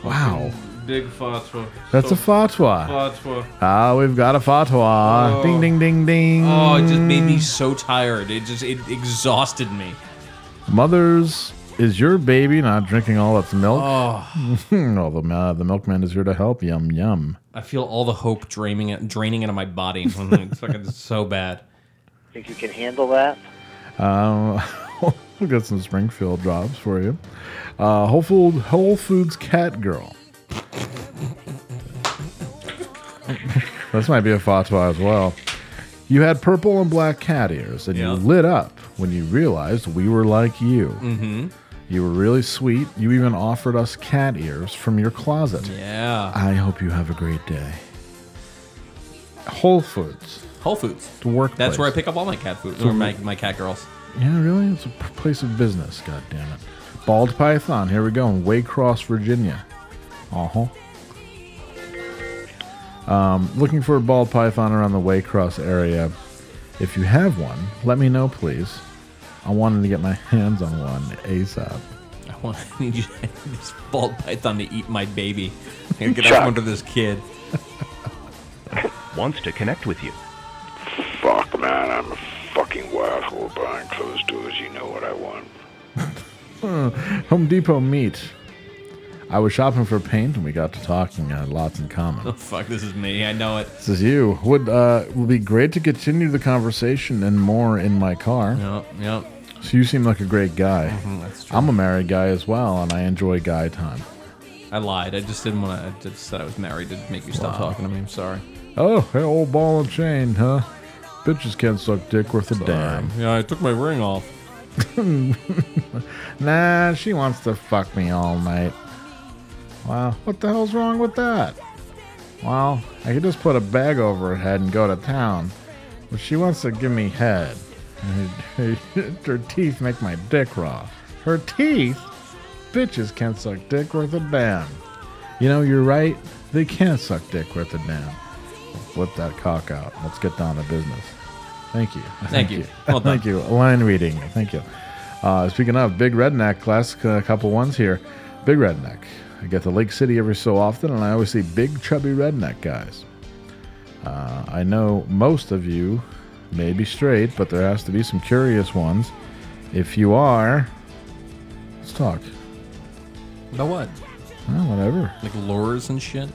Speaker 2: Wow.
Speaker 3: Big fatwa.
Speaker 2: That's a fatwa.
Speaker 3: Fatwa.
Speaker 2: Ah, we've got a fatwa.
Speaker 3: Oh.
Speaker 2: Ding, ding, ding, ding.
Speaker 3: Oh, it just made
Speaker 2: Mm.
Speaker 3: me so tired. It just it exhausted me.
Speaker 2: Mother's, is your baby not drinking all its milk?
Speaker 3: Oh.
Speaker 2: <laughs> well, the, uh, the milkman is here to help. Yum, yum.
Speaker 3: I feel all the hope draining it, draining out of my body. <laughs> it's fucking so bad.
Speaker 4: Think you can handle that?
Speaker 2: Um, <laughs> we'll get some Springfield jobs for you. Uh, Whole, Food, Whole Foods Cat Girl. this might be a fatwa as well. You had purple and black cat ears, and you lit up when you realized we were like you.
Speaker 3: Mm-hmm.
Speaker 2: You were really sweet. You even offered us cat ears from your closet.
Speaker 3: Yeah.
Speaker 2: I hope you have a great day. Whole Foods.
Speaker 3: Whole Foods.
Speaker 2: The workplace.
Speaker 3: That's where I pick up all my cat food or my, my cat girls. <laughs>
Speaker 2: Yeah, really? It's a p- place of business, God damn it. Bald Python, here we go, in Waycross, Virginia. Uh huh. Um, looking for a bald python around the Waycross area. If you have one, let me know, please. I wanted to get my <laughs> hands on one ASAP.
Speaker 3: I want <laughs> I need you I need this bald python to eat my baby. I gotta get
Speaker 26: Chuck.
Speaker 3: out under this kid.
Speaker 26: <laughs> Wants to connect with you.
Speaker 25: Fuck, man, I'm a fucking wild hole behind closed doors. You know what I want.
Speaker 2: Uh, <laughs> Home Depot meat. I was shopping for paint and we got to talking and had lots in common.
Speaker 3: Oh fuck, this is me. I know it.
Speaker 2: This is you. Would uh, would be great to continue the conversation and more in my car.
Speaker 3: Yep, yep.
Speaker 2: So you seem like a great guy.
Speaker 3: Mhm, that's true.
Speaker 2: I'm a married guy as well, and I enjoy guy time.
Speaker 3: I lied. I just didn't want to. I just said I was married to make you stop
Speaker 2: Wow.
Speaker 3: talking to me. I'm sorry.
Speaker 2: Oh, hey, old ball and chain, huh? Bitches can't suck dick worth a damn.
Speaker 3: Um, Yeah, I took my ring
Speaker 2: <laughs>
Speaker 3: off.
Speaker 2: Nah, she wants to fuck me all night. Wow, what the hell's wrong with that? Well, I could just put a bag over her head and go to town, but she wants to give me head. <laughs> Her, her teeth make my dick raw. Her teeth? Bitches can't suck dick worth a damn. You know, you're right. They can't suck dick worth a damn. Flip that cock out. Let's get down to business. Thank you.
Speaker 3: Thank you. Well done.
Speaker 2: <laughs> Thank you. Line reading. Thank you. Uh, speaking of Big Redneck, last uh, couple ones here. Big Redneck. I get to Lake City every so often, and I always see big, chubby redneck guys. Uh, I know most of you may be straight, but there has to be some curious ones. If you are, let's talk.
Speaker 3: About what?
Speaker 2: Well, Ah, whatever.
Speaker 3: Like lures and shit.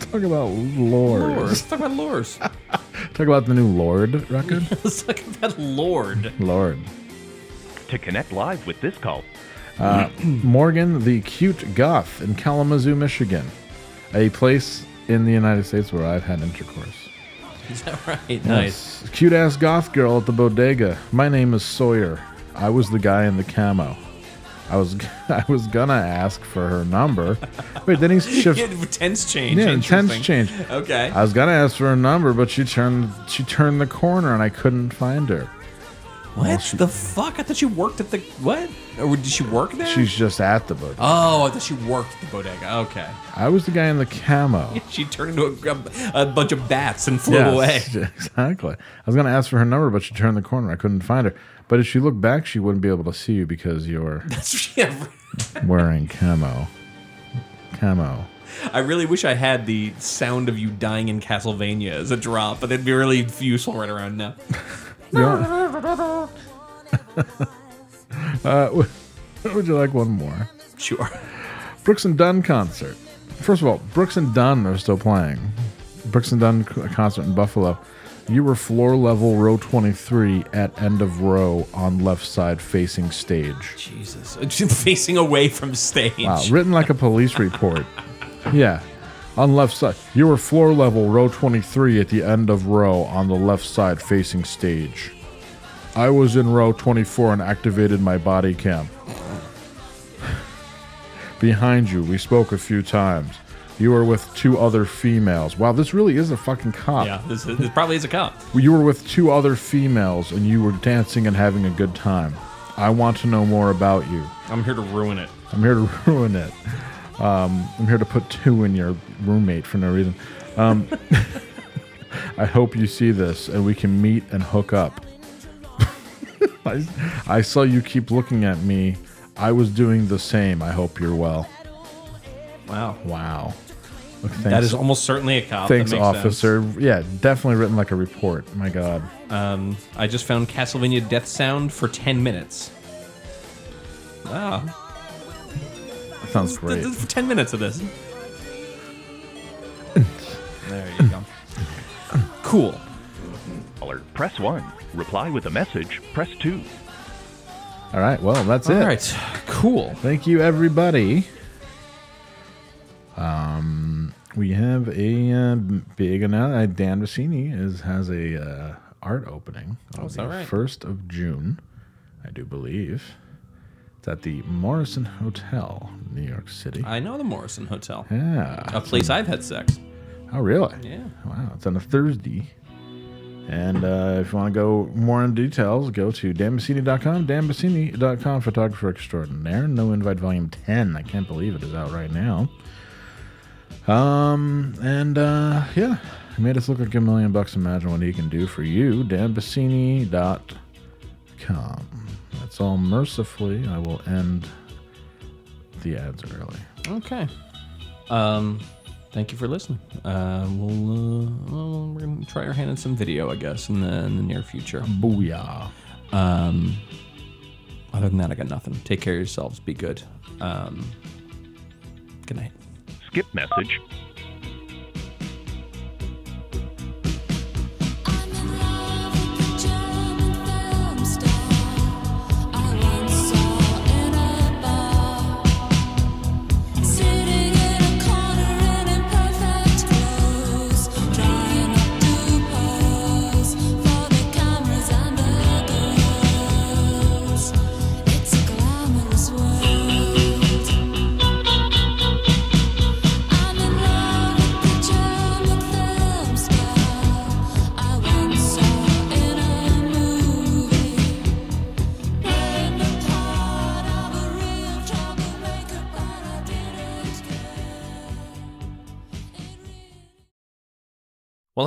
Speaker 2: Talk about Lord.
Speaker 3: Lord. Let's talk about lures.
Speaker 2: Talk about the new Lord <laughs> record.
Speaker 3: <laughs> Let's talk about Lord.
Speaker 2: Lord.
Speaker 26: To connect live with this call,
Speaker 2: <clears throat> Uh, Morgan the Cute Goth in Kalamazoo, Michigan. A place in the United States where I've had intercourse.
Speaker 3: Is that right? Nice.
Speaker 2: Cute ass goth girl at the bodega. My name is Sawyer. I was the guy in the camo. I was <laughs> I was gonna ask for her
Speaker 3: <laughs>
Speaker 2: number. Wait, then he shifts.
Speaker 3: Yeah, tense change.
Speaker 2: Yeah, tense
Speaker 3: Interesting.
Speaker 2: change.
Speaker 3: Okay.
Speaker 2: I was gonna ask for her number, but she turned she turned the corner and I couldn't find her.
Speaker 3: What the fuck? I thought you worked at the what? Or did she work there?
Speaker 2: She's just at the bodega.
Speaker 3: Oh, I thought she worked at the bodega. Okay.
Speaker 2: I was the guy in the camo.
Speaker 3: <laughs> She turned into a, a bunch of bats and flew away.
Speaker 2: <laughs> Yes, Exactly. I was going to ask for her number, but she turned the corner. I couldn't find her. But if she looked back, she wouldn't be able to see you because you're
Speaker 3: <laughs> That's yeah.
Speaker 2: wearing camo. Camo.
Speaker 3: I really wish I had the sound of you dying in Castlevania as a drop, but that'd be really useful right
Speaker 2: <laughs>
Speaker 3: around now.
Speaker 2: Yeah. <laughs> Uh, <laughs> w- would you like one more?
Speaker 3: Sure.
Speaker 2: Brooks and Dunn concert. First of all, Brooks and Dunn are still playing. Brooks and Dunn c- concert in Buffalo. You were floor level, row 23, at end of row on left side facing stage.
Speaker 3: Jesus. <laughs> Facing away from stage.
Speaker 2: Wow, written like a police report. yeah. On left side. You were floor level, row 23 at the end of row on the left side facing stage. I was in row 24 and activated my body cam. Behind you, we spoke a few times. You were with two other females. Wow, this really is a fucking cop.
Speaker 3: Yeah, this, this probably is a cop.
Speaker 2: You were with two other females and you were dancing and having a good time. I want to know more about you.
Speaker 3: I'm here to ruin it.
Speaker 2: I'm here to <laughs> ruin it. Um, I'm here to put two in your roommate for no reason. Um, <laughs> I hope you see this and we can meet and hook up. <laughs> I, I saw you keep looking at me. I was doing the same. I hope you're well.
Speaker 3: Wow.
Speaker 2: Wow. Look,
Speaker 3: That is almost certainly a cop. That
Speaker 2: Thanks,
Speaker 3: makes
Speaker 2: officer. Yeah, definitely written like a report. My
Speaker 3: <laughs>
Speaker 2: God.
Speaker 3: Um, I just found Castlevania Death Sound for 10 minutes. Ah. Wow.
Speaker 2: That sounds great.
Speaker 3: For 10 minutes
Speaker 2: <laughs>
Speaker 3: of this. There you go. <laughs> cool.
Speaker 26: Caller, press 1. Reply with a message, press 2.
Speaker 2: All right. Well, that's it.
Speaker 26: All
Speaker 3: right. Cool.
Speaker 2: Thank you, everybody. Um, we have a uh, big announcement. Uh, Dan Rossini is has a uh, art opening
Speaker 3: Oh,
Speaker 2: on
Speaker 3: is
Speaker 2: the
Speaker 3: that right?
Speaker 2: first of June, I do believe. It's at the Morrison Hotel, in New York City.
Speaker 3: I know the Morrison Hotel.
Speaker 2: Yeah.
Speaker 3: A place I've had sex.
Speaker 2: Oh, really?
Speaker 3: Yeah.
Speaker 2: Wow, it's on a Thursday. And uh, if you want to go more in details, go to danbassini.com, danbassini.com, photographer extraordinaire. No Invite Volume 10. I can't believe it is out right now. Um, and uh, yeah, he made us look like a million bucks. Imagine what he can do for you. danbassini.com. That's all mercifully. I will end the ads early.
Speaker 3: Okay. Um, thank you for listening. Uh, we'll, uh, well, we're gonna try our hand at some video, I guess, in the, in the near future.
Speaker 2: Booyah.
Speaker 3: Um, other than that, I got nothing. Take care of yourselves. Be good. Um, good night.
Speaker 26: Skip message.
Speaker 5: Well,